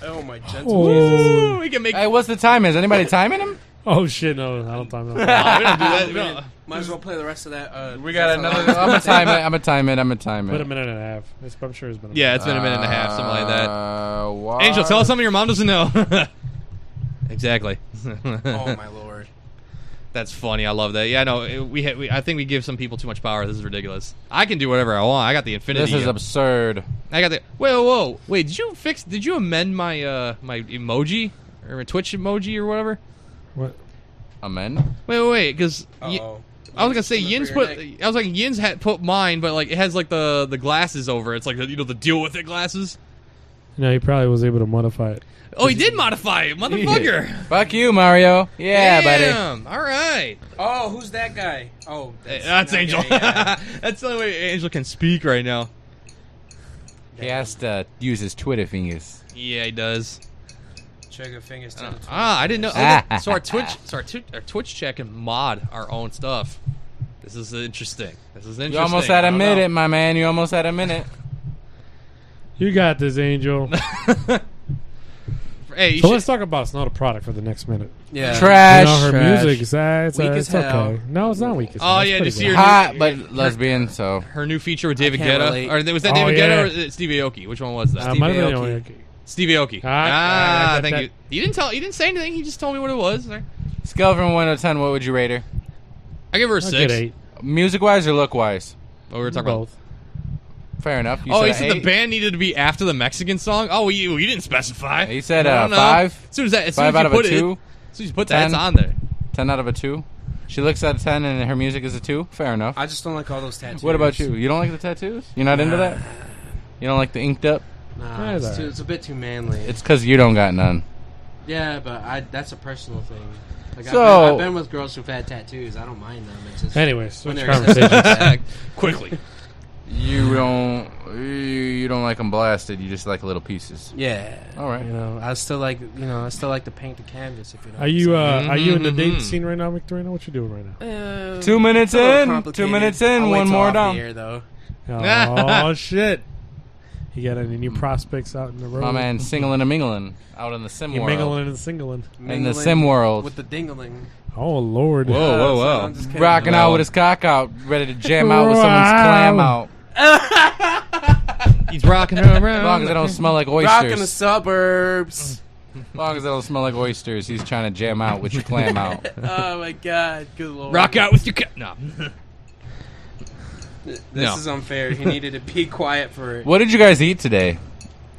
oh my [laughs] Oh. Woo, we can make. Hey, what's the time? Is anybody timing him? Oh shit! No, I don't time [laughs] No, we don't do that. We Man, don't- Might as well play the rest of that. Uh, We got that's another. all I- I'm a time it. I'm a time it. I'm a time Put a it. minute and a half. It's, I'm sure it's been. A Yeah, it's been a minute and a half, something like that. Uh, why- Angel, tell us something your mom doesn't know. [laughs] exactly. oh [laughs] my lord. That's funny. I love that. Yeah, no, it- we, ha- we I think we give some people too much power. This is ridiculous. I can do whatever I want. I got the infinity. This is absurd. I got the. Whoa, whoa, wait! Did you fix? Did you amend my uh my emoji or my Twitch emoji or whatever? What? Amend. Wait, wait, wait, because Uh-oh. I was gonna say Coming Yin's for your put. I was like Yin's had put mine, but like it has like the the glasses over. it. It's like the, you know the deal with it glasses. No, he probably was able to modify it. Oh, he did modify it, [laughs] motherfucker. Fuck you, Mario. [laughs] Yeah, Damn. All right. Oh, who's that guy? Oh, That's, that's, not Angel. gay, yeah. That's the only way Angel can speak right now. buddy. He has to use his Twitter fingers. Yeah, he does. Trigger fingers. to the Twitter Ah, I didn't know. fingers. okay, so our Twitch, so our, Twi- our Twitch check can mod our own stuff. This is interesting. This is interesting. You almost had I a don't know. minute, my man. You almost had a minute. You got this, Angel. [laughs] hey, you so should- let's talk about it's not a product for the next minute. Yeah. Trash, You know, her trash. music, it's, uh, it's, uh, Weak as it's okay. hell. No, it's not weak. As Oh, hell. It's yeah, pretty just good. your Hot, but lesbian. So her new feature with David can't Guetta, relate. or was that Oh, David yeah. Guetta or was it Stevie Aoki? Which one was that? Uh, it might have been Aoki. Stevie Aoki. Ah, Ah, ah, that- thank that- you. You didn't tell. You didn't say anything. You just told me what it was. I scale from one to ten, what would you rate her? give her a I'll six. get eight. Music wise or look wise? Oh, we were talking Both. about. Fair enough. You oh, said he said eight? the band needed to be after the Mexican song. Oh, you you didn't specify. He said I uh, don't know. five. As soon as that, as soon five as you out of put a it- two. as soon as you put that, it's 10. on there. Ten out of a two. She looks at a ten, and her music is a two. Fair enough. [laughs] I just don't like all those tattoos. What about you? You don't like the tattoos? You're not into that? You don't like the inked up? Nah, it's, too, it's a bit too manly. It's because you don't got none. yeah, but I that's a personal thing. Like So- I've, been, I've been with girls who've had tattoos. I don't mind them. It's just Anyway, when switch they're [laughs] conversations. [laughs] Quickly. You don't. You, you don't like them blasted. You just like little pieces. Yeah. All right. You know, I still like you know I still like to paint the canvas. If you know. Are you uh, are you in the Mhm. dating scene right now, Victorino? What you doing right now? Mm-hmm, Uh, Two minutes it's a little in, two complicated. minutes in, I'll wait one till more off the down. air, though. Oh shit! You got any new prospects out in the road? My man, singling and mingling [laughs] out in the sim you world. mingling and singling. In the sim world. with the dingling. Oh lord! Whoa, whoa, whoa. I'm just kidding. Rocking out Well. with his cock out, ready to jam out with someone's clam Wow. out. He's rocking around. As long as it don't smell like oysters. Rocking the suburbs. As long as it don't smell like oysters, he's trying to jam out with your clam [laughs] out. [laughs] oh my god, good lord. Rock out with your cat. No. This No. is unfair. He needed to be [laughs] quiet for it. What did you guys eat today?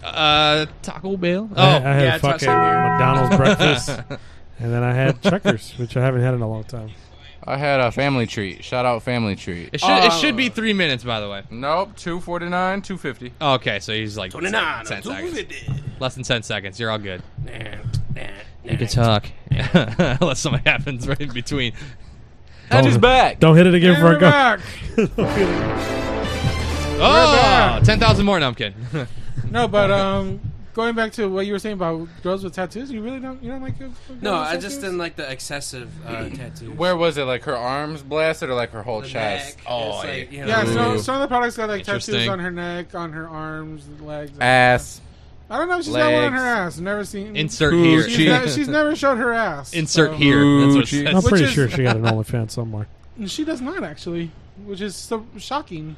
Uh, Taco Bell. Oh, I, I had yeah, a it's outside fucking here. McDonald's breakfast, and then I had checkers, which I haven't had in a long time. I had a family treat. Shout out family treat. it should Oh. it should be three minutes, by the way. Nope, 249, 250. Okay, so he's like 29, ten seconds. 250. Less than ten seconds. You're all good. You can talk. [laughs] Unless something happens right in between. Don't- Andrew's back. Don't hit it again, And we're [laughs] Franco. back. Oh, 10,000 more. No, I'm kidding. [laughs] No, but um, going back to what you were saying about girls with tattoos, you really don't you don't like girls with No, I tattoos? just didn't like the excessive [clears throat] uh, tattoo. Where was it? Like her arms blasted or like her whole The chest? neck. Oh, It's like, yeah. you know- Yeah, so some of the products got like tattoos Interesting. on her neck, on her arms, legs, Ass. I don't know if she's got one on Legs. her ass. Never seen. Insert here. She's, ne- she's never showed her ass. Insert so- here. That's what it Gucci. says. I'm pretty Which is- sure she got an OnlyFans somewhere. She does not actually, which is so shocking.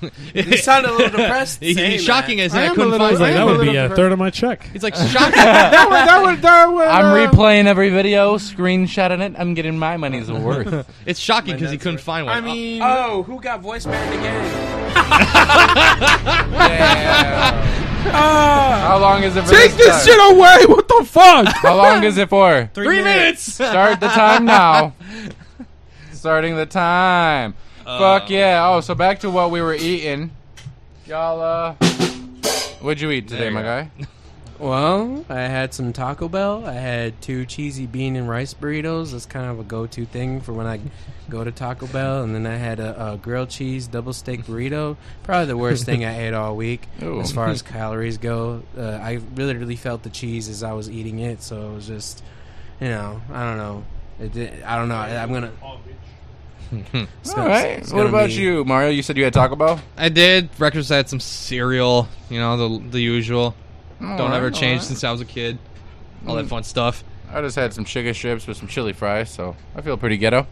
[laughs] You sound a little [laughs] depressed He's saying shocking that. as in I I am a couldn't little- He's like, I am that a would be little a depressed." third of my check. He's [laughs] like that would, that would, that would, I'm uh, replaying every video, screenshotting it. I'm getting my [laughs] money's worth. it's shocking because he couldn't find I mean, oh, who got voice banned [laughs] again? Ah. How long is it for Take this shit away! What the fuck? [laughs] How long is it for? [laughs] Three Three minutes. minutes. [laughs] Start the time now. [laughs] Starting the time. Uh, Fuck yeah. Oh, so back to what we were eating. Y'all, uh. What'd you eat today, There you my go. guy? Well, I had some Taco Bell. I had two cheesy bean and rice burritos. That's kind of a go-to thing for when I go to Taco Bell. And then I had a, a grilled cheese double steak burrito. Probably the worst [laughs] thing I ate all week Ooh. [laughs] as far as calories go. Uh, I really, really felt the cheese as I was eating it. So it was just, you know, I don't know. It did, I don't know. I, I'm gonna. It's All gonna- right. it's What gonna about be- you, Mario? You said you had Taco Bell? I did. Breakfast. I had some cereal. You know the the usual. All Don't right, ever all change right. since I was a kid. All that Mm. fun stuff. I just had some chicken strips with some chili fries, so I feel pretty ghetto.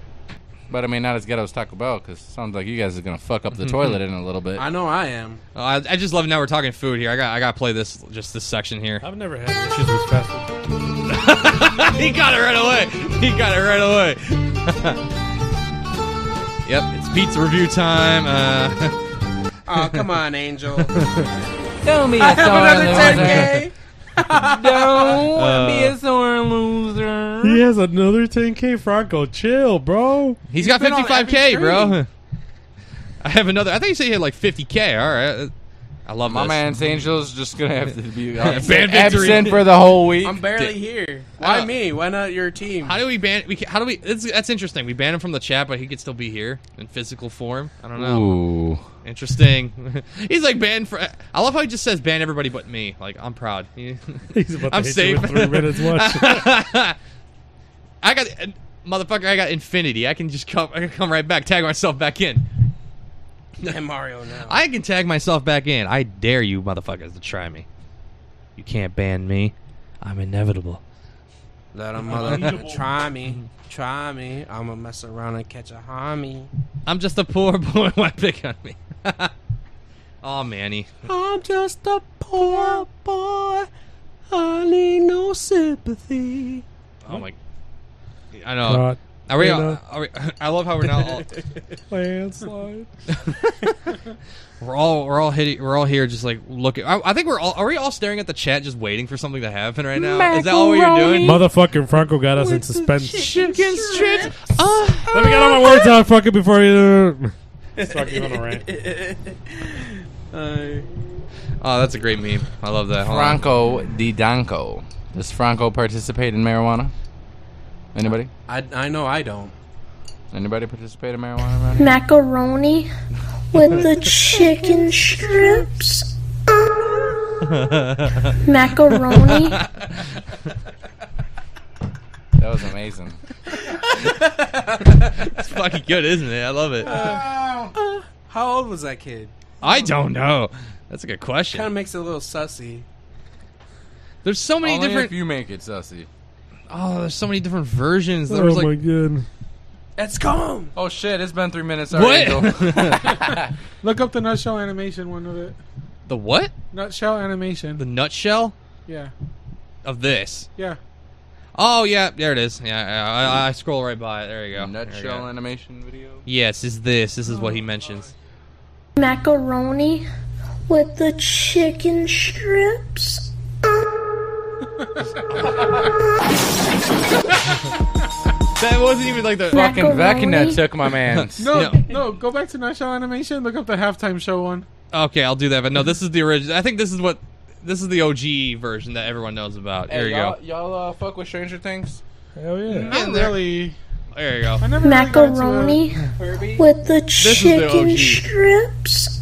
But I mean, not as ghetto as Taco Bell, because sounds like you guys are gonna [laughs] fuck up the toilet in a little bit. I know I am. Uh, Mm-hmm. I, I just love now we're talking food here. I got I got to play this just this section here. I've never had issues with fast [laughs] he got it right away. He got it right away. [laughs] yep, it's pizza review time. Uh, [laughs] Oh, come on, Angel. Tell me [laughs] I it's have all another in 10K. [laughs] Don't Uh, be a sore loser. He has another 10k Franco. Chill, bro. he's got been on 55k, every bro. I have another. I think you said he had like 50k. All right, I love My this. man Angel's just gonna have to be uh, [laughs] Band absent victory. absent for the whole week. I'm barely here. Why me? Why not your team? How do we ban? We can, how do we? That's, that's interesting. We ban him from the chat, but he could still be here in physical form. I don't know. Ooh. Interesting. [laughs] He's like banned for. I love how he just says ban everybody but me. Like I'm proud. [laughs] He's about to hit you with three [laughs] minutes watch. I got and- motherfucker. I got infinity. I can just come. I can come right back. Tag myself back in. [laughs] And Mario now. I can tag myself back in. I dare you, motherfuckers, to try me. You can't ban me. I'm inevitable. Let a mother try me, try me. I'ma mess around and catch a homie. I'm just a poor [laughs] boy. Why pick on me? oh, Manny. I'm just a poor boy. I need no sympathy. Oh my. I know. God. Are we, You all, know. are we? [laughs] I love how we're now all [laughs] Landslide. [laughs] we're all we're all hitting, we're all here just like looking. I, I think we're all are we all staring at the chat just waiting for something to happen right now? Is that all what you're doing? Motherfucking Franco got us in suspense. Chicken strips. Let me get all my words out, fucking, before you. Fucking on a rant. [laughs] Oh, that's a great meme. I love that. Hold [laughs] on. Franco Di Danco. Does Franco participate in marijuana? [laughs] Anybody? I, I know I don't. Anybody participate in marijuana around here? Macaroni with [laughs] the chicken strips. [laughs] Macaroni. That was amazing. It's fucking good, isn't it? I love it. Uh, how old was that kid? I don't know. That's a good Kind question. of makes it a little sussy. There's so many Only different. if you make it, Sussy. Oh, there's so many different versions. There Oh was my like god. It's gone. Oh shit! It's been three minutes What? already. What? [laughs] Look up the nutshell animation one of it. the what? Nutshell animation. The nutshell yeah, of this. yeah. Oh yeah, there it is. Yeah, I, I, I scroll right by it. There you go. There you Nutshell go. animation video. Yes, is this? This is what he mentions. Macaroni with the chicken strips. That wasn't even like the [laughs] Fucking Macaroni. Vecna took [laughs] my man. [laughs] No, no. Go back to nutshell animation. Look up the halftime show one. Okay, I'll do that. But no, this is the original. I think this is what this is the OG version that everyone knows about. There you go. all Y'all uh, fuck with Stranger Things? Hell yeah. Not really. There you go. I never really got uh, into Macaroni it. with the This is the chicken OG. strips.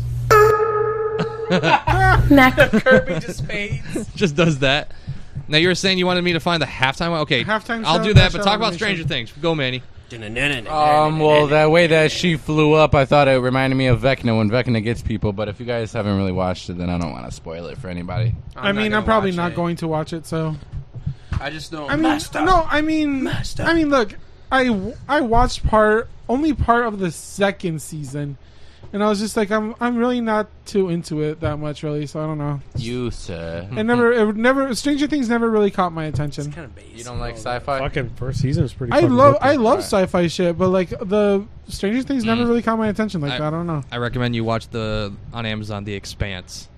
Kirby just fades. [laughs] Just does that. Now you were saying you wanted me to find the halftime. one? Okay, Halftime I'll show, do that. But halftime talk about animation. Stranger Things. Go, Manny. Um, well, that way that she flew up, I thought it reminded me of Vecna when Vecna gets people. But if you guys haven't really watched it, then I don't want to spoil it for anybody. i mean, I'm probably not going to watch it. So I just don't. I mean, no, I mean, I mean, look, I I watched part only part of the second season, and I was just like, I'm I'm really not too into it that much, really. So I don't know. You sir, It never, it never. Stranger Things never really caught my attention. You don't like sci-fi? Fucking first season was pretty. I fucking love, good. I love sci-fi shit, but like the Stranger Things never really caught my attention like that. I don't know. I recommend you watch the on Amazon The Expanse.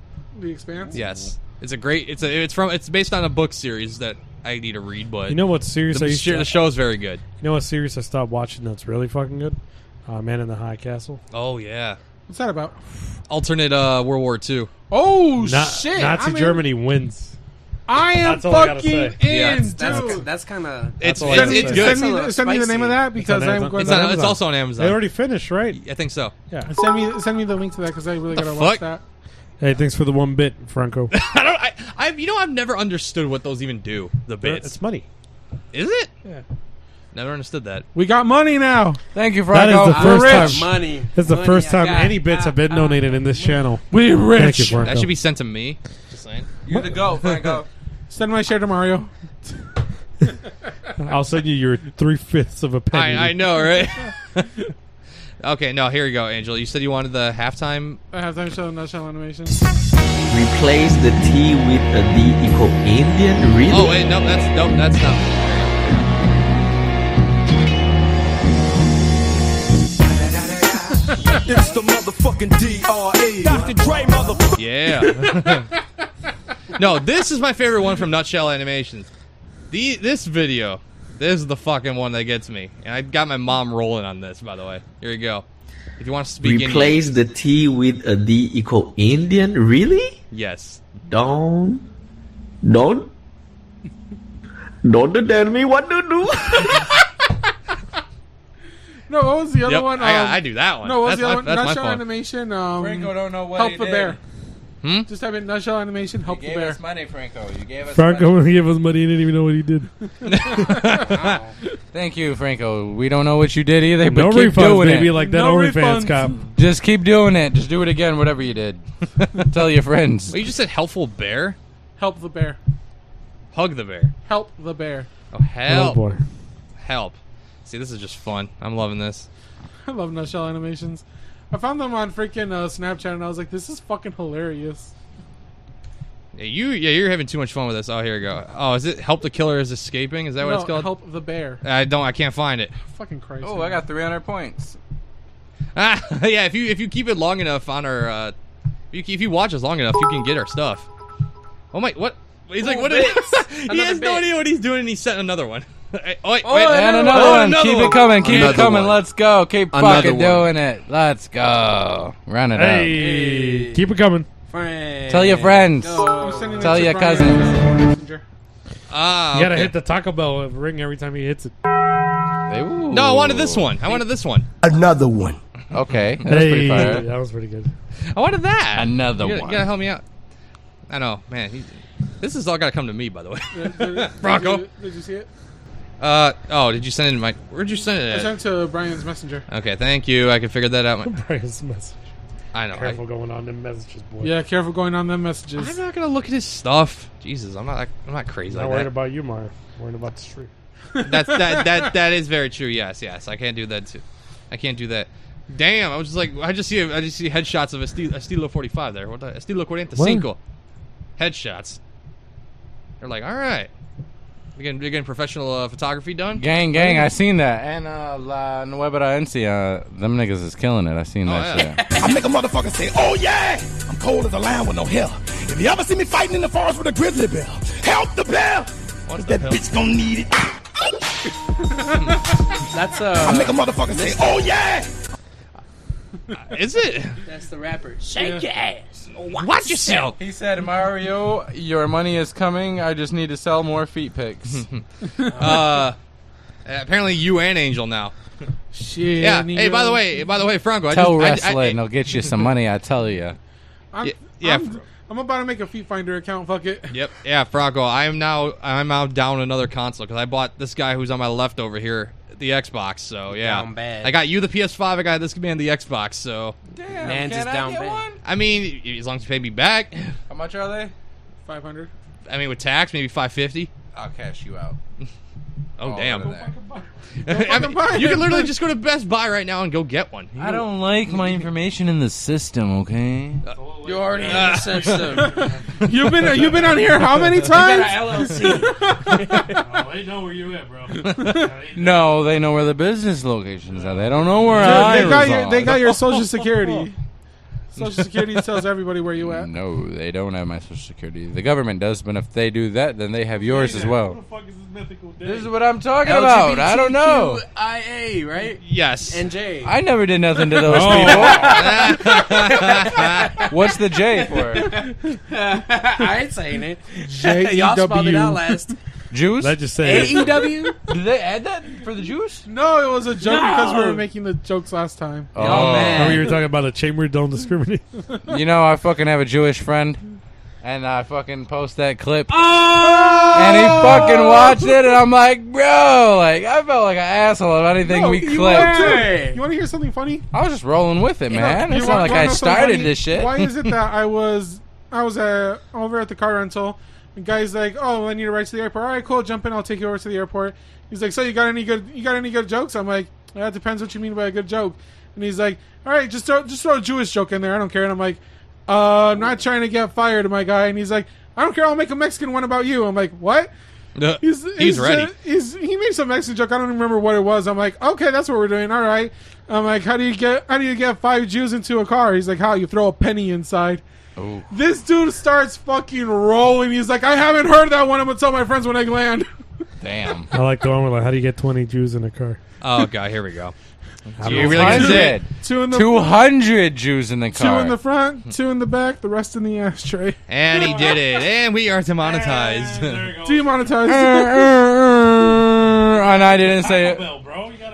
The Expanse? Yes, it's a great. It's a. It's from. It's based on a book series that I need to read. But You know what series The, I used sh- to- the show is very good. You know what series I stopped watching that's really fucking good? Uh, Man in the High Castle. Oh yeah. What's that about? Alternate uh, World War II. Oh Na- shit! Nazi I'm in. Germany wins. I am That's all I gotta fucking say. in, Yeah. dude. That's, that's kind of. It's all I it's, gotta it's say. good. Send me, the- send me the name of that because on I'm Amazon. going. It's to on- it's also on Amazon. They already finished, right? I think so. Yeah. Send me, send me the link to that because I really The gotta watch fuck? that. Hey, thanks for the one bit, [laughs] Franco. I don't. I, I've you know I've never understood what those even do. The bits. it's money. Is it? Yeah. Never understood that. We got money now. Thank you, That is the first time. Money. That's the Money first I time got. any bits Uh, have been donated in this channel. We Thank you, rich. Franco. That should be sent to me. Just saying. You're the [laughs] go, Franco. Send my share to Mario. I'll send you your three fifths of a penny. I, I know, [laughs] right? [laughs] okay, no, here you go, Angel. You said you wanted the halftime. I have time show, no show [laughs] animation. Replace the T with a D equal Indian. Really? Oh wait, no, that's no, that's not. [laughs] It's the motherfucking E. DRE. Dr. Dre, motherfucker. Yeah. [laughs] no, this is my favorite one from Nutshell Animations. The this video, this is the fucking one that gets me, and I got my mom rolling on this. By the way, here you go. If you want to speak Indian- Replace the T with a D equal Indian. Really? yes. Don't, don't, don't tell me what to do. No, what was the other Yep, one? I- Um, I do that one. No, what was That's the my- other one? that's my Nutshell fault. animation. Um, Franco don't know what help he the did. bear. Hmm? Just type in nutshell animation. Help the gave bear. us money, Franco. You gave us Franco [laughs] gave us money. He didn't even know what he [laughs] did. [laughs] [laughs] Thank you, Franco. We don't know what you did either, but No keep refunds, doing baby, it. like that No OnlyFans refunds. cop. Just keep doing it. Just do it again, whatever you did. [laughs] Tell your friends. Well, you just said helpful bear. Help the bear. Hug the bear. Help the bear. Oh help! boy. Help! See, this is just fun. I'm loving this. [laughs] I love nutshell animations. I found them on freaking uh, Snapchat, and I was like, "This is fucking [laughs] hilarious." Yeah, you, yeah, you're having too much fun with this. Oh, here we go. Oh, is it help the killer is escaping? Is that what No, it's called? Help the bear. I don't. I can't find it. [laughs] Fucking Christ. Oh, I got 300 points. Ah, yeah. If you if you keep it long enough on our, uh, if you, if you watch us long enough, you can get our stuff. Oh my! What? He's like, Ooh, what? bits. [laughs] he has no idea what he's doing, and he sent another one. [laughs] oh, wait, wait. and another Oh, one. keep it coming. Keep it Another coming. one. Let's go. Keep Another fucking one. doing it. Let's go. Round it Hey, up. keep it coming. Tell your friends. I'm sending it Tell to your Brian. cousins. Ah, you gotta okay. hit the Taco Bell ring every time he hits it. No, I wanted [laughs] this one. I wanted this one. Another one. Okay, Hey, that was pretty good. [laughs] I wanted that. Another you gotta, one. You gotta help me out. I know, man. He's, this is all gotta come to me, by the way. Did- Bronco. Did, did you see it? Uh oh, did you send it in my? Where'd you send I it? At? sent to Brian's messenger. Okay, thank you. I can figure that out. My- Brian's message. I know. I, Careful going on them messages, boy. Yeah, [laughs] careful going on them messages. I'm not gonna look at his stuff. Jesus, I'm not. I'm not crazy Not like worried that. about you, Mario. Worried about the street. [laughs] That's [laughs] that. That that is very true. Yes, yes. I can't do that too. I can't do that. Damn, I was just like, I just see, I just see headshots of Estilo, Estilo 45 there. What the, Estilo 45. Headshots. They're like, all right, we're getting, we're getting professional uh, photography done. Gang, gang, I seen that. And uh, La Nueva Rancia, them niggas is killing it. I seen Oh, [laughs] that shit. I make a motherfucker say, oh yeah! I'm cold as a lion with no hair. If you ever see me fighting in the forest with a grizzly bear, help the bear! Cause that bitch gonna need it. That's uh. I make a motherfucker say, oh yeah! [laughs] Is it? That's the rapper. Shake your ass. Watch yourself. He said, Mario, your money is coming. I just need to sell more feet [laughs] pics. [laughs] uh, apparently you and Angel now. Shit. Yeah. Hey, by the way, by the way, Franco, I Tell just, I- I- wrestling, they'll get you some money, I tell you. I'm, Yeah. yeah, I'm, I'm about to make a Feet Finder account. Fuck it. [laughs] Yep. Yeah, Franco. I am now. I'm now down another console because I bought this guy who's on my left over here the Xbox. So yeah, Down bad. I got you the PS5. I got this man the Xbox. So Damn, Man's is down bad. I mean, as long as you pay me back. How much are they? Five hundred. I mean, with tax, maybe five fifty. I'll cash you out. [laughs] Oh All damn! over there. [laughs] I mean, buy you it. can literally just go to Best Buy right now and go get one. I don't like my information in the system, okay? You already in [laughs] Uh, the system. You've been you've been on here how many times? Oh, they know where you're at, bro. no, they know where the business locations are. They don't know where Dude, I they got reside. your [laughs] they got [laughs] your social security. Social security tells everybody where you at. No, they don't have my social security. The government does, but if they do that, then they have yours as well. This is what I'm [laughs] talking about. I don't know. LGBTQIA, right? Yes. Oh. And J. I never did nothing [laughs] to those people. What's the J for? [laughs] I ain't saying it. J E Y'all spelled it W. out last. Jews? Let's just [laughs] AEW? Did they add that for the Jews? No, it was a joke No. because we were making the jokes last time. Oh. Oh, we were talking about a chamber don't discriminate. [laughs] You know, I fucking have a Jewish friend, and I fucking post that clip. Oh! And he fucking watched it, and I'm like, bro, like I felt like an asshole about anything No, we you clipped. want to- You want to hear something funny? I was just rolling with it, man. You It's want- not like wanna I know something started funny? this shit. Why is it that [laughs] I was I was uh, over at the car rental? And guy's like, "Oh, I need a ride to the airport. All right, cool. Jump in. I'll take you over to the airport." He's like, "So you got any good? You got any good jokes?" I'm like, "That depends what you mean by a good joke." And he's like, "All right, just throw just throw a Jewish joke in there. I don't care." And I'm like, uh, "I'm not trying to get fired, my guy." And he's like, "I don't care. I'll make a Mexican one about you." I'm like, "What?" No, he's, he's he's, uh, ready. he's, he made some Mexican joke. I don't remember what it was. I'm like, okay, that's what we're doing. All right. I'm like, how do you get how do you get five Jews into a car? He's like, how you throw a penny inside. Oh. This dude starts fucking rolling. He's like, I haven't heard that one. I'm gonna tell my friends when I land. Damn. I like the one where like, how do you get twenty Jews in [laughs] a car? Oh god, here we go. I'm You really gonna do it? 200. Two in the- 200 Jews in [laughs] the Two car. in the front, two in the back, the rest in the ashtray. [laughs] And he did it, and we are demonetized. [laughs] Demonetized. and I didn't say it.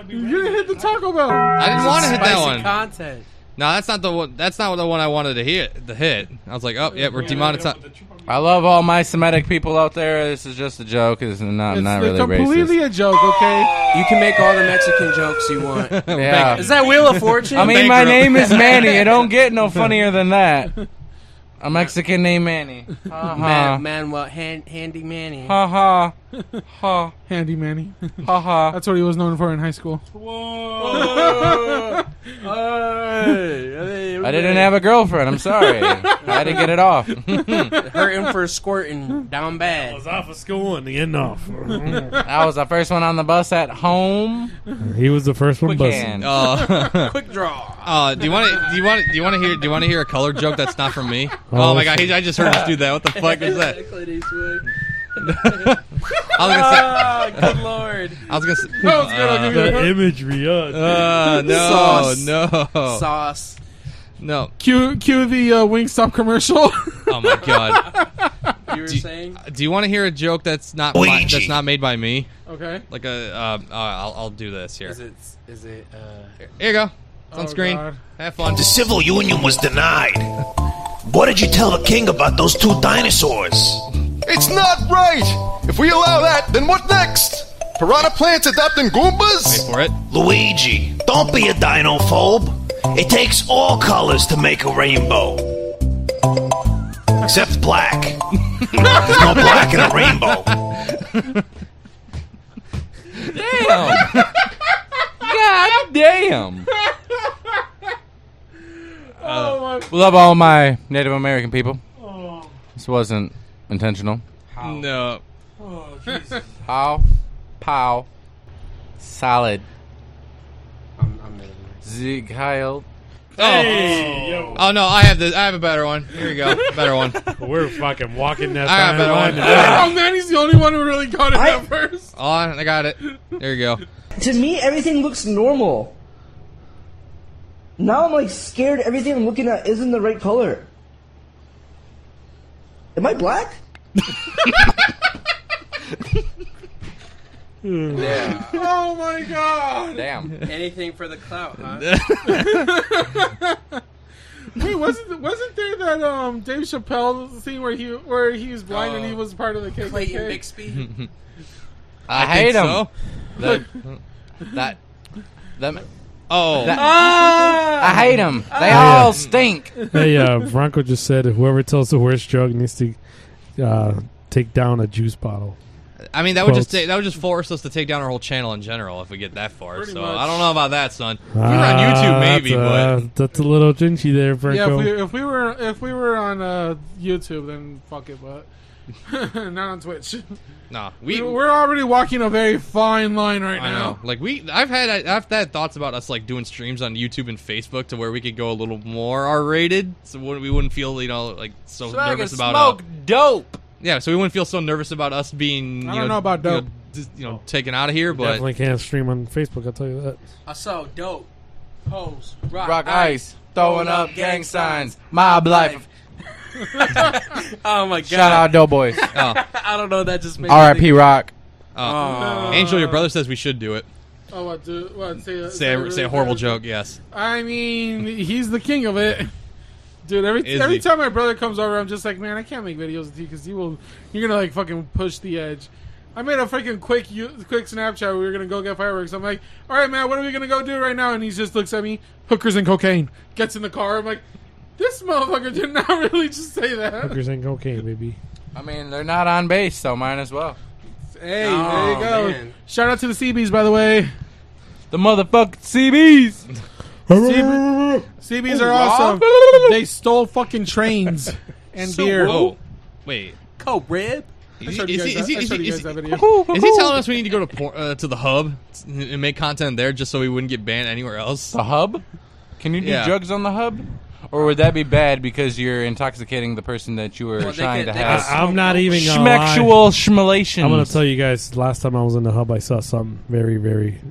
you didn't hit the Taco Bell. I didn't want to hit that Spicy one. content. No, that's not the one. That's not the one I wanted to hit. The hit. I was like, oh yeah, we're demonetized. I love all my Semitic people out there. This is just a joke. This is not, not really racist. a joke, okay? You can make all the Mexican jokes you [laughs] want. Yeah. Is that Wheel of Fortune? I mean, my name is Manny. It don't [laughs] get no funnier than that. A Mexican named Manny. Ha Man, ha. Manuel, hand, Handy Manny. [laughs] Ha [laughs] ha. Ha. Handy Manny. Ha [laughs] ha. That's what he was known for in high school. Whoa. Hey, I didn't have a [laughs] girlfriend. I'm sorry. I had to get it off. [laughs] Hurting for squirting down bad. I was off of school and the [laughs] end off. Oh I was the first one on the bus at home. he was the first one Quick busted. hand. Oh. [laughs] [laughs] Quick draw. Uh, do you want to? Do you want? Do you want to hear? Do you want to hear a color joke that's not from me? Oh, my god! he- I just heard us do that. What the fuck is [laughs] that? [laughs] Clint Eastwood. I was gonna say. Ah, good lord. I was gonna say. That was good, I'll give you uh, that. The imagery, uh, Uh, no, Sauce. no, Sauce. no. Cue, cue the uh, Wingstop commercial. [laughs] Oh my [laughs] god. You were Do you- saying? Do you want to hear a joke that's not my, that's not made by me? Okay. Like a, uh, uh, I'll, I'll do this here. Is it? Is it? Uh, Here you go. It's on Oh, screen. God. Have fun. The civil union was denied. What did you tell the king about those two dinosaurs? It's not right! If we allow that, then what next? Piranha plants adopting Goombas? Wait for it. Luigi, don't be a dinophobe. It takes all colors to make a rainbow. Except black. [laughs] There's no black in a rainbow. Damn. God damn. Oh my Uh, Love all my Native American people. This wasn't intentional. No. Oh, Jesus. Pow, pow, solid. I'm, I'm in. Zig Heil. Oh. oh no, I have the I have a better one. Here you go, better [laughs] one. We're fucking walking that I fine have better line. one. [laughs] oh [laughs] man, he's the only one who really got it at first. [laughs] On, I got it. There you go. To me, everything looks normal. Now I'm like scared everything I'm looking at isn't the right color. Am I [laughs] black? Yeah. Oh my god. [laughs] Damn. [laughs] Anything for the clout, huh? Wait, wasn't wasn't there that um Dave Chappelle scene where he where he was blind Uh, and he was part of the KKK? Clayton Bixby. I, I hate think him. so. That, that, them- Oh. that- Ah! I hate him. They Ah! all stink. hey, uh, Bronco just said whoever tells the worst joke needs to uh, take down a juice bottle. I mean, that would just Quotes. take, that would just force us to take down our whole channel in general if we get that far. so much. I don't know about that, son. If we were on YouTube, Ah, maybe, that's, uh, that's a little ginchy there, Yeah, if Bronco. we, if we were if we were on uh, YouTube, then fuck it, but [laughs] not on Twitch. but no, We, we we're already walking a very fine line right I now. know. Like we, I've had I've had thoughts about us like doing streams on YouTube and Facebook to where we could go a little more R rated, so we we wouldn't feel you know like so, So I nervous can about uh, smoke dope. Yeah, so we wouldn't feel so nervous about us being. You I don't know about you dope. just, you know, taken out of here, but Definitely can't stream on Facebook. I'll tell you that. I saw dope. Pose. Rock, Rock ice, throwing up gang signs, mob life. [laughs] oh my god. Shout out [laughs] Doughboys. Oh. I don't know. That just made me R.I.P. think- Rock. Oh. Angel, your brother says we should do it. Oh, what? Do, what say, a- Say a, really say a horrible bad- joke. Yes. I mean, he's the king of it. Dude, every Is every he? time my brother comes over, I'm just like, man, I can't make videos with you because you will, you're gonna like fucking push the edge. I made a freaking quick, you- quick Snapchat. We were gonna go get fireworks. I'm like, all right, man, what are we gonna go do right now? And he just looks at me, hookers and cocaine. Gets in the car. I'm like, this motherfucker did not really just say that. Hookers and cocaine, baby. I mean, they're not on base, so might as well. Hey, there Oh, you go. man. Shout out to the CBs, by the way. The motherfucking CBs. CB- CBs are awesome. They stole fucking [laughs] trains and So- beer. Oh, wait. Co rib. I Is showed he, you is, guys he, that- is, he, I is, showed he, you is, guys that he, video. is he telling us we need to go to por- uh, to the hub and make content there just so we wouldn't get banned anywhere else? The hub? Can you do Yeah. drugs on the hub? Or would that be bad because you're intoxicating the person that you were Well, they trying could- to they have? could I'm not even gonna lie. Schmexual schmelations. I'm gonna tell you guys. Last time I was in the hub, I saw something very, very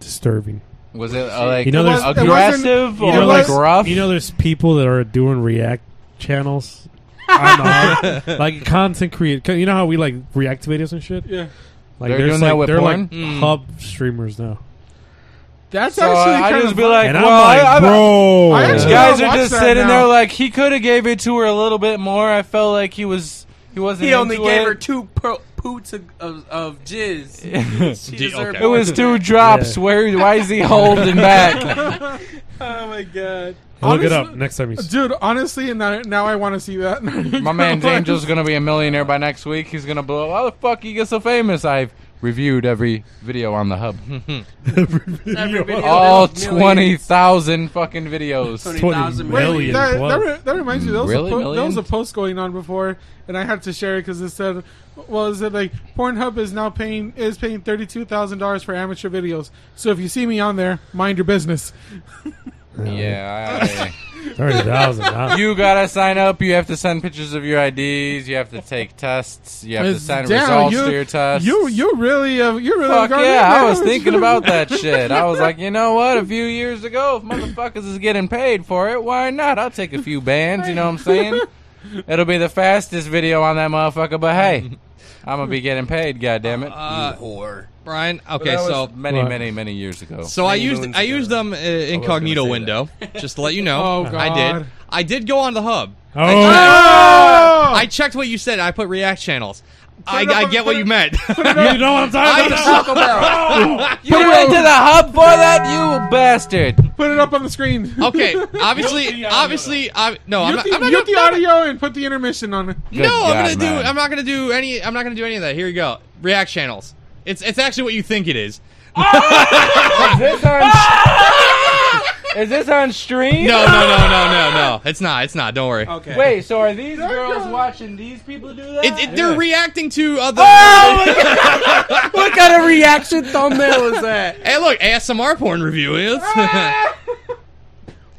disturbing. Was it uh, like You know, there's- It wasn't- aggressive You or know, like like- rough? You know, there's people that are doing React channels, [laughs] on the, like content create. You know how we like react to videos and shit. Yeah. Like They're there's doing like, that with they're like porn? Mm. hub streamers now. That's So actually I kind just of be fun. like, And I'm well, I- like, I'm- bro, I actually guys wanna are watch just that sitting now. there like he could have gave it to her a little bit more. I felt like he was he wasn't. He only into gave it. her two po- poots of, of, [laughs] of jizz. She Gee, deserved okay. It more was than two that. drops. Where why [laughs] is he [laughs] holding back? [laughs] Oh my god. Look Honestly- it up next time you. s- Dude, honestly, and now, now I want to see that. [laughs] My man Angel's gonna be a millionaire by next week. He's gonna blow. up. How the fuck you get so famous? I've reviewed every video on the hub. [laughs] Every video All that was millions. twenty thousand fucking videos. 20,000 20 million. Wait, that, plus. that, re- that reminds me, there was, Really? a po- there was Millions? a post going on before, and I had to share it because it said, "Well, is it like Pornhub is now paying is paying thirty two thousand dollars for amateur videos? So if you see me on there, mind your business." [laughs] [laughs] Yeah. I- Thirty thousand. huh? you gotta sign up. You have to send pictures of your IDs. You have to take tests. You have to It's- send damn, results you- to your tests. You you really uh, you really Fuck gone in yeah! there, [laughs] I was haven't [laughs] thinking you? about that shit. I was like, you know what? A few years ago, if motherfuckers is getting paid for it, why not? I'll take a few bands. You know what I'm [laughs] saying? It'll be the fastest video on that motherfucker. But hey, I'm gonna be getting paid. God damn it! Uh, whore. Brian. But Okay, that was so many, What? many, many years ago. So I Many used moons I ago. used them uh, incognito say that. window. Just to let you know, Oh, I God. did. I did go on the hub. Oh. I, Oh! checked, I checked what you said. I put React channels. I, it up I on- get put what it- [laughs] you meant. You know what I'm talking about? [laughs] Put it into the hub for that, you bastard. [laughs] Put it up on the screen. [laughs] okay, Mute [laughs] obviously, the audio. obviously, I no, I'm Mute not. the, I'm not mute gonna- the audio and put the intermission on it. No, Good I'm gonna God, do. man. I'm not gonna do any. I'm not gonna do any of that. Here you go. React channels. It's it's actually what you think it is. Is this on? [laughs] is this on stream? uh, No, no, no, no, no, no. It's not. It's not. Don't worry. Okay. Wait, so are these girls watching these people do that? It, it, they're reacting to other. Oh, [laughs] What kind of reaction thumbnail is that? Hey, look, ASMR porn review is.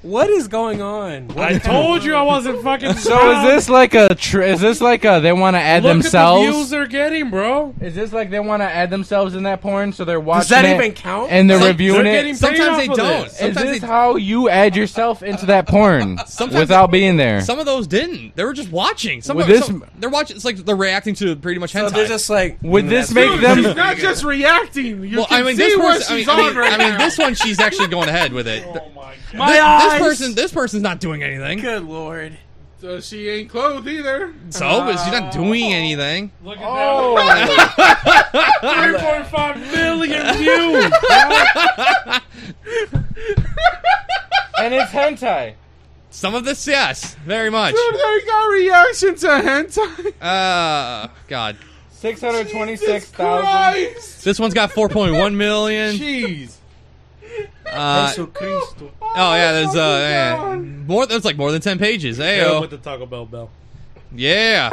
What is going on? What I told you I wasn't fucking. so is this like a? Tr- is this like a? They want to add Look at the views themselves. they're getting, bro. is this like they want to add themselves in that porn? So they're watching. Does that it even count? And they're Some- reviewing they're it. getting- sometimes they Paid off of don't. this. is Sometimes this they, how you add yourself into that porn [laughs] [laughs] Sometimes- without being [laughs] there? some of those didn't. They were just watching. Some With of this- some- they're watching. It's like they're reacting to pretty much So hentai. they're just like. Would mm, this that's- make She's them? not just reacting. You well, can I mean, see this where person. I she's mean, I on mean, right I mean, now. this one. She's actually going ahead with it. my This- this, person, this person's not doing anything. Good lord. So she ain't clothed either. Oh. So, but she's not doing [laughs] anything. Look at [laughs] Oh, that. [laughs] 3.5 million views. and it's hentai. Some of this, yes, very much. Dude, they got reaction to hentai. Uh, God, Six hundred twenty-six thousand. this one's got 4.1 million. Jeez. Uh, Jesu Cristo. oh yeah, there's uh yeah, more. There's like more than 10 pages. Yeah, Ayo. with the Taco Bell bell. Yeah.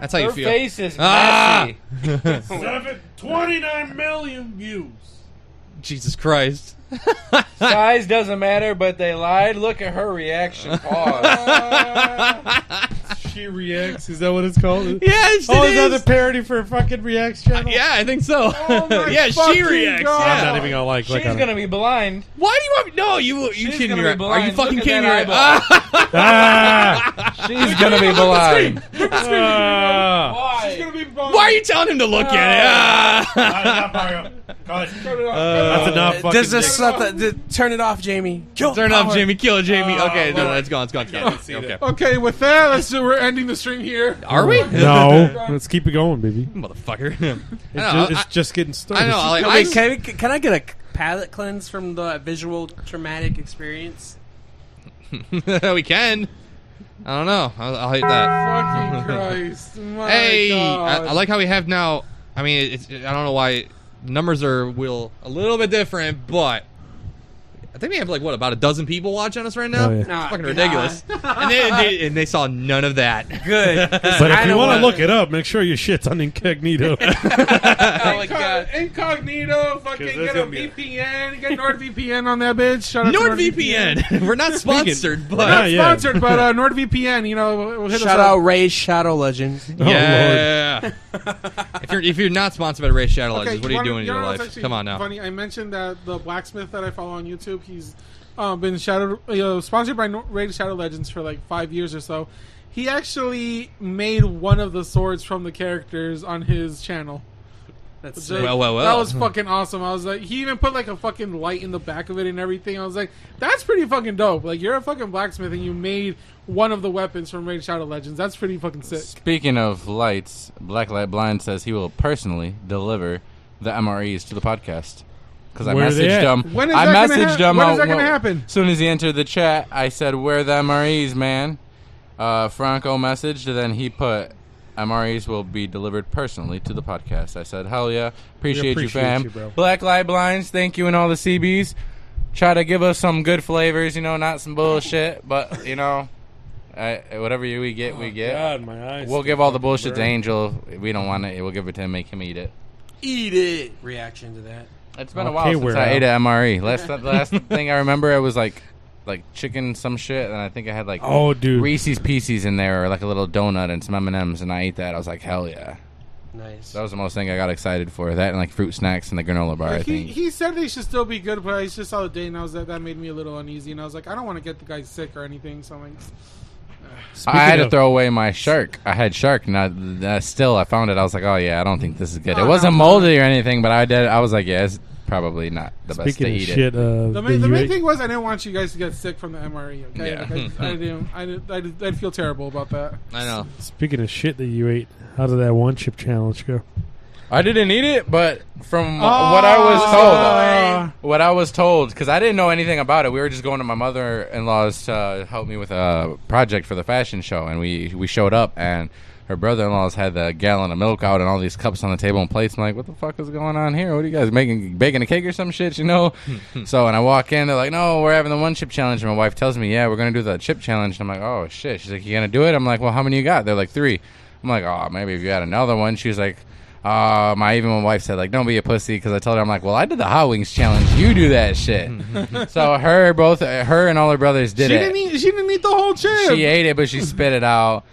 That's how you Her feel. face is ah! [laughs] [laughs] Seven, 29 million views. Jesus Christ. Size doesn't matter, but they lied. Look at her [laughs] reaction. Pause. she reacts. Is that what it's called? [laughs] Yes, Oh, it is. another parody for fucking reacts channel. Yeah, I think so. Oh [laughs] yeah, she fucking reacts. God. Yeah. I'm not even gonna lie, click She's um, on it. gonna be blind. Why do you want? No, you you She's kidding me? gonna Right? be Are you blind. fucking Look kidding at me? that Right? [laughs] Ah! Ah, She's gonna [laughs] be blind. Ah. She's gonna be Why are you telling him to look [laughs] at it? Ah! Uh, That's enough fucking Does this dick. stuff that, th- turn it off, Jamie? Kill Turn off power. Uh, Jamie. Kill Jamie. okay, no, Lord. no, it's gone. It's gone. It's gone. Okay. Oh, Okay, with that, let's do, we're ending the stream here. Are we? [laughs] [laughs] [laughs] No, let's keep it going, baby. Motherfucker. I It's, know, ju- it's I- just getting started. I know. Like, No, I wait, s- can, I, can I get a palate cleanse from the visual traumatic experience? [laughs] we can. I don't know. I'll, I'll hate Fucking that. [laughs] Christ. My hey, God. I, I like how we have now. I mean, it's, I don't know why numbers are will a little bit different, but I think we have like what about a dozen people watching us right now? Oh, yeah. It's Nah, fucking [laughs] God. ridiculous. and, they, they, and they saw none of that. [laughs] Good. But if you want to look it up, make sure your shit's on incognito. [laughs] Oh uh, Inco- incognito, fucking there's get a gonna be a- VPN, get NordVPN on that bitch. Shout out to NordVPN. [laughs] We're not Speaking- sponsored, We're but not sponsored, but uh, NordVPN, you know, will hit Shout us out up. Ray's Shadow Legends. [laughs] Oh, yeah. if you're if you're not sponsored by Ray Shadow Legends, what are you wanna- doing in your know what's life? actually Come on now. Funny, I mentioned that the blacksmith that I follow on YouTube, he's um, been shadowed, uh, sponsored by Nor- Raid Shadow Legends for like five years or so. He actually made one of the swords from the characters on his channel. That's Just- Well, well, well. That was fucking awesome. I was like, he even put like a fucking light in the back of it and everything. I was like, that's pretty fucking dope. Like, you're a fucking blacksmith and you made one of the weapons from Raid Shadow Legends. That's pretty fucking sick. Speaking of lights, Blacklight Blind says he will personally deliver the MREs to the podcast. Because I Where are they messaged at? him. When is I that gonna messaged hap- him. when is out- that gonna well, happen? As soon as he entered the chat, I said, "Where are the MREs, man?" Uh, Franco messaged, and then he put, "MREs will be delivered personally to the podcast." I said, "Hell yeah, appreciate, appreciate you, fam." you, bro. Black Light Blinds, thank you, and all the CBs. Try to give us some good flavors, you know, not some bullshit, but you know, I, whatever you- we get, we get. God, my eyes. We'll give all the fucking bullshit to burn. Angel. We don't want it. We'll give it to him. Make him eat it. Eat it. Reaction to that. It's been a Okay, while since we're I out. ate an MRE. Last the last thing I remember, it was like like chicken, some shit, and I think I had like Oh, dude. Reese's Pieces in there, or like a little donut and some M and M's, and I ate that. I was like, hell yeah. Nice. That was the most thing I got excited for. That and like fruit snacks and the granola bar. I he, think. he said they should still be good, but I just saw the date and I was that that made me a little uneasy, and I was like, I don't want to get the guy sick or anything. So I'm like, I had Speaking to of- throw away my shark. I had shark, and I, uh, still I found it. I was like, oh yeah, I don't think this is good. Oh, It no, wasn't no. moldy or anything, but I did. I was like, yeah, it's probably not the best to Speaking of eat shit, it. uh, the the, main, the you main ate- thing was I didn't want you guys to get sick from the MRE. Okay, Yeah. [laughs] Like, I, I didn't. I did, I did, I'd feel terrible about that. I know. Speaking of shit that you ate, how did that one chip challenge go? I didn't eat it, but from wh- what I was told, what I was told, because I didn't know anything about it. We were just going to my mother-in-law's to uh, help me with a project for the fashion show, and we we showed up, and her brother-in-law's had the gallon of milk out and all these cups on the table and plates. I'm like, what the fuck is going on here? What are you guys making baking a cake or some shit? You know? so, and I walk in, they're like, no, we're having the one chip challenge. And my wife tells me, yeah, we're gonna do the chip challenge. And I'm like, oh shit. She's like, you gonna do it? I'm like, well, how many you got? They're like three. I'm like, oh, maybe if you had another one. She was like, uh, my even my wife said like, don't be a pussy because I told her I'm like, well, I did the hot wings challenge. You do that shit. so her both her and all her brothers did she it. didn't eat. She didn't eat the whole chip. she ate it, but she spit it out.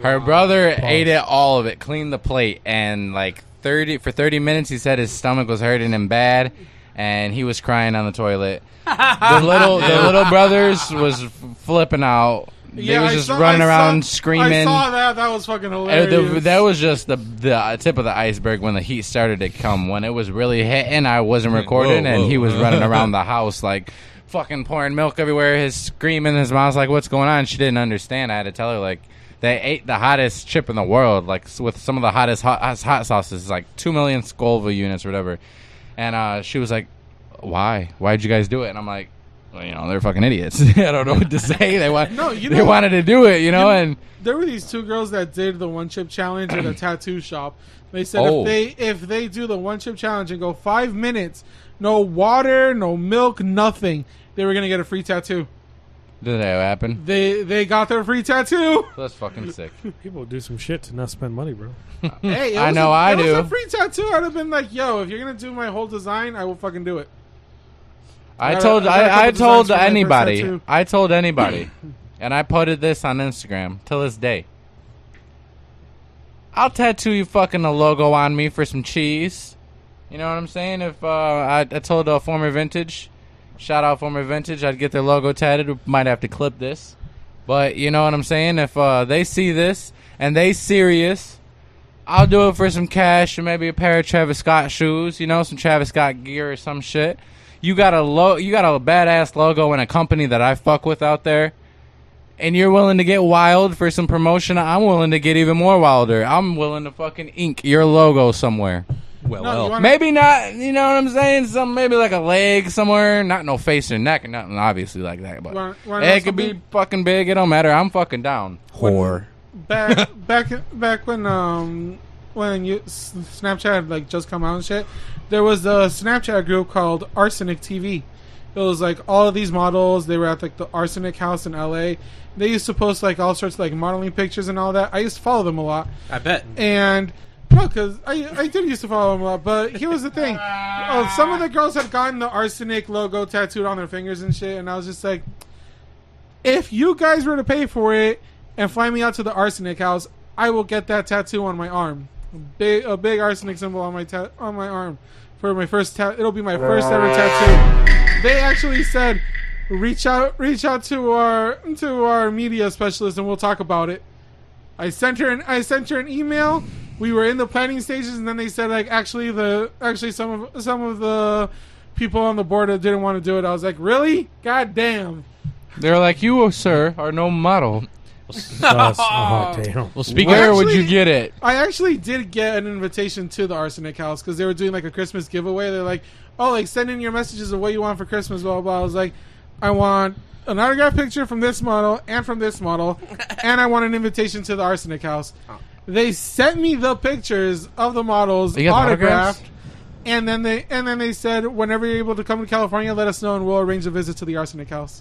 Her brother ate it all of it, cleaned the plate, and like thirty for thirty minutes, he said his stomach was hurting and bad, and he [laughs] was crying on the toilet. The little the little brothers was f- flipping out. he was I just saw- running I saw- around screaming. I saw that. That was fucking Uh, hilarious. the, that was just the the tip of the iceberg when the heat started to come. When it was really hitting, I wasn't recording, Whoa, and whoa. he was running [laughs] around the house like fucking pouring milk everywhere. His screaming. His mom's like, "What's going on?" She didn't understand. I had to tell her like they ate the hottest chip in the world, like s- with some of the hottest hot, hot- hot sauces, like two million Scoville units or whatever. And uh, she was like, "Why? Why'd you guys do it?" And I'm like. Well, you know they're fucking idiots. [laughs] I don't know what to say. They [laughs] want, No, you they know- wanted to do it, you know, you- and there were these two girls that did the one chip challenge [clears throat] at a tattoo shop. They said Oh. if they if they do the one chip challenge and go five minutes, no water, no milk, nothing, they were gonna get a free tattoo. did that happen? They they got their free tattoo. [laughs] That's fucking sick. People do some shit to not spend money, bro. Hey, it Hmm. I was know a, I it do. Was a free tattoo. I'd have been like, yo, if you're gonna do my whole design, I will fucking do it. I I- told I got a I, I couple told designs for my first anybody. tattoo. I told anybody. [coughs] and I posted this on Instagram till this day. I'll tattoo you fucking a logo on me for some cheese. You know what I'm saying? If uh, I, I told uh, former vintage, shout out former vintage, I'd get their logo tatted. We Might have to clip this, but you know what I'm saying? If uh, they see this and they serious, I'll do it for some cash and maybe a pair of Travis Scott shoes, you know, some Travis Scott gear or some shit. You got a lo- you got a badass logo and a company that I fuck with out there. And you're willing to get wild for some promotion, I'm willing to get even more wilder. I'm willing to fucking ink your logo somewhere. Well, No, you well. wanna- maybe not. You know what I'm saying? Some maybe like a leg somewhere, not no face or neck, nothing obviously like that. But Wanna- wanna know it could be something? fucking big. It don't matter. I'm fucking down. Whore. back back back when um when you S- Snapchat had, like just come out and shit, there was a Snapchat group called Arsenic TV. It was like all of these models. They were at like the Arsenic House in LA. They used to post like all sorts of like modeling pictures and all that. I used to follow them a lot. I bet. And no, because I, I did used to follow him a lot, but here was the thing. oh, some of the girls had gotten the arsenic logo tattooed on their fingers and shit, and I was just like, if you guys were to pay for it and fly me out to the arsenic house, I will get that tattoo on my arm. A big, a big arsenic symbol on my ta- on my arm for my first ta- it'll be my first ever tattoo. They actually said reach out reach out to our to our media specialist and we'll talk about it. I sent her an I sent her an email. We were in the planning stages, and then they said like actually the actually some of some of the people on the board didn't want to do it. I was like, really? God damn! They're like, you, sir, are no model. [laughs] Oh, damn. Well, speaking where would Actually- you get it? I actually did get an invitation to the arsenic house because they were doing like a Christmas giveaway. They're like, oh, like send in your messages of what you want for Christmas, blah blah. blah. I was like, I want an autograph picture from this model and from this [laughs] model, and I want an invitation to the arsenic house. Oh. They sent me the pictures of the models You got the autographs? autographed. And then they and then they said, whenever you're able to come to California, let us know and we'll arrange a visit to the arsenic house.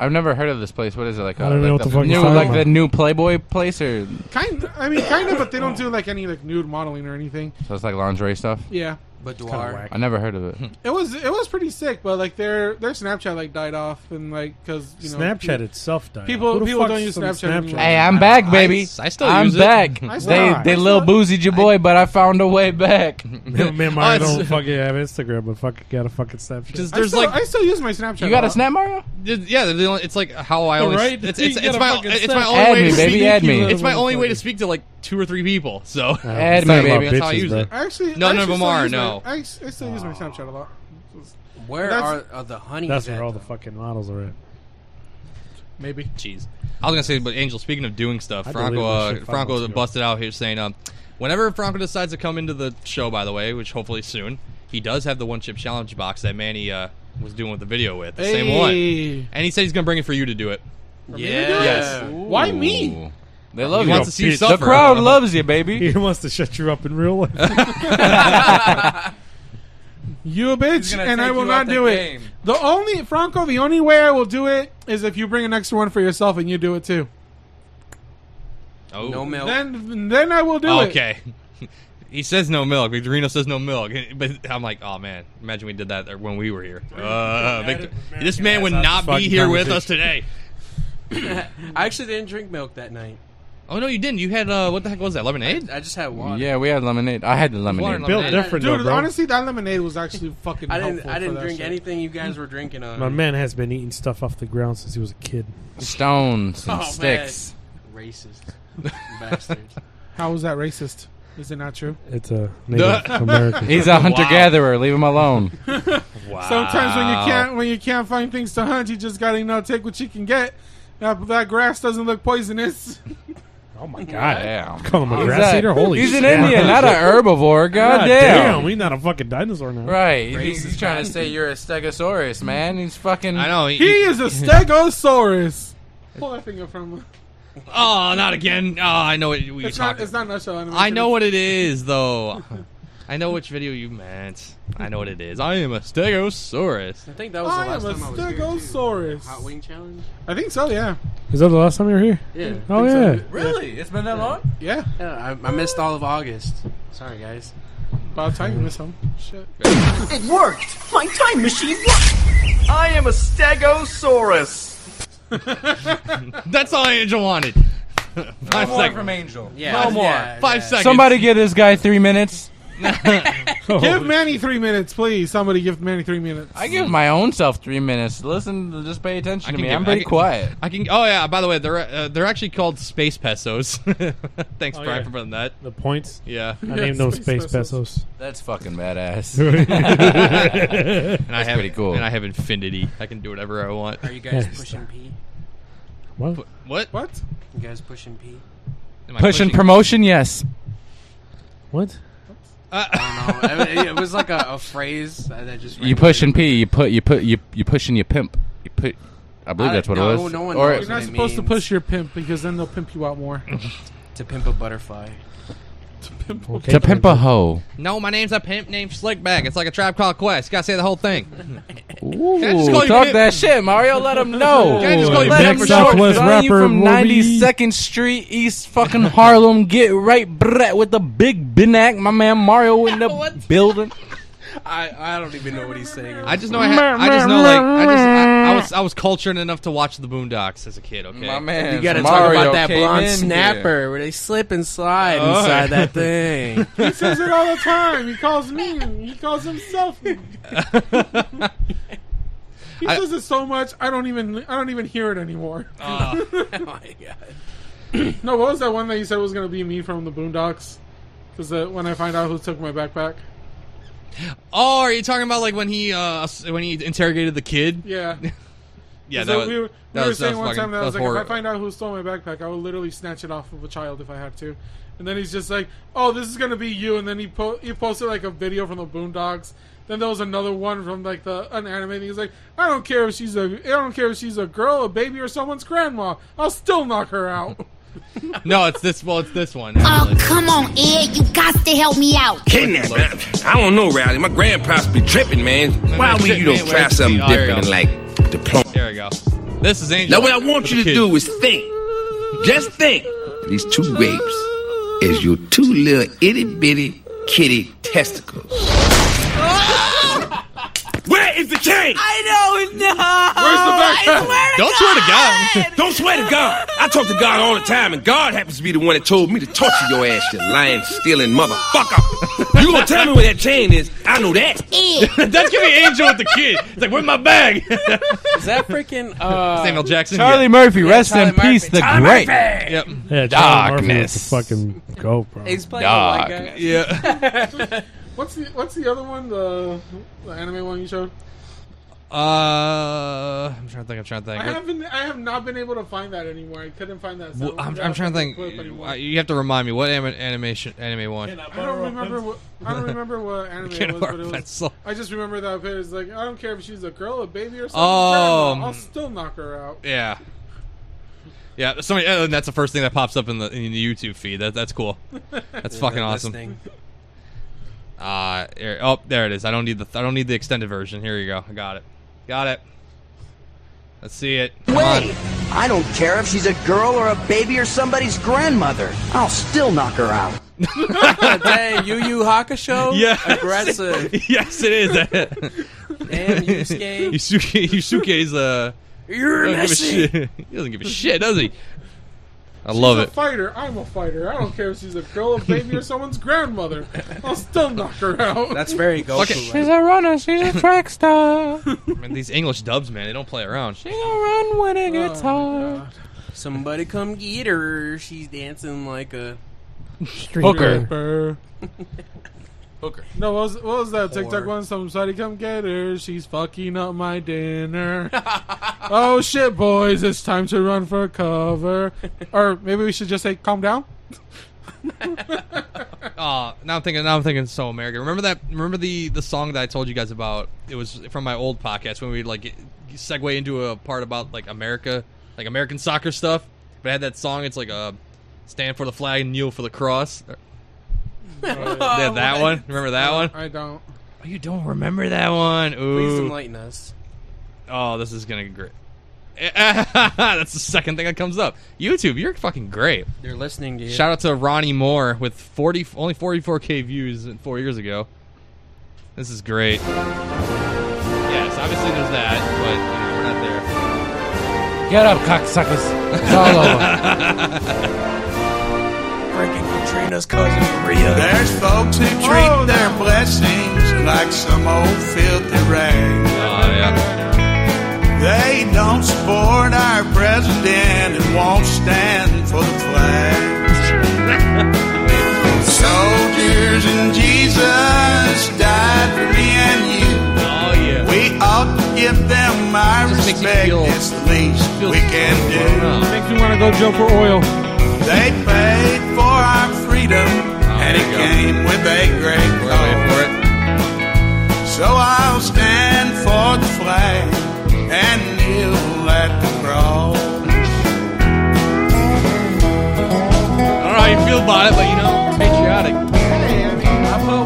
I've never heard of this place. What is it like? I don't like know what the, the fuck new, you're talking like the about. new Playboy place, or Kind, I mean, kind of, but they don't do like any like nude modeling or anything. so it's like lingerie stuff. Yeah, Boudoir. I never heard of it. It was it was pretty sick, but like their their Snapchat like died off and like because you know Snapchat pe- itself died. People Who the people fuck's don't use on Snapchat. anymore. hey, I'm back, baby. I- I still I'm use it. back. I still- They I they still- little boozed your boy, but I found a way back. [laughs] Me and Mario Oh, don't it's- fucking have Instagram, but fucking got a fucking Snapchat. Just- I there's still, like- I still use my Snapchat. You got a lot. snap, Mario? Yeah, they're the only- it's like how I All always. right. It's, You it's, gotta it's my fucking it's snap. my only Add way me, to baby, speak. add me. It's my Motherfucker. only way to speak to like two or three people. So Add [laughs] me, baby. That's how I bitches, use bro. it. I actually None I of actually them still are, use my- no. I, I still use my Snapchat a lot. Where That's- are, are the honeys That's at, where all the though? fucking models are at. Maybe Jeez. I was gonna say, but Angel, speaking of doing stuff, I Franco deleted my uh, shit five Franco months ago. busted out here saying, um, whenever Franco decides to come into the show, by the way, which hopefully soon, he does have the one chip challenge box that Manny uh, was doing with the video with, the same Hey. one, and he said he's gonna bring it for you to do it. Yeah. Yes. Why me? Ooh. They love He you. wants to see you the suffer. crowd loves you, baby. [laughs] He wants to shut you up in real life. [laughs] [laughs] uh, [laughs] You a He's bitch, gonna and I take will you not off the do game. it. The only Franco, the only way I will do it is if you bring an extra one for yourself and you do it too. Oh. No milk. Then then I will do it. okay. [laughs] he says no milk. Victorino says no milk. [laughs] But I'm like, oh man, imagine we did that when we were here. Uh, Victor, this man would That's not not the be here with fucking [coughs] us today. I actually didn't drink milk that night. Oh no, you didn't. You had uh, what the heck was that? Lemonade? I, just had water. Yeah, we had lemonade. I had the lemonade. Water Built lemonade. different Dude, though, bro. honestly, that lemonade was [laughs] actually fucking. I didn't. helpful I for didn't that drink shit. anything you guys were drinking on. My man has been eating stuff off the ground since he was a kid. Stones Oh and man, sticks. [laughs] racist bastards. How was that racist? Is it not true? It's a [laughs] [laughs] Native [laughs] American. He's a hunter gatherer. Leave him alone. Sometimes when you can't when you can't find things to hunt, you just gotta you know take what you can get. That, that grass doesn't look poisonous. [laughs] Oh my God damn. Call him a He's grass a- eater. Holy he's an shit. Indian, not [laughs] a herbivore. God damn. damn. He's not a fucking dinosaur now. Right. He's, he's trying to say you're a stegosaurus, man. He's fucking. I Oh, know. He [laughs] is a stegosaurus. Pull that finger from him. Oh, not again. Oh, I know what we It's talk. not. It's not nutshell animation. I know what it [laughs] is, though. I know which video you meant. I know what it is. I am a stegosaurus. I think that was I the last am a time I was here. too. stegosaurus. Hot wing challenge. I think so. Yeah. Is that the last time you were here? Yeah. Oh Think so. yeah. Really? It's been that long? Yeah. yeah I, I missed all of August. Sorry, guys. About time you miss home. [laughs] Shit. It worked! My time machine worked! I am a stegosaurus! That's all Angel [laughs] wanted. Five more seconds. from Angel. Yeah. No more. Five seconds. Somebody give this guy [laughs] three minutes. give Manny three minutes, please. Somebody give Manny three minutes. I give my own self three minutes. Listen, just pay attention to me. give- I'm pretty can- quiet. I can. Oh yeah. By the way, they're uh, they're actually called space pesos. [laughs] Thanks, Oh, Brian, yeah. for putting that. The points? Yeah. I named those space pesos. That's fucking [laughs] badass. and I That's have pretty cool. And I have infinity. I can do whatever I want. Are you guys Yes. pushing P? What? What? What? You guys pushing P? Am I Pushing promotion, yes. What? I don't know. It- it was like a, a phrase that I just. You pushing P. You put. You put. You you pushing your pimp. You put. I believe I- that's what no, it was. no one or knows You're not it supposed to means. push your pimp because then they'll pimp you out more. [laughs] To pimp a butterfly. to pimp a hoe. No, my name's a pimp named Slickback. It's like a trap called Quest. Gotta say the whole thing. Ooh, I just call you talk pimp? that shit, Mario. Let him [laughs] know. Can I just call you let pimp him for know. short? Son, you Rapper from will ninety second Street, East fucking Harlem. Get right brat with the big binak, my man Mario [laughs] in the building. I, I don't even know what he's saying. I just know I, ha- I just know like I just I, I was I was cultured enough to watch the Boondocks as a kid. Okay, My man, You gotta Mario talk about that came blonde in snapper here. where they slip and slide Oh. inside [laughs] that thing. he says it all the time. He calls me. He calls himself. me. he I- says it so much. I don't even. I don't even hear it anymore. Ah. Oh. my god. [laughs] no, what was that one that you said was gonna be me from the Boondocks? Because uh, when I find out who took my backpack, Oh, are you talking about like when he uh s- when he interrogated the kid? yeah. Yeah, 'Cause that it- was we were, that we were was- that saying was one fucking- time that, that I was was like, if I horrible. find out who stole my backpack, I would literally snatch it off of a child if I had to. And then he's just like, "Oh, this is gonna be you." And then he po- he posted like a video from the Boondocks. Then there was another one from like the an anime. And he's like, "I don't care if she's a I don't care if she's a girl, a baby, or someone's grandma. I'll still knock her [laughs] out." No, it's this. Well, it's this one. Oh, come on, Ed. You got to help me out. Kidnap. I don't know, Rowdy. My grandpa's be tripping, man. Why that's would it, you don't man. try Where's something the- there different you and go. like diploma? There we go. This is Angel. Now, what I want you to do is think. Just think. These two grapes is your two little itty bitty kitty testicles. Where is the chain? I don't know! [laughs] Don't Oh, swear to God. Don't swear to God. I talk to God all the time, and God happens to be the one that told me to torture your ass, you lying, stealing motherfucker. You gonna tell me where that chain is? I know that. Eh. [laughs] That's gonna be Angel with the kid. It's like, where's my bag? Is that freaking uh, Samuel Jackson. Charlie yeah. [laughs] Murphy, rest in peace, the great. Yep. Yeah, Charlie Murphy was the fucking go, bro. He's playing a white guy. Darkness. Yeah. [laughs] what's the What's the other one? The the anime one you showed. Uh, I'm trying to think. I'm trying to think. I haven't. I have not been able to find that anymore. I couldn't find that. Well, sound. I'm, Yeah, I'm trying to fucking think. clip anymore. Uh, You have to remind me what anima- animation anime one. I don't remember what I don't remember [laughs] what anime Can't it was, but borrow it a was. pencil. I just remember that it was like I don't care if she's a girl, a baby, or something. Oh, I'll mm. still knock her out. Yeah. Yeah, somebody, uh, and that's the first thing that pops up in the in the YouTube feed. That that's cool. That's Yeah, fucking that- awesome. listening. Uh, here- oh, there it is. I don't need the I don't need the extended version. Here you go. I got it. Got it. Let's see it. Come on. Wait! I don't care if she's a girl or a baby or somebody's grandmother. I'll still knock her out. Dang, Yu Yu Hakusho? [laughs] Yes. Aggressive. yes, it is. Damn, [laughs] Yusuke. Yusuke. Yusuke's uh. You're doesn't give a [laughs] messy. shit. He doesn't give a shit, does he? I love she's [laughs] it. a fighter. I'm a fighter. I don't care if she's a girl, a baby, or someone's grandmother. I'll still knock her out. That's very Goku. Fuck it. She's a runner. She's a [laughs] track star. Man, these English dubs, man, they don't play around. run with a guitar. Oh, Somebody come get her. She's dancing like a Hooker. Hooker. No, what was, what was that TikTok Whore. one? Somebody come get her. She's fucking up my dinner. [laughs] oh shit, boys! It's time to run for cover. or maybe we should just say, "Calm down." Oh, now I'm thinking. Now I'm thinking. So American. Remember that? Remember the the song that I told you guys about? It was from my old podcast when we like get- segue into a part about like America, like American soccer stuff. But I had that song. It's like uh stand for the flag and kneel for the cross. [laughs] yeah, Oh, that one. Remember that one? Oh, I don't. You don't remember that one? Please Ooh. enlighten us. Oh, this is gonna be great. [laughs] That's the second thing that comes up. YouTube, you're fucking great. They're listening to you. Shout out to [laughs] Ronnie Moore with 40 only 44k views four years ago. This is great. Yes, obviously there's that, but you know, we're not there. [laughs] Get up, cocksuckers. It's all [laughs] Freaking Katrina's cousin Maria. There's folks who treat their blessings like some old filthy rag. Oh, yeah. They don't support our president and won't stand for the [laughs] flag. Soldiers and Jesus died for me and you. Oh, yeah. We ought to give them our respect. it's the least we can do. Makes me want to go Joe for oil. They paid for our freedom, and it came with a great cost. So I'll stand for the flag and kneel at the cross. I don't know how you feel about it, but you know, patriotic. I put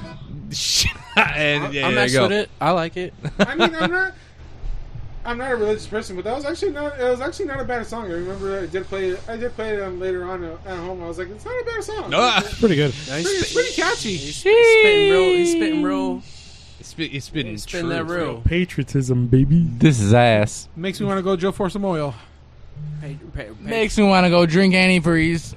what I felt. and yeah, I there messed you go. with it. I like it. I mean, I'm not. I'm not a religious person, but that was actually not. It was actually not a bad song. I remember I did play. I did play it um, later on at at home. I was like, it's not a bad song. it's pretty good. pretty, it's pretty catchy. ah. He's spitting real. He's spitting real. He's spit- he's spitting spitting that truth. real. Patriotism, baby. This is ass. Makes me want to go Joe for some oil. Hey, hey, hey. Makes me want to go drink antifreeze.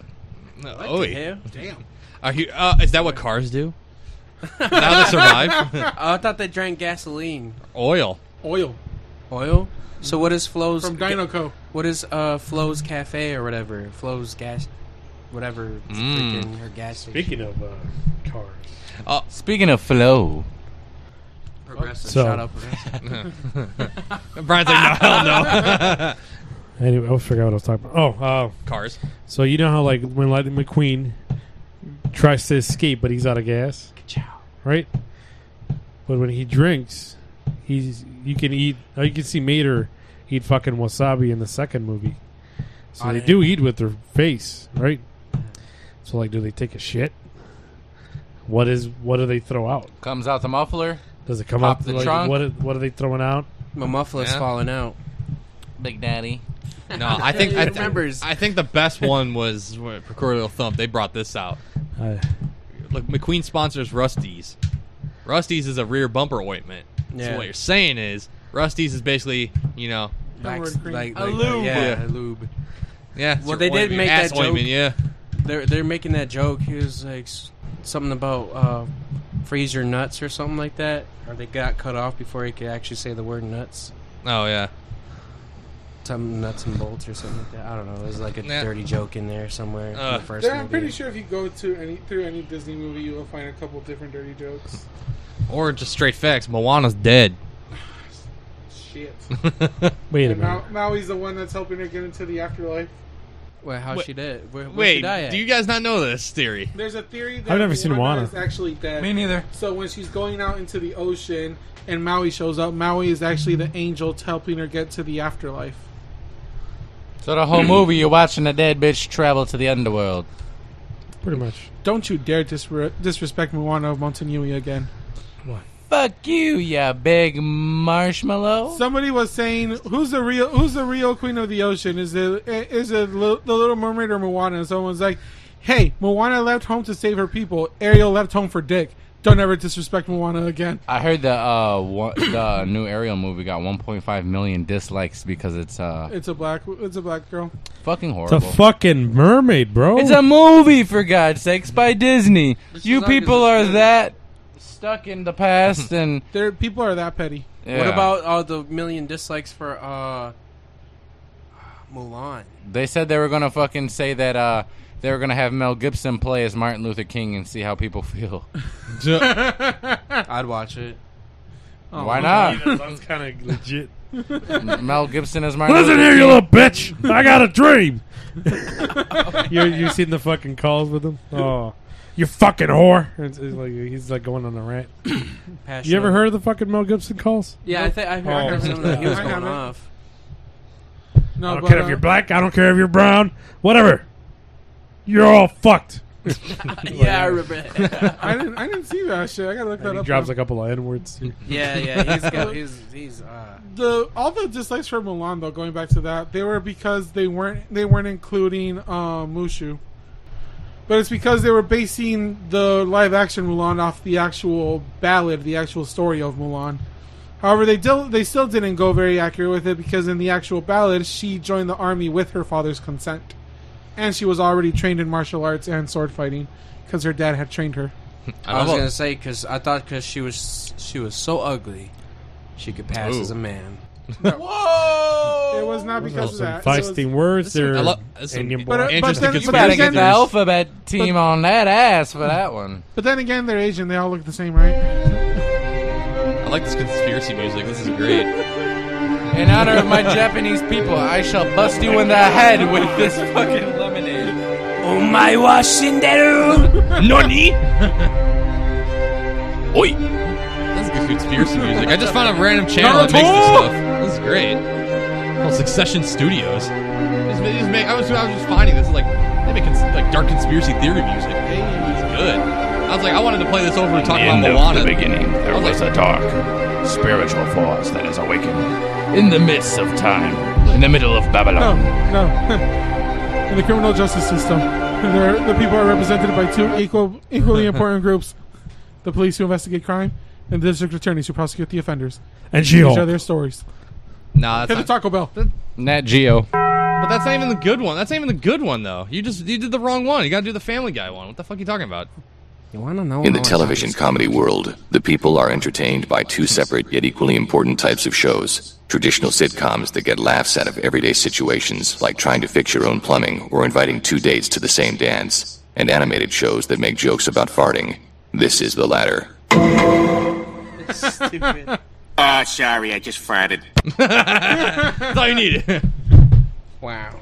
No, What oh, the yeah. hell? Damn. Are you, uh, is that what cars do? [laughs] now they survive? Oh, [laughs] I thought they drank gasoline. Oil. Oil. [laughs] Oil. So what is Flo's From Dinoco. What is uh Flo's Cafe or whatever? Flo's gas, whatever. Mm. Freaking her gas. station. Speaking of uh, cars, Oh, Speaking of flow, progressive. So- Shout out progressive. [laughs] [laughs] Brian's like, no, hell no. Anyway, I forgot what I was talking about. Oh, uh, Cars. So you know how like when Lightning McQueen tries to escape, but he's out of gas, right? But when he drinks, he's you can eat. Oh, you can see Mater eat fucking wasabi in the second movie. So Oh, they yeah. do eat with their face, right? So like, do they take a shit? What is what do they throw out? comes out the muffler. Does it come Pop up the like, trunk. What what are they throwing out? My muffler's Yeah. falling out. Big Daddy. No, I [laughs] think He I, th- remembers. I think the best one was when Procorial Thump. They brought this out. Uh, Look, McQueen sponsors Rusty's. Rusty's is a rear bumper ointment. So Yeah. what you're saying is Rusty's is basically, you know, Wax- Hemorrhoid like, cream. like, Yeah, a lube. yeah. it's Well, your they did ointment, make ass that joke. ointment, yeah. They're they're making that joke. He was like s- something about uh, freeze your nuts or something like that. Or they got cut off before he could actually say the word nuts. Oh yeah. Some nuts and bolts or something like that. I don't know. There's like a Nah. dirty joke in there somewhere. from Uh. the first There, I'm movie. pretty sure if you go to any through any Disney movie, you will find a couple different dirty jokes. Or just straight facts. Moana's dead. [laughs] Shit. Wait a and minute. Mau- Maui's the one that's helping her get into the afterlife. Wait, how Wait. she did? Where, where Wait, she die at? do you guys not know this theory? There's a theory that I've never seen Moana Moana. is actually dead. Me neither. So when she's going out into the ocean and Maui shows up, Maui is actually the angel helping her get to the afterlife. So the whole movie, you're watching a dead bitch travel to the underworld. Pretty much. Don't you dare disre- disrespect Moana of Montanui again. Fuck you, ya big marshmallow. Somebody was saying, "Who's the real? Who's the real queen of the ocean? Is it is it Li- the Little Mermaid or Moana?" And someone's like, "Hey, Moana left home to save her people. Ariel left home for dick. Don't ever disrespect Moana again. I heard the uh one, [coughs] the new Ariel movie got 1.5 million dislikes because it's uh It's a black. It's a black girl. fucking horrible. It's a fucking mermaid, bro. It's a movie for God's sakes by Disney. You not 'cause people it's are good. that stuck in the [laughs] past and There, people are that petty. Yeah. What about all the million dislikes for uh, [laughs] Mulan? they said they were gonna fucking say that uh they were gonna have Mel Gibson play as Martin Luther King and see how people [laughs] feel. I'd watch it. Oh, Why not? [laughs] [laughs] That sounds [laughs] kind of legit. Mel Gibson as Martin. Listen Luther here, you King. little bitch. I got [laughs] a dream. [laughs] you you seen the fucking calls with him? Oh, you fucking whore. It's, it's like he's like going on [coughs] a rant. you ever heard of the fucking Mel Gibson calls? Oh. Yeah, I think I heard, I heard something [laughs] that he was going off. No, I don't but, care uh, if you're black. I don't care if you're brown. Whatever. You're all fucked. [laughs] [laughs] [laughs] yeah, I remember that. [laughs] [laughs] I didn't. I didn't see that shit. I gotta look that And he up. drops now. a couple of n words. yeah, yeah, he's [laughs] got [laughs] he's he's uh, the all the dislikes for Milan though. Going back to that, they were because they weren't they weren't including uh, Mushu, but it's because they were basing the live action Mulan off the actual ballad, the actual story of Mulan. However, they dil- they still didn't go very accurate with it because in the actual ballad, she joined the army with her father's consent, and she was already trained in martial arts and sword fighting because her dad had trained her. I, was gonna say because I thought because she was she was so ugly, she could pass Ooh. as a man. Whoa! It was not Those because of are that. some It was- feisty words Listen, there, I love- listen, Indian boy. but, uh, Interesting but then- You gotta get the alphabet team on that ass for that one. But then again, they're Asian. They all look the same, right? I like this conspiracy music. This is great. In honor of my Japanese people, I shall bust you in the head with this fucking lemonade. Oh my wa [laughs] shinderu. [laughs] Nani? Oi! That's good conspiracy music. I just found a random channel that makes this stuff. This is great. Called Succession Studios. This- this make- I, was, I was just finding this like they make cons- like dark conspiracy theory music. It's good. I was like, I wanted to play this over to talk about end of Moana. the beginning, there I was like, a dark, spiritual force that is awakened in the midst of time, in the middle of No, Babylon. no. [laughs] In the criminal justice system, there- the people are represented by two equal, equally [laughs] important groups: the police who investigate crime, and the district attorneys who prosecute the offenders. And These She-Hulk. are their stories. Nah, Here's that's the Taco Bell. Nat Geo. But that's not even the good one. That's not even the good one though. You just you did the wrong one. You gotta do the Family Guy one. What the fuck are you talking about? You wanna know? In the television comedy world, the people are entertained by two separate yet equally important types of shows. Traditional sitcoms that get laughs out of everyday situations like trying to fix your own plumbing or inviting two dates to the same dance, and animated shows that make jokes about farting. This is the latter. Stupid. Ah, sorry, I just farted. [laughs] that's all you need. [laughs] wow.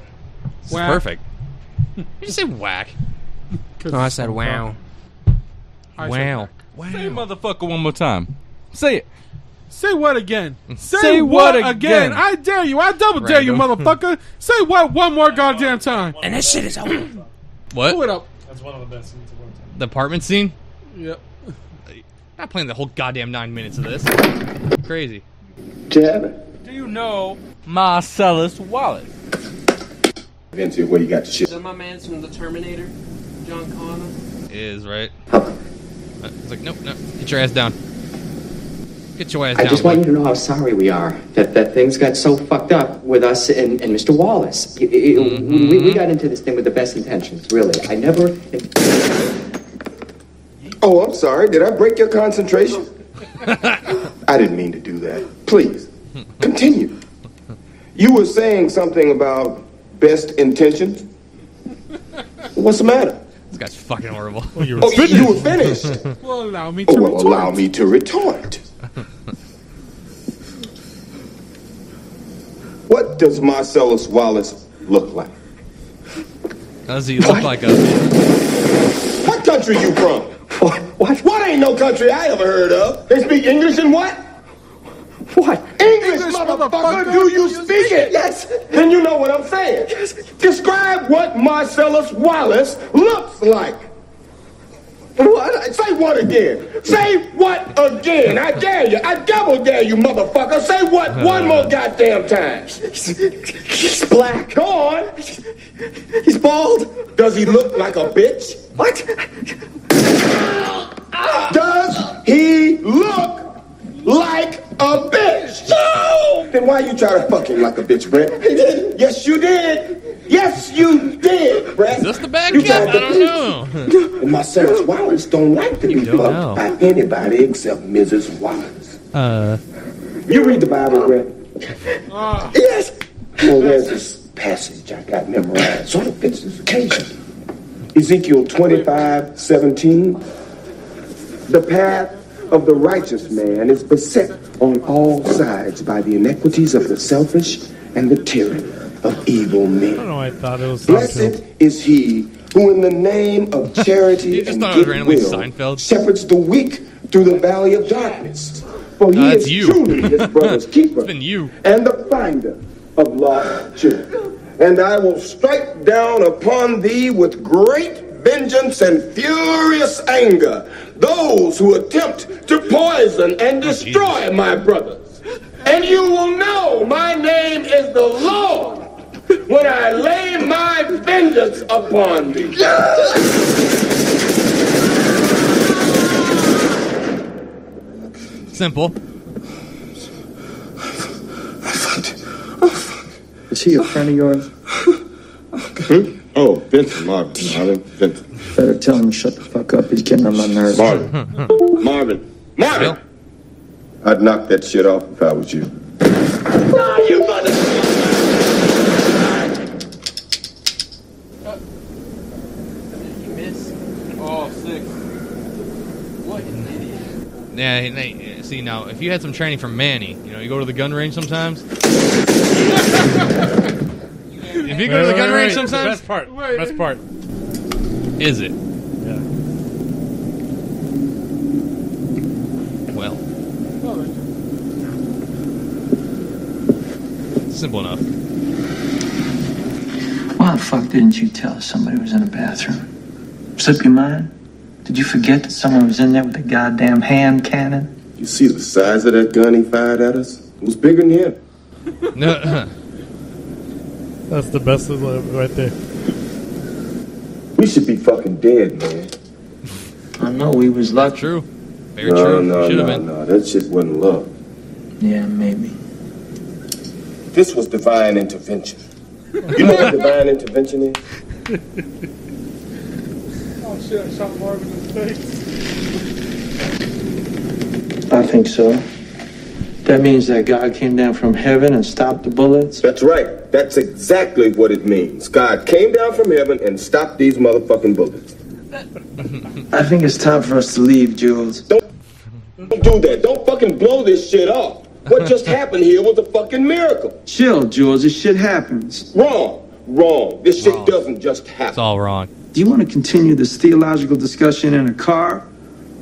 This is Whack. perfect. [laughs] Did you say whack? Oh, No, Oh, I said wow. I said Wow. Wow. Say motherfucker one more time. Say it. Say what again? Say, Say what, what again? again? I dare you. I double dare you, Random. [laughs] motherfucker. Say what one more goddamn time. And that shit is over. [laughs] What? Pull it up. That's one of the best scenes of all time. The apartment scene? Yep. Not playing the whole goddamn nine minutes of this. Crazy. Do you know [laughs] Marcellus Wallace? Into where you got the shit. Is that my man's from the Terminator, John Connor? Is right. Uh, It's like nope, nope. Get your ass down. Get your ass I down. just want you to know how sorry we are that, that things got so fucked up with us and, and Mr. Wallace. It- it- we, Mm-hmm. we got into this thing with the best intentions, really. I never. Oh, I'm sorry. Did I break your concentration? [laughs] I didn't mean to do that. Please, continue. You were saying something about best intentions. What's the matter? This guy's fucking horrible. Oh, you were finished. [laughs] Well, allow me to Oh, well, retort. allow me [laughs] to retort. what does Marcellus Wallace look like? Does he look like a? What country you from? What? What? ain't no country I ever heard of? They speak English and what? What? English, motherfucker, do you speak it? Yes. Then you know what I'm saying. Yes. Describe what Marcellus Wallace looks like. What? Say what again? Say what again? I dare you. I double dare you, motherfucker. Say [laughs] what one more goddamn time. He's black. Go on. He's bald. Does he look like a bitch? What? Does he look like a bitch? Then why you try to fuck him like a bitch, Brett? He did. [laughs] Yes, you did. Yes, you did, Brett. Is this the bad guy? I don't know. and [laughs] my Sarah Wallace don't like to be fucked by anybody except Mrs. Wallace. Uh, You read the Bible, Brett. yes. Uh. Well, there's this passage I got memorized. Sort of fits this occasion. Ezekiel 25, 17. The path of the righteous man is beset on all sides by the iniquities of the selfish and the tyranny of evil men. don't know. why I thought it was Seinfeld. Blessed is he who, in the name of charity just and thought it was randomly goodwill, shepherds the weak through the valley of darkness. For he No, that's is you. [laughs] truly his brother's keeper It's been you. and the finder of lost children. And I will strike down upon thee with great vengeance and furious anger those who attempt to poison and Oh, destroy my brothers. And you will know my name is the Lord when I lay my vengeance upon thee. Simple. Is he a friend of yours? Hmm? Oh, Vincent, Marvin, Marvin, Vincent. Better tell him to shut the fuck up. He's getting on my nerves. Marvin. Oh, Marvin. Marvin! I'd knock that shit off if I was you. Oh, six. What an idiot. Yeah, and they- see now, if you had some training from Manny, you know, you go to the gun range sometimes. [laughs] if you go to the Wait, gun wait, range wait, the sometimes, Best part. Best part. is it? Well, simple enough. Why the fuck didn't you tell us somebody was in the bathroom? Slip your mind? Did you forget that someone was in there with a goddamn hand cannon? You see the size of that gun he fired at us? It was bigger than him. That's the best of the- right there. We should be fucking dead, man. I know we was lucky. True. Very no, true. No, Should no, have been. no. That shit wasn't love. Yeah, maybe. This was divine intervention. You know what divine intervention is? Oh shit! I shot Marvin in the face. I think so. That means that God came down from heaven and stopped the bullets? That's right. That's exactly what it means. God came down from heaven and stopped these motherfucking bullets. I think it's time for us to leave, Jules. Don't do that. Don't fucking blow this shit off. What [laughs] just happened here was a fucking miracle. Chill, Jules. This shit happens. Wrong. Wrong. This shit doesn't just It's happen. all wrong. Do you want to continue this theological discussion in a car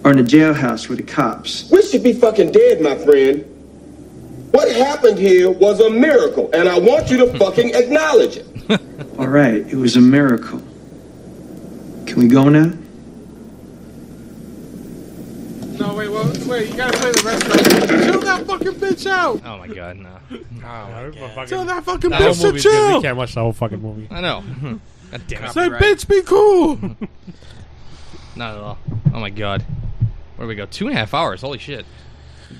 or in a jailhouse with the cops? We should be fucking dead, my friend. What happened here was a miracle, and I want you [laughs] to fucking acknowledge it. All right, it was a miracle. Can we go now? No, wait, well, wait. You gotta play the rest of it. Chill that fucking bitch out. Oh my god, no. Tell that fucking That whole bitch to movie's good. chill. We can't watch the whole fucking movie. I know. God damn it. Say, bitch, be [laughs] cool. Not at all. Oh my god. Where do we go? Two and a half hours. Holy shit.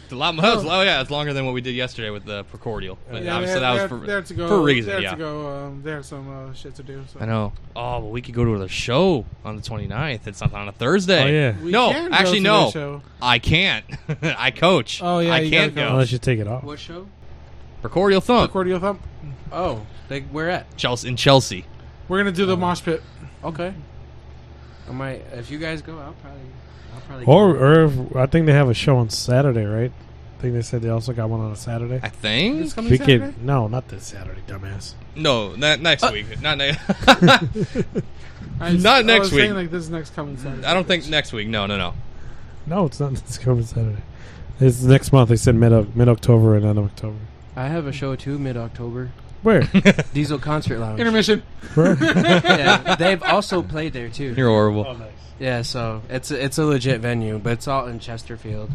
It's a lot. [laughs] That was, oh yeah, it's longer than what we did yesterday with the Procordial. But Yeah, obviously they that had- was they for, had- they had to go, for a reason. They had yeah. to go. Um, they have some uh, shit to do. So. I know. Oh, but we could go to the show on the 29th. It's not on a Thursday. Oh, yeah. We no, can go actually, to no. the show. I can't. [laughs] I coach. Oh, yeah, I you can't gotta go. go. Unless you take it off. What show? Procordial Thump. Cordial thump. Oh, they where at? Chelsea in Chelsea. We're gonna do the mosh pit. Okay. I might. If you guys go, I'll probably. I'll probably. Or, or if, I think they have a show on Saturday, right? I think they said they also got one on a Saturday. I think. This coming we could- Saturday? Uh, no, not this Saturday, dumbass. No, not next [laughs] week. Not ne- [laughs] I was- Not Uh. I next was week. saying, like, this next coming Saturday. I don't think next week. No, no, no. No, it's not [laughs] this coming Saturday. It's next month. They said mid mid October and end of October. I have a show too mid October. [laughs] Where? Diesel Concert Lounge. Intermission. [laughs] yeah, they've also played there too. You're horrible. Oh, Yeah, so it's a, it's a legit venue, but it's all in Chesterfield.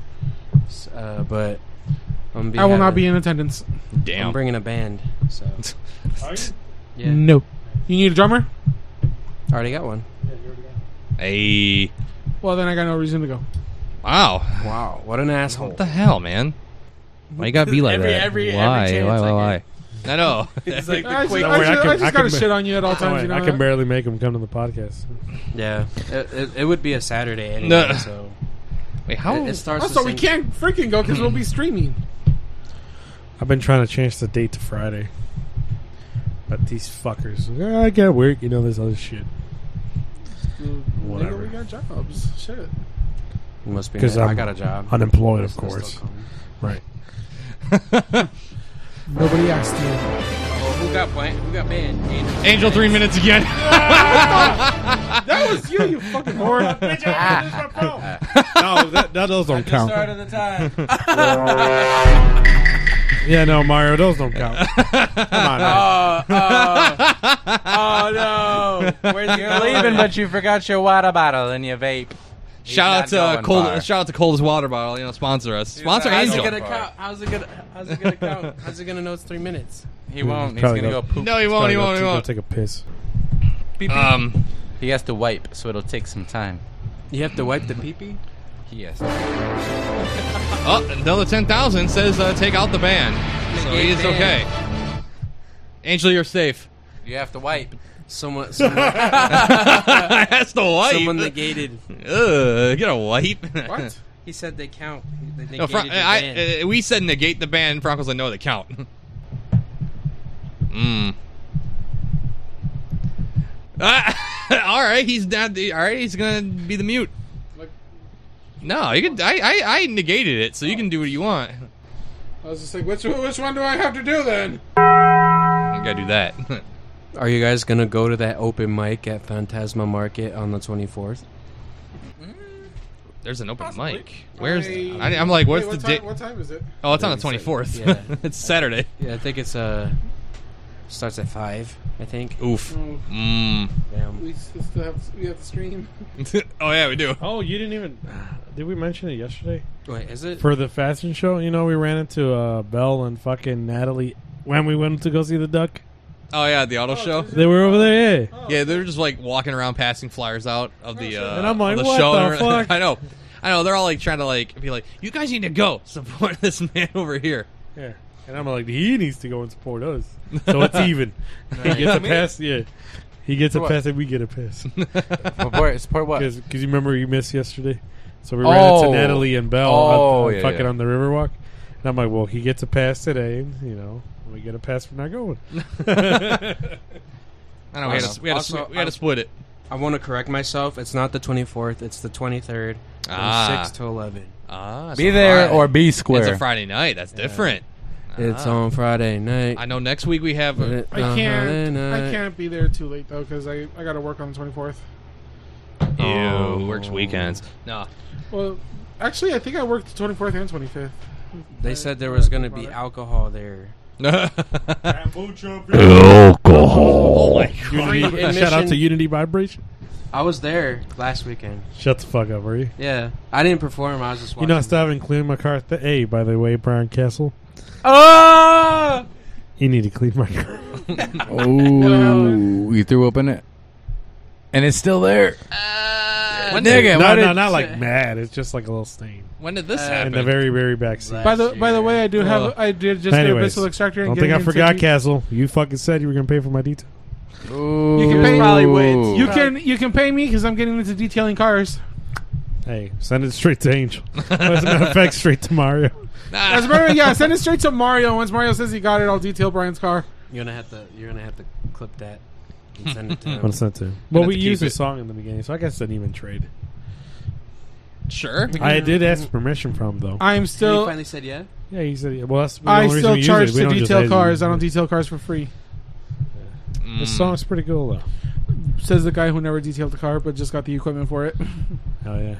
S- Uh, but I'm I will not be in attendance. I'm bringing a band. [laughs] So Yeah. No. You need a drummer? already got one. Hey. Well, then I got no reason to go. Wow. Wow. What an asshole. What the hell, man? Why you gotta be like Every- that? every- every why? chance why? I Why? Why? I [laughs] know. It's [laughs] like I just- the quake. I just- I just gotta shit on you at all Don't times, worry, you know I can that? barely make him come to the podcast. Yeah. It, it, it would be a Saturday anyway. No. So. Wait, how- It, it starts. Also, the we same- can't freaking go because we'll [clears throat] be streaming. I've been trying to change the date to Friday, but these fuckers, "Ah, I got work, you know this other shit. Nigga, we got jobs. Shit. Must be. Because nice. I'm I got a job. unemployed, That's- of that's course. still cool. Right. [laughs] Nobody asked you. Well, Oh, who got banned? Who got banned? Angel. Angel, three minutes again. that was you, you fucking [laughs] whore. Bitch, I finished my phone. [laughs] no, that, that those don't count. Start of the time. [laughs] yeah, no, Mario, those don't [laughs] count. Come on, Uh, Oh, man. oh, oh [laughs] no! Where's You're leaving, but you forgot your water bottle and your vape. He's not shout out to uh, going cold. far. Shout out to Coldest Water Bottle. You know, sponsor us. Sponsor how's Angel. It gonna count? How's it gonna? How's it gonna count? How's it gonna know it's three minutes? He won't. He's Probably gonna go not. poop. No, he won't. He won't. He Go won't. Take a piss. Um, He has to wipe, so it'll take some time. You have to wipe the pee-pee? He has. Oh, another 10,000 says uh, take out the ban. So he is ban. okay. Angel, you're safe. You have to wipe. [laughs] Someone. That's the wipe. Someone negated. Ugh, get a wipe. What? He said they count. They negated No, Fran- the ban. I, uh, we said negate the ban. Frank was like, no, they count. [laughs] Mm. Ah, [laughs] all right, he's not. The, all right, he's gonna be the mute. No, you can. I, I, I negated it, so you can do what you want. I was just like, which which one do I have to do then? I gotta do that. [laughs] Are you guys gonna go to that open mic at Phantasma Market on the 24th? There's an open mic. Where's? I- I, I'm like, what's Wait, what the time- date? what time is it? Oh, it's on the Thirty seconds. 24th. Yeah. [laughs] it's Saturday. Yeah, I think it's uh starts at five. I think. Oof. Oh. Mm. [laughs] Damn. We still have we have to [laughs] stream. oh yeah, we do. Oh, you didn't even. Did we mention it yesterday? Wait, is it? For the fashion show, you know, we ran into uh, Belle and fucking Natalie when we went to go see the duck. Oh yeah, the auto show. They were over there, yeah. Yeah, they're just like walking around passing flyers out of the uh, And I'm like, of the what show. the fuck? [laughs] I know, I know. They're all like trying to like be like, you guys need to go support [laughs] this man over here. Yeah. And I'm like, he needs to go and support us. So [laughs] it's even. He [laughs] Right. gets a Me? pass, yeah. He gets a For what? pass and we get [laughs] a pass. [laughs] Support, support what? Because you remember you missed yesterday? So we ran Oh. into Natalie and Belle Oh, on, yeah, fucking yeah. on the Riverwalk. And I'm like, well, he gets a pass today, and, you know, we get a pass for not [laughs] going. I know we had to, we had, to, Also, we had to I- split it. I want to correct myself. It's not the 24th. It's the 23rd. From Ah. six to eleven. Ah, Be there or be It's square. a Friday night. That's different. It's Ah. on Friday night. I know. Next week we have. A, I uh-huh. can't. I can't be there too late though because I I gotta work on the twenty fourth. Ew, works weekends. No. Well, actually, I think I worked the twenty fourth and twenty fifth. They said there was going to be alcohol there. Alcohol. Oh my Free Unity- shout out admission. to Unity Vibration. I was there last weekend. Shut the fuck up, are you? Yeah, I didn't perform. I was just You watching. know, I still haven't cleaned my car. Th- hey, by the way, Brian Castle, Ah! oh! you need to clean [laughs] my car. Oh, you threw up in it, and it's still there. When did, Nigga, no, why no, did- not like mad. It's just like a little stain when did this in happen? the very, very back seat. Uh, By the by the way, I do have Ugh. I did just do a Anyways, missile extractor. And don't think I getting into forgot, the- Castle. You fucking said you were gonna pay for my detail. You Ooh. can pay Probably would. You can you can pay me because I'm getting into detailing cars. Hey, send it straight [laughs] to Angel. As a matter of fact, straight to Mario. Ah. As a matter of- yeah, [laughs] send it straight to Mario. Once Mario says he got it, I'll detail Brian's car. You're gonna have to. You're gonna have to clip that. And send [laughs] it to I'm him. gonna send it to him. Well, we used a song in the beginning, so I guess I didn't even trade. sure. I did ask permission from though. I am [laughs] He [laughs] still finally said yeah. yeah, he said. Well, that's the I only reason still we charge use it. We to don't just detail edit cars. it. I don't detail cars for free. Mm. This song's pretty cool though. Says the guy who never detailed the car but just got the equipment for it. [laughs] Hell Oh, yeah.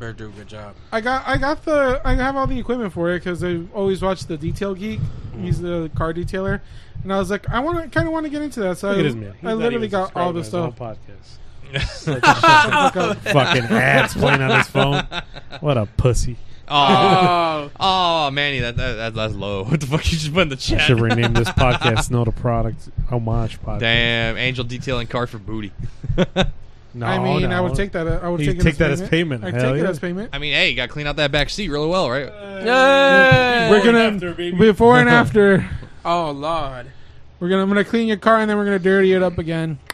Better do a good job. I got I got the I have all the equipment for it because I always watched the Detail Geek. He's the car detailer, and I was like, I want to kind of want to get into that. So Look I, at this man. He's I not literally even got all subscribed the to his stuff. whole podcast. [laughs] Fucking [laughs] Fucking ads playing on [laughs] his phone. What a pussy. [laughs] Oh, oh, Manny, that, that, that that's low. [laughs] What the fuck you just put in the I chat? should [laughs] rename this podcast Not a Product Homage [laughs] Podcast. Damn, Angel detailing car for booty. No, I mean, I no. would take that. uh, I would You take, it take as that as payment. payment, I hell take it yeah. as payment. I mean, hey, you got to clean out that back seat really well, right? We're gonna before and after. [laughs] Oh lord. We're gonna. I'm gonna clean your car and then we're gonna dirty it up again. [laughs]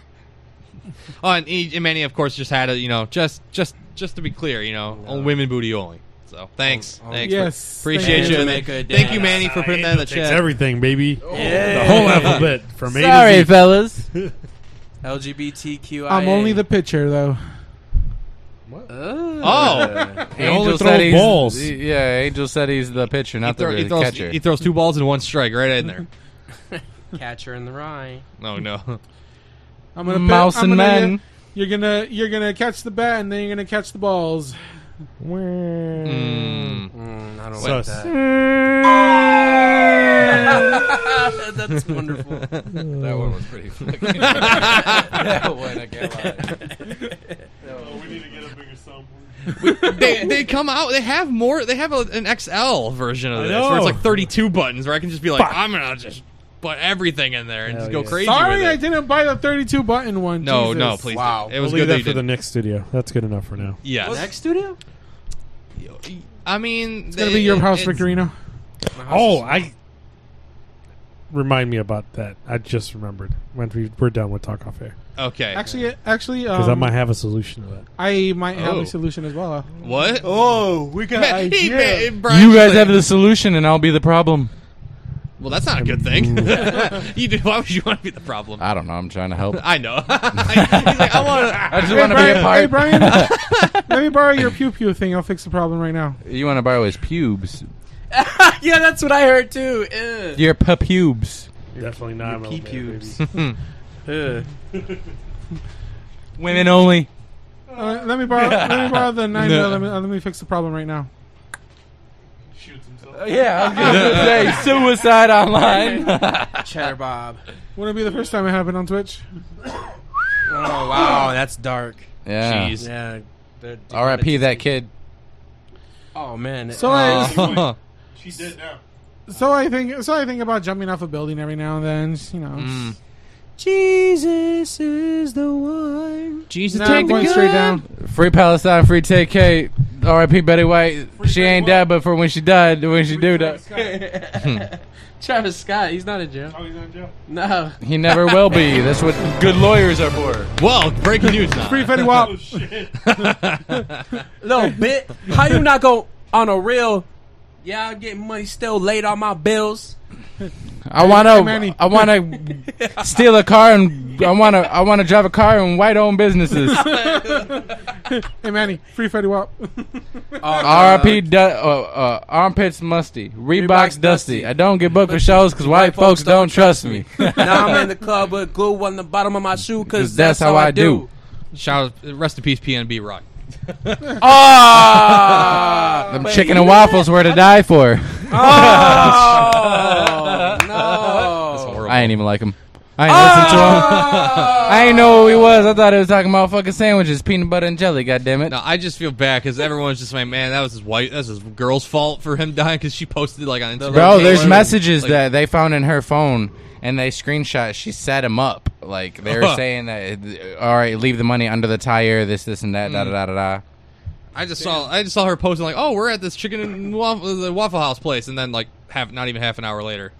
Oh, and, E- and Manny, of course, just had a you know just just just to be clear, you know, all women booty only. So Oh, thanks, thanks, Yes, appreciate thank you. you. and Oh, Thank you, Manny, for putting that in the Takes chat. everything, baby. Oh. Yeah. The whole alphabet from A to Sorry, Z. fellas. [laughs] LGBTQI. I'm only the pitcher though. [laughs] uh, Oh, He only throws said he's- balls. he- yeah, Angel said he's the pitcher, not throw- the he throws, catcher. He throws two balls and one strike right in [laughs] there. [laughs] Catcher in the rye. No, [laughs] no. I'm gonna Mouse I'm and gonna- man. You're gonna you're gonna catch the bat and then you're gonna catch the balls. Mm, I don't Sus. like that. that. [laughs] [laughs] [laughs] That's wonderful. That one was pretty [laughs] fucking- [laughs] that one, I can't lie. Oh, we need to get a bigger sample. they, they come out. They have more. They have a, an XL version of I this, where it's know. like 32 buttons, where I can just be like, Fuck. I'm gonna just put everything in there and just go crazy. Sorry, with I it. didn't buy the 32 button one. No, Jesus. no, please. Wow. It was we'll leave good that that you for the didn't. next studio. That's good enough for now. Yes. Next studio? I mean, It's gonna be your house, Victorino. Oh, I remind me about that. I just remembered when we we're done with talk off air Okay. Actually, actually, because I um, might have a solution to that. I might have Oh. a solution as well. What? Oh, we got Man, he idea. made- you guys have the solution, and I'll be the problem. Well, that's not a good thing. [laughs] you do, why would you want to be the problem? I don't know. I'm trying to help. [laughs] I know. [laughs] He's like, I want to. I just want to be a part. Hey, [laughs] Brian, let me borrow your pew pew thing. I'll fix the problem right now. You want to borrow his pubes? [laughs] yeah, that's what I heard too. Ew. Your pubes. Definitely not. Your pee [laughs] pubes. [laughs] Ugh. [laughs] Women only. Uh, let me borrow. let me borrow the nine. No. Let, me, uh, let me fix the problem right now. Uh, Yeah, I was gonna [laughs] say suicide [laughs] online. Cheddar Bob. Wouldn't it be the first time it happened on [laughs] Twitch? [laughs] Oh wow, that's dark. Yeah. Jeez. Yeah. they're doing R.I.P. it. That kid. Oh man. Uh, So Oh. She did now. So I think. So I think about jumping off a building every now and then. just, You know. Mm. Jesus is the one. [laughs] Jesus, Nah, I'm going straight down. Free Palestine, free TK. R.I.P. Betty White. she ain't dead, but for when she died, when she do die, [laughs] [laughs] Travis Scott, he's not in jail. Oh, he's not in jail. No. he never will be. That's what good lawyers are for. Well, breaking news now. Free Fetty Oh, Wap. [laughs] Little bit. How you not go on a real? Yeah, I'm getting money still late on my bills. I wanna, I [laughs] wanna steal a car and I wanna, I wanna drive a car in white-owned [laughs] businesses. [laughs] hey Manny, free Fetty Wap. R.I.P. Du- uh, uh, armpits musty, Reeboks dusty. I don't get booked for shows because white folks don't trust me. [laughs] now I'm in the club with glue on the bottom of my shoe because that's how I do. Shout out, rest in peace, PNB Rock. [laughs] Ah, them Wait, chicken you and know waffles were to die for. [laughs] [laughs] Oh no! I ain't even like him. I ain't listen to him. [laughs] I ain't know who he was. I thought he was talking about fucking sandwiches, peanut butter and jelly. God damn it! No, I just feel bad because everyone's just like, man, that was his white, that was his girl's fault for him dying because she posted like on Instagram. Bro, there's Like, messages like, that they found in her phone, and they screenshot. She set him up. Like they [laughs] were saying that, all right, leave the money under the tire. This, this, and that. Da da da da da. I just saw, I just saw her posting like, oh, we're at this chicken and waffle, the Waffle House place, and then like half, not even half an hour later,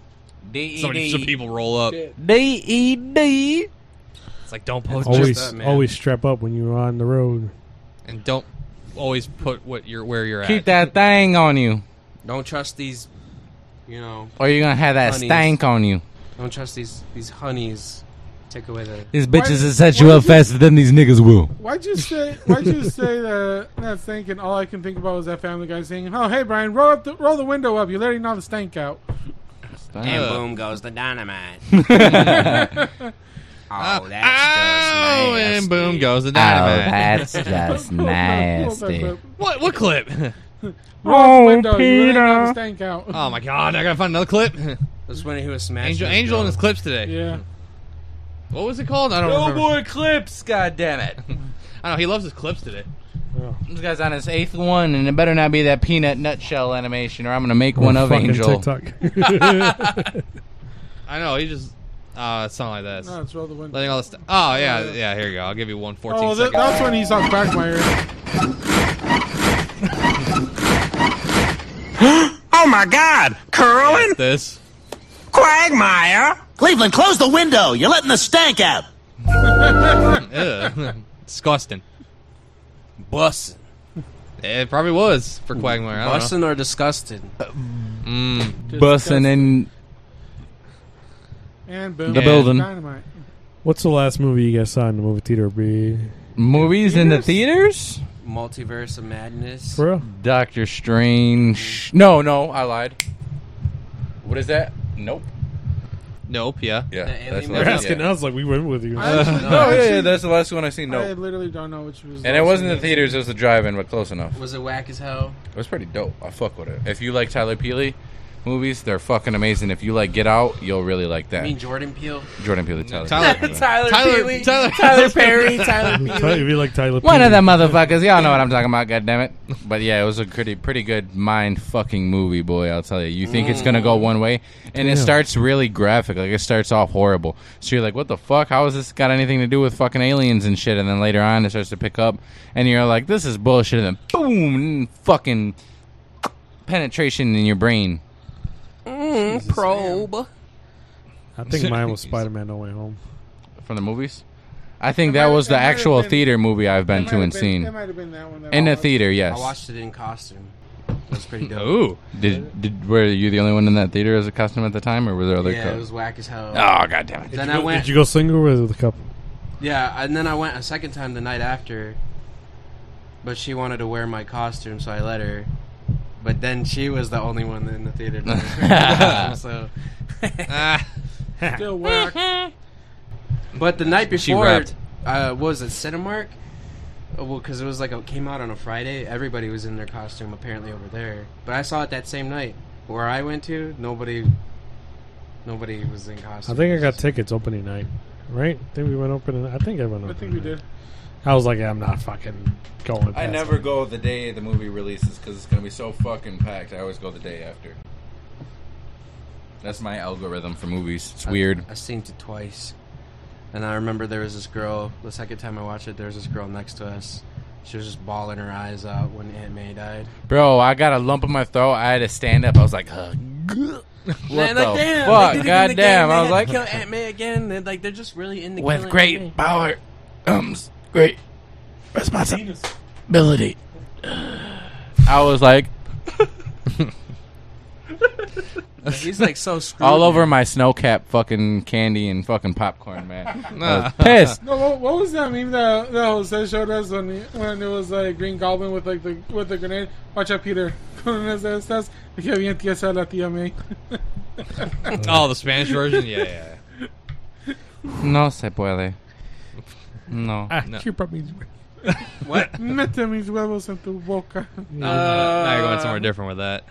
E so many some people roll up. D E D. Oh, It's like don't post Always, just that, man. always strap up when you're on the road. and don't always put what you're where you're Keep at. that thing on you, Don't trust these. You know. or you're gonna have that honeys. stank on you. Don't trust these these honeys. Take away the. These bitches will set you up faster than these niggas will. Why'd you say? Why'd you say that? That stank, and all I can think about was that Family Guy saying, "Oh, hey Brian, roll up, the, roll the window up. You're letting all the stank out." Oh, And boom goes [laughs] the dynamite. Oh, that's Oh, and boom goes the Oh, dynamite. [laughs] that's just nasty. What? What [laughs] clip? Oh, Roll up the window. You're letting all the stank out. Oh my god! I gotta find another clip. [laughs] That's when he was smashing. Angel, his Angel, and drum. his clips today. Yeah. What was it called? I don't No remember. more clips, god damn it. [laughs] I know he loves his clips today. This guy's on his eighth one, and it better not be that peanut nutshell animation, or I'm gonna make one of Fucking Angel. TikTok. [laughs] I know he just Oh, it's not like this. No, it's roll the window. Letting all this. St- oh yeah, yeah. Here you go. I'll give you one 14 Oh, that, second. that's when he saw Quagmire. [gasps] [laughs] oh my God, curling? This Quagmire. Cleveland, close the window. You're letting the stank out. [laughs] Ugh. disgusting. Bussin. It probably was for Quagmire. I don't know. Bussin' or disgusted? Mm. Bussin' in And the building. Mm, What's the last movie you guys saw in the movie theater? Be Movies in the theaters? Multiverse of Madness. For real? Doctor Strange. No, Oh, no, I lied. What is that? Nope. Nope. Yeah. Yeah. That's the They're last- asking yeah. us like we went with you. Uh, no, yeah, yeah, that's the last one I seen. I Nope. literally don't know which was. And it last wasn't the one. theaters; it was the drive-in, but close enough. Was it whack as hell? It was pretty dope. I fuck with it. If you like Tyler Peely movies, they're fucking amazing. If you like Get Out, you'll really like I that. mean Jordan Peele. Jordan Peele, Tyler. Tyler- Peele. Tyler Tyler- Peele, Tyler- Tyler [laughs] Perry, Tyler Peele. If you like Tyler, One Perry. of them motherfuckers. Y'all know what I'm talking about. God damn it. But yeah, it was a pretty pretty good mind fucking movie, boy. I'll tell you. You think it's gonna go one way, and Damn. it starts really graphic. Like it starts off horrible. So you're like, what the fuck? How has this got anything to do with fucking aliens and shit? And then later on, it starts to pick up, and you're like, this is bullshit. And then boom, fucking penetration in your brain. Mm, probe. I think mine [laughs] was Spider Man No Way Home. from the movies. I think that was the actual theater movie I've been to and seen. It might have been that one. That In a theater, yes. I watched it in costume. It was pretty dope. Ooh, did, did were you the only one in that theater as a costume at the time, or were Oh, there other? yeah, co- it was whack as hell. Oh, God damn it. Then Did I you go- went. Did you go single or with a couple? Yeah, and then I went a second time the night after. But she wanted to wear my costume, so I let her. But then she was the only one in [laughs] the theater. [laughs] that was wearing my costume, [laughs] Ah. so. Still whack. But the night She before, rapped. uh, what was it Cinemark? Uh, Well, because it was like it came out on a Friday. Everybody was in their costume apparently over there. But I saw it that same night where I went to. Nobody, nobody was in I costume. think I got tickets opening night, right? I think we went opening. I think I went. I Opening think we did. I was like, yeah, I'm not fucking going. I past never it. go the day the movie releases because it's gonna be so fucking packed. I always go the day after. That's my algorithm for movies. It's weird. I, have seen it twice, and I remember there was this girl. The second time I watched it, there was this girl next to us. She was just bawling her eyes out when Aunt May died. Bro, I got a lump in my throat. I had to stand up. I was like, [laughs] "Ugh, what Man, the like, damn, they fuck? did it God again. They damn! I had was to like, kill Aunt May again. They're, like, they're just really into with killing Aunt May. great [sighs] power Um, comes great responsibility. I was [laughs] like, But He's like so [laughs] screwed. all over my snow cap, fucking candy and fucking popcorn, [laughs] man. I was Nah. [laughs] pissed. No, what, what was that meme that, that Jose showed us when he, when it was like Green Goblin with like the with the grenade? Watch out, Peter. [laughs] Con las de estas, que bien te hace la tía May. [laughs] Oh, the Spanish version. Yeah, yeah. No se puede. No. Ah, No. Cuba means- [laughs] What? Mete mis huevos en tu boca. yeah. now you're going somewhere different with that.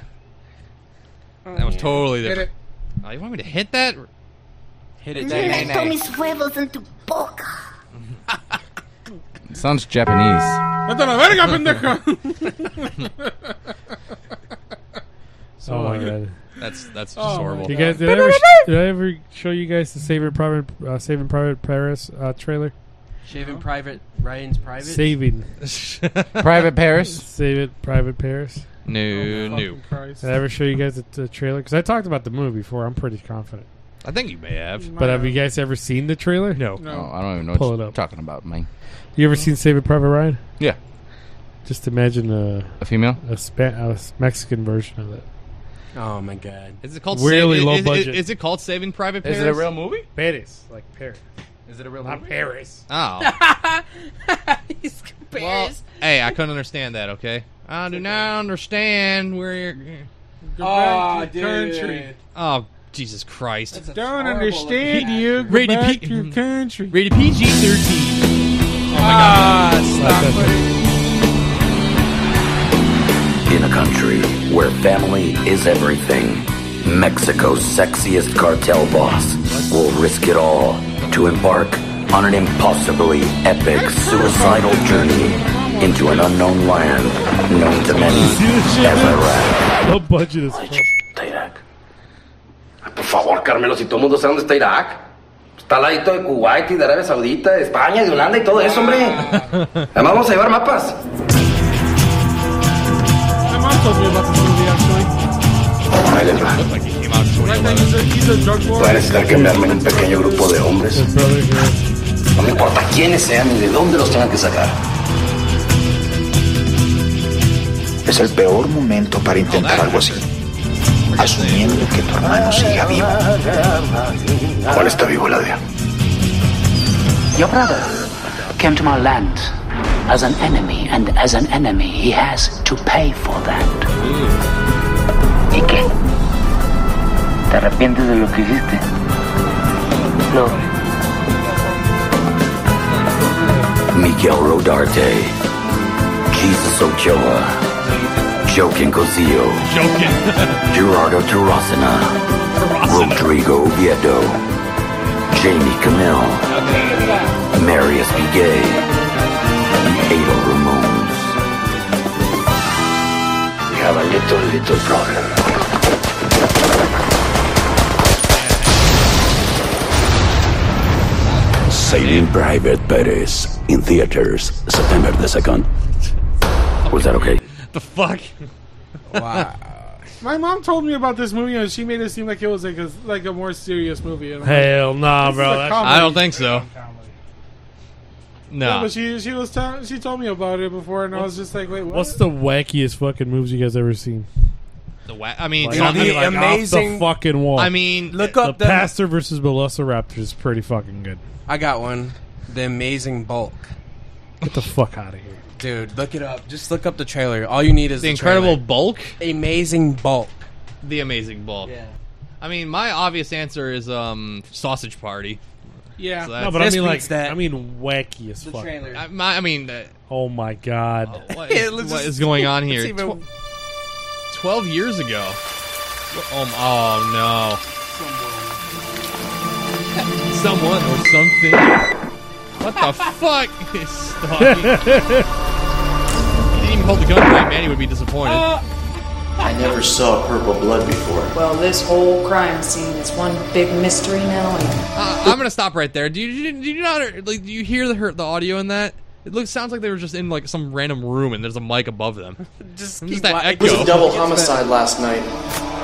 That was totally Hit different. Oh, you want me to hit that? Hit Meto mis huevos en tu boca. Sounds Japanese. Vete a la verga, [laughs] pendejo. So oh my like- god. That's that's just Oh my horrible. You guys, did I, ever, did I ever show you guys the Saving Private uh, Saving Private Paris uh, trailer? Shaving Private Ryan's private. [laughs] Saving [laughs] Private Paris. Save it, Private Paris. Oh, No, no. Christ. Did I ever show you guys the, the trailer? Because I talked about the movie before. I'm pretty confident. I think you may have. But have you guys ever seen the trailer? No. Oh, I don't even know what Pull it you're up. talking about, man. You ever seen Saving Private Ryan? Yeah. Just imagine a A female? a, spa- a Mexican version of it. Oh my god. Is it called Really Sa- low is, is- budget. Is, it called Saving Private Paris? Is it a real movie? Paris, like Paris. Is it a real Not Paris. Oh. He's Well, hey, I couldn't understand that. Okay, I do not understand where you're. Go Aw, back to your country. Oh, Jesus Christ! Don't understand you. Go Rated back P- to Mm. your [laughs] country. Rated PG thirteen. In a country where family is everything, Mexico's sexiest cartel boss will risk it all to embark on an impossibly epic suicidal journey into an unknown land known to many as Iraq. Low budget as fuck. Por favor, Carmelo, si todo el mundo sabe dónde está Irak. Está al ladito de Kuwait y de Arabia Saudita, de España, de Holanda y todo eso, hombre. Además vamos a llevar mapas. My mom told me about this movie actually. Ahí les va. Right now he's a, he's a drug Voy a lord. necesitar que me armen un pequeño grupo de hombres. No me importa quiénes sean ni de dónde los tengan que sacar. Es el peor momento para intentar algo así. Asumiendo que tu hermano siga vivo. ¿Cuál está vivo, Ladia? Your brother came to my land as an enemy, and as an enemy, he has to pay for that. ¿Y qué? Mm. ¿Te arrepientes de lo que hiciste? No. Miguel Rodarte, Jesus Ochoa, Joaquin Cosio, Gerardo Tarasana, Rodrigo Oviedo, Jamie Camille, Marius Begay, and Ada Ramones. We have a little, little problem. Saving Private Paris in theaters September the 2nd. Was that okay? The fuck? Wow. My mom told me about this movie and she made it seem like it was like a, like a more serious movie. And I'm like, Hell nah, this is a bro. That's- comedy. I don't think so. Yeah, No. but she she was tell she told me about it before, and I was just like, wait, what? What's the wackiest fucking moves you guys ever seen? The wa- I mean, Like, some- something like off the fucking wall. I mean, look up the the. pastor versus Velociraptor is pretty fucking good. I got one. The Amazing Bulk. Get the fuck out of here. Dude, look it up. Just look up the trailer. All you need is The the, Incredible Bulk. Amazing Bulk. The Amazing Bulk. Yeah. I mean, my obvious answer is um Sausage Party. Yeah. So No, that's- but I This mean like beats I mean wacky as fuck. I, my, I mean, uh, Oh my god. Oh, [laughs] what is, what is going [laughs] on here? It's even- Tw- Twelve years ago. Oh, m- oh no. Someone or something. What [laughs] the fuck is stalking? He didn't even hold the gun right. Manny would be disappointed. I never saw purple blood before. Well, this whole crime scene is one big mystery now. Uh, I'm gonna stop right there. Do you do you not like? Do you hear the her- the audio in that? It looks sounds like they were just in like some random room and there's a mic [laughs] above them. just keep that wa- echo. It was a double homicide last night.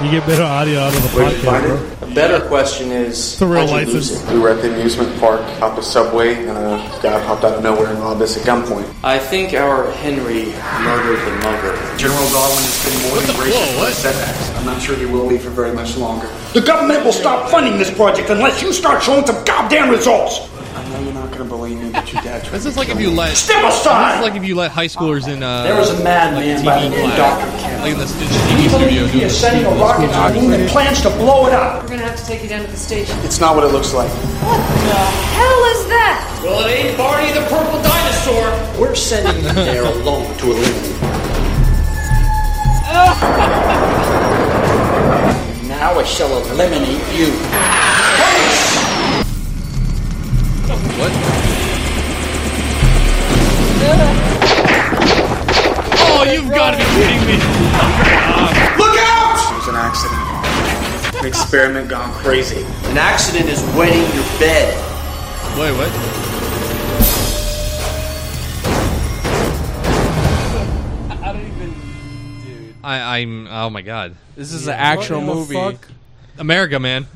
You get better audio out of the Where'd you podcast, find bro. it? A better question is, It's a real how'd you lose license. it? We were at the amusement park, hopped a subway, and a guy popped out of nowhere and robbed us at gunpoint. I think our Henry murdered the mugger. General Godwin has been more than braced for setbacks. I'm not sure he will be for very much longer. The government will stop funding this project unless you start showing some goddamn results. I know you're not going to believe me, but your dad tried This is like if you let Step This aside! is like if you let high schoolers in. Uh, There was a madman by the name of Doctor Like in the stu- TV studio doing this. sending a rocket to the moon and plans to blow it up. We're gonna have to take you down to the station. It's not what it looks like. Hell is that? Well, it ain't Barney the Purple Dinosaur. We're sending you there [laughs] alone to eliminate. Now I shall eliminate you. Oh, you've got to be kidding me! Look out! It was an accident. An experiment gone crazy. An accident is wetting your bed. Wait, what? I don't even. I, I'm. Oh my god. This is an actual What in the movie. fuck? America, man.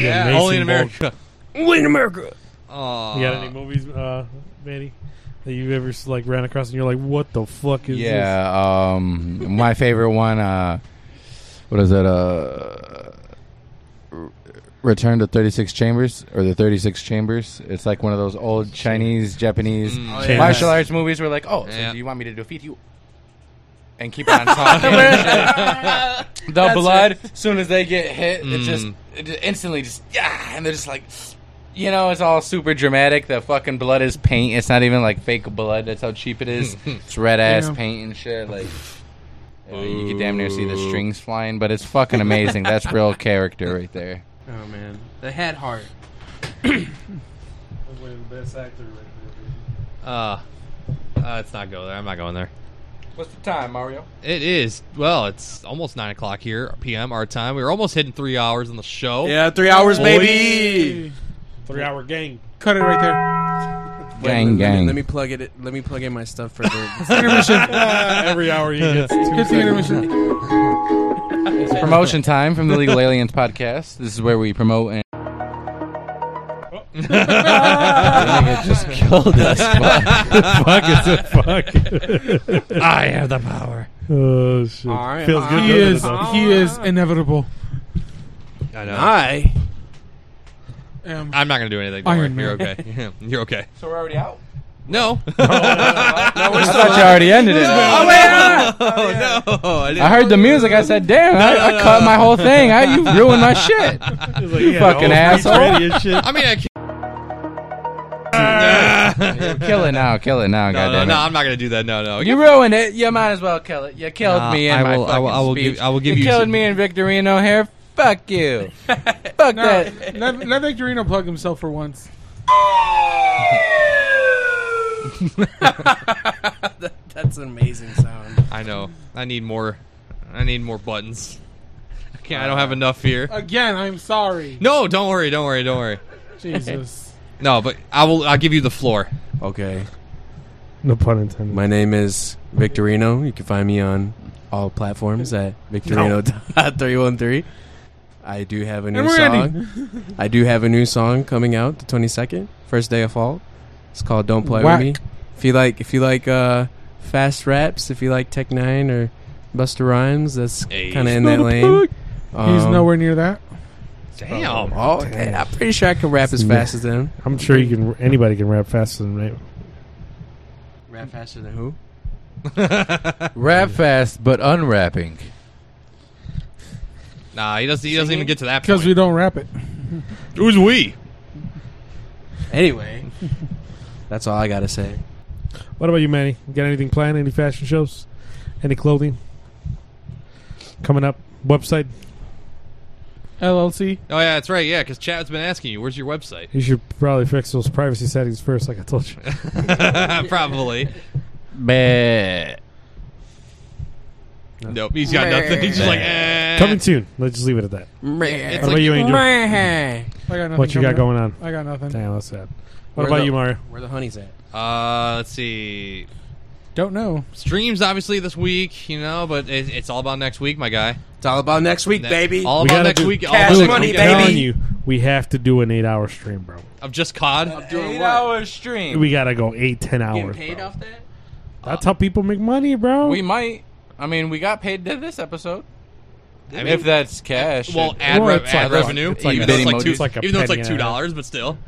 Yeah, yeah, only in Mason [laughs] America. Only in America. Oh. You got any movies, uh, Manny, that you've ever like ran across and you're like, what the fuck is this? Yeah, um, my favorite one. Uh, what is that? Uh, R- Return to Thirty Six Chambers or the Thirty Six Chambers. It's like one of those old Chinese, Japanese Mm. Oh, yeah. martial arts movies. Where like, oh, Yeah. so do you want me to defeat you? And keep [laughs] [laughs] on talking. [laughs] the That's blood. it. Soon as they get hit, it just Mm. it just instantly just yeah, and they're just like. You know, it's all super dramatic. The fucking blood is paint. It's not even like fake blood. That's how cheap [laughs] it is. it's red ass Yeah. paint and shit. Like, you can damn near see the strings flying, but it's fucking amazing. That's [laughs] real character right there. Oh, man. The head heart. the best actor right Uh, uh, let's not go there. I'm not going there. What's the time, Mario? It is well. It's almost nine o'clock here p.m. our time. We were almost hitting three hours on the show. Yeah, three hours, baby. Three hour gang. Cut it right there. Wait, Gang, let me- gang. Let me plug it. Let me plug in my stuff [laughs] for the [laughs] intermission. Every hour you get two Get the intermission. It's promotion time from the Legal Aliens podcast. This is where we promote and. I think it just killed us. [laughs] fuck is it? [laughs] [laughs] Fuck. I have the power. Oh shit! I- Feels good. He doesn't is. it, though? He is inevitable. I know. I am I'm not gonna do anything. Don't Um, Iron worry. Man. You're okay. [laughs] You're okay. So we're already out. [laughs] No. [laughs] I thought you already ended it. Oh, Oh, no. I didn't. I heard the music. I said, "Damn, I, I cut my whole thing. I, you [laughs] ruined my shit. you fucking asshole." I mean, I can't. kill it now. Kill it No, no, now. goddamn no, it. I'm not gonna do that. No, no. You ruined it. You might as well kill it. You killed Nah, me in I my will- I fucking will- I will speech. give- I will give you killed some- me in Victorino here. [laughs] Fuck you. Fuck that. Let, let Victorino plug himself for once. That- that's an amazing sound. I know. I need more. I need more buttons. I can't. I don't have enough here. Again, I'm sorry. No, don't worry. Don't worry. Don't worry. Jesus. No, but I will. I'll give you the floor. Okay. No pun intended. My name is Victorino. You can find me on all platforms at Victorino313. I do have a new And we're song. ending. I do have a new song coming out the 22nd, first day of fall. It's called Don't Play Whack. With Me. If you like if you like uh, fast raps, if you like Tech 9 or Buster Rhymes, that's Hey. kind of He's in not that a lane. Um, pug. He's nowhere near that. Damn. Oh, I'm pretty sure I can [laughs] rap [laughs] as fast as them. I'm sure you can. Anybody can rap faster than me. Rap faster than who? Rap fast, but unwrapping. Nah, he doesn't. He doesn't even get to that Because point. we don't wrap it. Who's we? Anyway, that's all I got to say. What about you, Manny? You Got anything planned? Any fashion shows? Any clothing coming up? Website? LLC. Oh yeah, that's right. Yeah, because Chad's been asking you, "Where's your website?" [laughs] You should probably fix those privacy settings first, like I told you. Probably. Eh. Nope. He's got nothing. He's just like, eh. Coming soon. Let's just leave it at that. It's What about like- you, Angel? I got nothing What you got coming going up. on? I got nothing. Damn, that's sad. What Where about the- you, Mario? Where the honey's at? Uh, let's see. Don't know. Streams obviously this week, you know, but it, it's all about next week, my guy. It's all about next week, baby. All We about gotta next do- week. Oh, all Cash about money, next I'm weekend. baby. telling you, we have to do an eight-hour stream, bro. Of just COD. Eight-hour stream. We gotta go eight, ten hours. bro. off that? That's how people make money, bro. We might. I mean, we got paid to this episode. I mean- if that's cash. Well, it- ad, Well, rev- it's ad like a- revenue. it's like even a though it's penny like emoji. two, It's like a even though it's like penny two and a half. dollars, but still.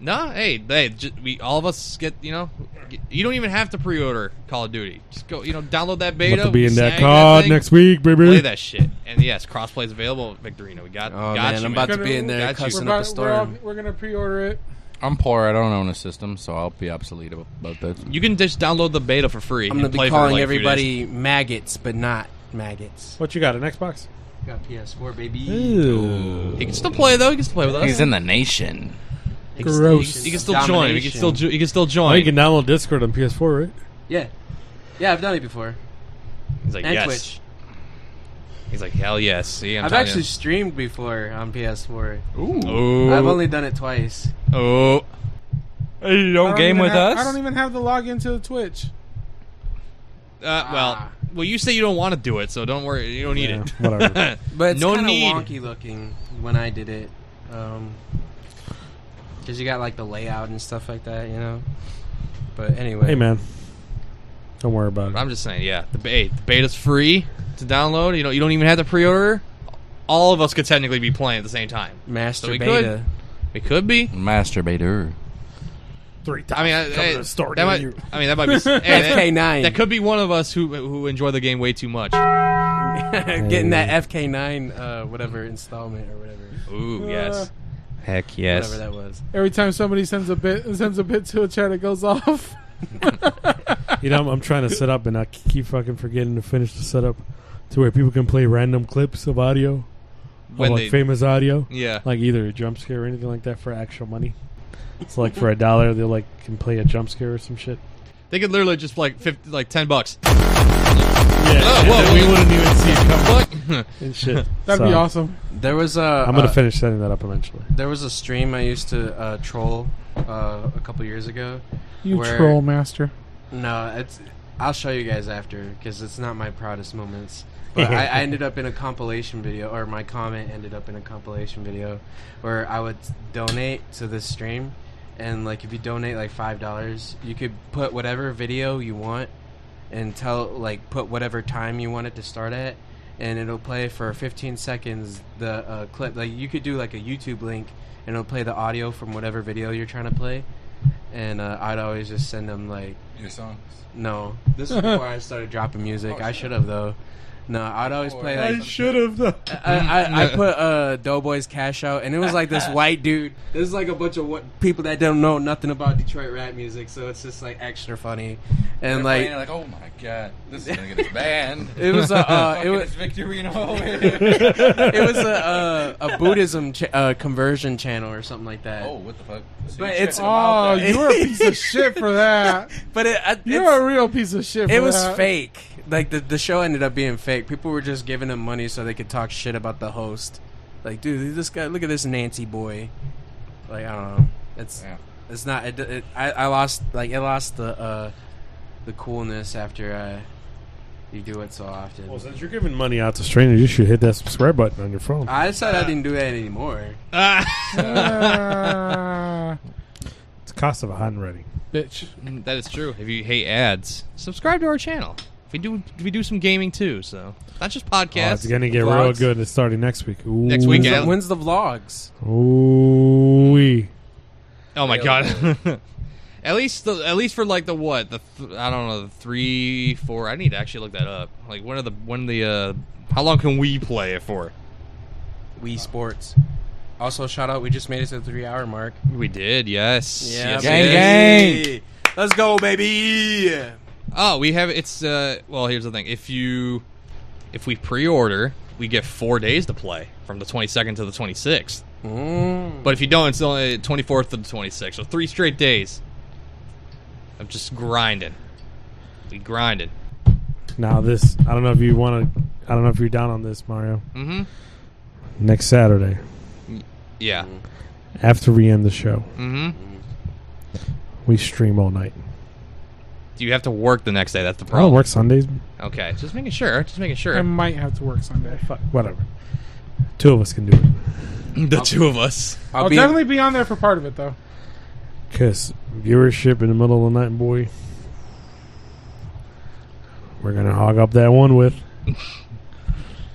No, hey, they j- we all of us get you know. get- You don't even have to pre-order Call of Duty. Just go, you know, download that About beta. to be in snag that COD thing, next week, baby. Play that shit. And yes, crossplay is available. at Victorino, we got. got Oh, man, you, man. I'm about to be in there Got you. cussing We're, up a about, we're, all, storm. we're gonna pre-order it. I'm poor. I don't own a system, so I'll be obsolete ab- about that. You can just download the beta for free. I'm gonna and be play for, calling like, a few days. everybody maggots, but not maggots. What you got? An Xbox? Got PS4, baby. He can still play though. He can still play with us. He's in the nation. He can- Gross. He can still join. He can still. Ju- he can still Oh, join. you can download Discord on PS4, right? Yeah, yeah, I've done it before. He's like and yes. Twitch. He's like hell yes. See, I'm I've telling actually streamed before on PS4. You. Ooh. I've only done it twice. Oh. You I don't don't even have- I don't even have the login to Twitch. Uh, Ah. well, well, you say you don't want to do it, so don't worry. You don't need Yeah, it. [laughs] whatever. But it's no kind of need. wonky looking when I did it, Um 'cause because you got like the layout and stuff like that, you know. But anyway, Hey, man. Don't worry about it. But I'm just saying, yeah. The, beta, the beta's free to download. You know, you don't even have to pre-order. All of us could technically be playing at the same time. master So we beta. could. We could be. Masturbator. Three I mean, I, Coming I, to the store that near might, you. I mean, that might [laughs] [laughs] be. hey, that- FK9. That could be one of us who who enjoy the game way too much. [laughs] Getting that FK9 uh, whatever installment or whatever, Uh, Ooh, yes. Heck whatever [laughs] that was. Every time somebody sends a bit, sends a bit to a chat, it goes off. You know, I'm, I'm trying to set up, and I keep fucking forgetting to finish the setup to where people can play random clips of audio, of, When like they- famous audio, Yeah. like either a jump scare or anything like that for actual money. It's like for a dollar, they like can play a jump scare or some shit. They could literally just like 50, like ten bucks. Yeah, Oh, and whoa, then whoa, we whoa. wouldn't even see it coming. and shit. That'd be awesome. There was a. I'm gonna uh, finish setting that up eventually. There was a stream I used to uh, troll uh, a couple years ago. You troll master. No, it's. I'll show you guys after because it's not my proudest [laughs] moments. But I, I ended up in a compilation video, or my comment ended up in a compilation video, where I would donate to this stream, and like if you donate like five dollars, you could put whatever video you want, and tell like put whatever time you want it to start at, and it'll play for 15 seconds the uh, clip. Like you could do like a YouTube link, and it'll play the audio from whatever video you're trying to play. And uh, I'd always just send them like Your songs? No, this is before I started dropping music. Oh, I should have though. No, I'd always play I like should've, though. I, I, I [laughs] put uh, Doughboys Cash out, and it was like this white dude. This is like a bunch of what, people that don't know nothing about Detroit rap music, so it's just like extra funny, and They're like playing it like, oh my god, this is gonna get us banned. [laughs] It was [laughs] [laughs] a uh, it Fucking was it's victory in a [laughs] hole. it [laughs] was a uh, [laughs] a Buddhism cha- uh, conversion channel or something like that. Oh, what the fuck? So But you it's shouldn't allow Oh, that. [laughs] you were a piece of shit for that. But it, I, you're a real piece of shit. For It was that. fake. Like the the show ended up being fake. People were just giving him money so they could talk shit about the host. Like, dude, this guy. Look at this Nancy boy. Like, I don't know. It's it's not. It, it, I I lost like it lost the uh the coolness after uh you do it so often. Well, since you're giving money out to strangers, you should hit that subscribe button on your Ah. phone. [laughs] I said I didn't do that anymore. [laughs] It's the cost of a hot and ready. Ah. bitch. That is true. If you hate ads, subscribe to our channel. We do we do some gaming too, so not just podcasts. Oh, it's gonna get real vlogs. good. It's starting next week. Ooh. Next weekend. When's the vlogs? Ooh. Oh my god! [laughs] at least the at least for like the what the th- I don't know the three four. I need to actually look that up. Like when are the when the uh how long can we play it for? Wii Sports. Also, shout out. We just made it to the three hour mark. We did, yes. Yeah, yes, baby. yes. Let's go, baby. Oh, we have it's uh well here's the thing. If you if we pre order, we get four days to play from the twenty second to the twenty sixth. Mm. But if you don't, it's only twenty fourth to the twenty sixth. So three straight days of just grinding. We grinded. Now this, I don't know if you want to. I don't know if you're down on this, Mario. Mhm. Next Saturday, Yeah. Mm-hmm. after we end the show, Mm-hmm. we stream all night. Do you have to work the next day? That's the I don't problem. work Sundays. Okay, just making sure. Just making sure. I might have to work Sunday. Whatever. Two of us can do it. the two of us. I'll, definitely be on there for part of it though. Cause viewership in the middle of the night, boy. We're gonna hog up that one with.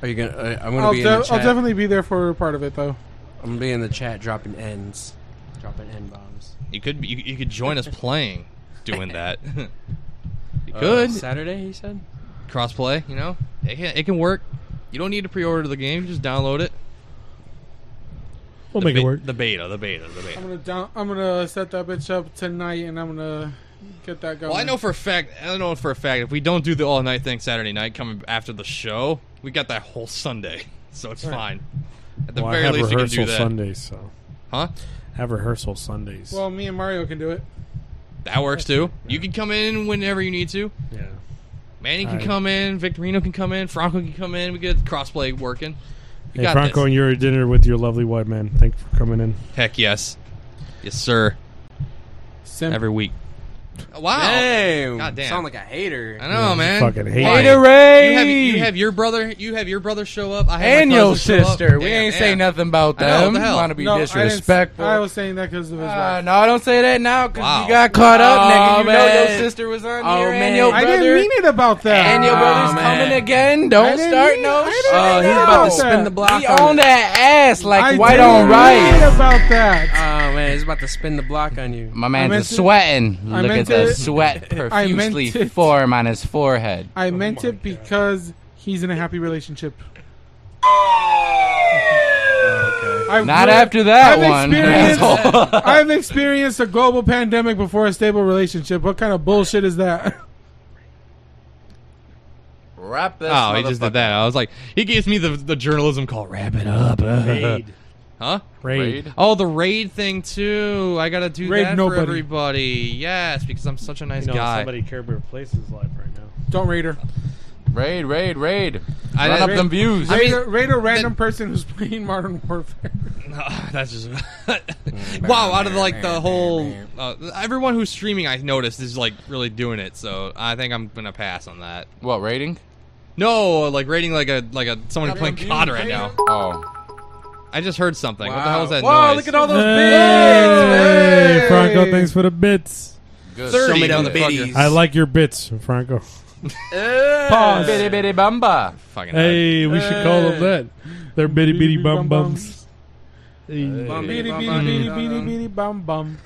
Are you gonna? Uh, I'm gonna I'll, be de- in the I'll chat. definitely be there for part of it though. I'm gonna be in the chat dropping ends, dropping end bombs. You could be- you, you could join us playing, doing that. [laughs] you could Uh, Saturday, he said. crossplay. You know, it can, it can work. You don't need to pre-order the game. You just download it. We'll the make it be- work. The beta, the beta, the beta. I'm gonna down- I'm gonna set that bitch up tonight, and I'm gonna get that going. Well, I know for a fact. I know for a fact if we don't do the all night thing Saturday night coming after the show, we got that whole Sunday, [laughs] so it's fine. At the Well, very I have least, you can rehearsal do that. Sundays, so Huh? I have rehearsal Sundays. Well, me and Mario can do it. That works too. You can come in whenever you need to. Yeah. Manny can Alright. come in. Victorino can come in. Franco can come in. We get crossplay working. We hey, got Franco, this. and you're at dinner with your lovely white man. Thank you for coming in. Heck yes, yes sir. Simp. Every week. Wow. Damn. God damn. Sound like a hater. I know, man. fucking hate Why? it. You have, Haterade! you have your brother. You have your brother show up. I have And my your cousin show up. sister. We Damn, ain't yeah. say nothing about I know, what them. the hell? Want to be No, I didn't s- disrespectful? I, was saying that because of his Uh, wife. no, don't say that now because Wow. you got caught up, Oh, nigga. You know your man. sister was on Oh, here, man. and your I brother, didn't mean it about that. and your brother's coming again. Don't didn't start mean- no I shit. didn't Oh, he's know. about to About spin that. the block. He on that ass like I white didn't on rice. mean about that. Oh man, he's about to spin the block on you. My I meant man's to- sweating. I Look at meant the to- sweat [laughs] [laughs] I meant profusely to- form on [laughs] his forehead. I meant it because he's in a happy relationship. I've Not re- after that I've one, [laughs] experienced- asshole. [laughs] I've experienced a global pandemic before a stable relationship. What kind of bullshit is that? Wrap this. Oh, Oh, he just did that. I was like, he gives me the the journalism call. Wrap it up. Uh, Made. [laughs] Huh? Raid. Raid. Oh, the raid thing too. I gotta do Raid that nobody. for everybody. Yes, because I'm such a nice you know, guy. somebody Care Bear Place is live right now. Don't raid her. Raid, raid, raid. I- Run I- up them views. Raid, a, raid a [laughs] random person who's playing Modern [laughs] Warfare. That's just [laughs] wow. Out of like the whole, uh, everyone who's streaming, I noticed is like really doing it. So I think I'm gonna pass on that. What rating? No, like rating like a like a someone Goddamn playing views, COD right man. now. Oh, I just heard something. What the hell is that Wow, noise? look at all those Hey, bits. Franco, thanks for the bits. Good. Show me down the bitties. I like your bits, Franco. uh, Pause. Bitty bitty Uh, bamba. Fucking Hey, we should call them that. They're bitty bitty bum bums. Bum, Hey. beady, bum, beady, bum, beady, bum, beady, bum. beady, bum, bum.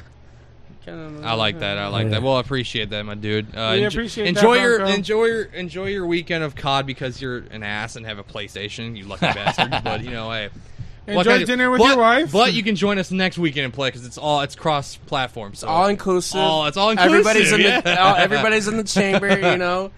I like that. I like Yeah. that. Well, I appreciate that, my dude. Uh, We enjo- appreciate enjoy that, your Bronco. enjoy your enjoy your weekend of COD because you're an ass and have a PlayStation. You [laughs] lucky bastard. But you know, hey. what Enjoy can I do? dinner with But- your wife. But you can join us next weekend and play because it's all it's cross platform. So all inclusive. All it's all inclusive. Everybody's [laughs] in yeah. the all, everybody's in the chamber. [laughs] You know,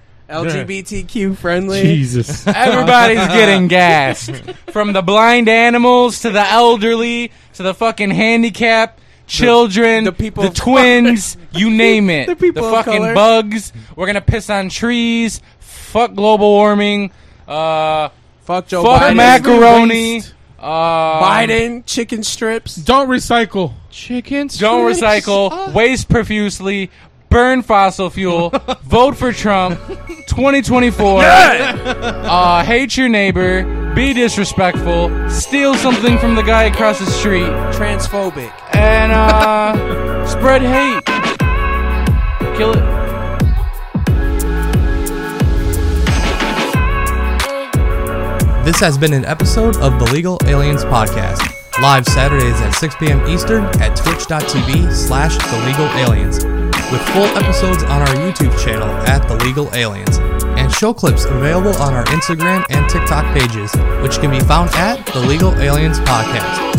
LGBTQ friendly. Jesus. [laughs] Everybody's getting gassed. From the blind animals to the elderly to the fucking handicap, children, the, people, the twins, you name it. [laughs] The people of fucking color. bugs. We're gonna piss on trees. Fuck global warming. Uh, fuck Joe Fuck Biden. macaroni. Waste. Uh, Biden chicken strips. Don't recycle. Chicken. [laughs] Don't recycle. Waste profusely. Burn fossil fuel. vote for Trump. 2024. Uh, hate your neighbor. Be disrespectful. Steal something from the guy across the street. Transphobic. And uh, spread hate. Kill it. This has been an episode of the Legal Aliens Podcast, live Saturdays at 6 p.m. Eastern at twitch.tv slash The Legal Aliens, with full episodes on our YouTube channel at The Legal Aliens, and show clips available on our Instagram and TikTok pages, which can be found at The Legal Aliens Podcast.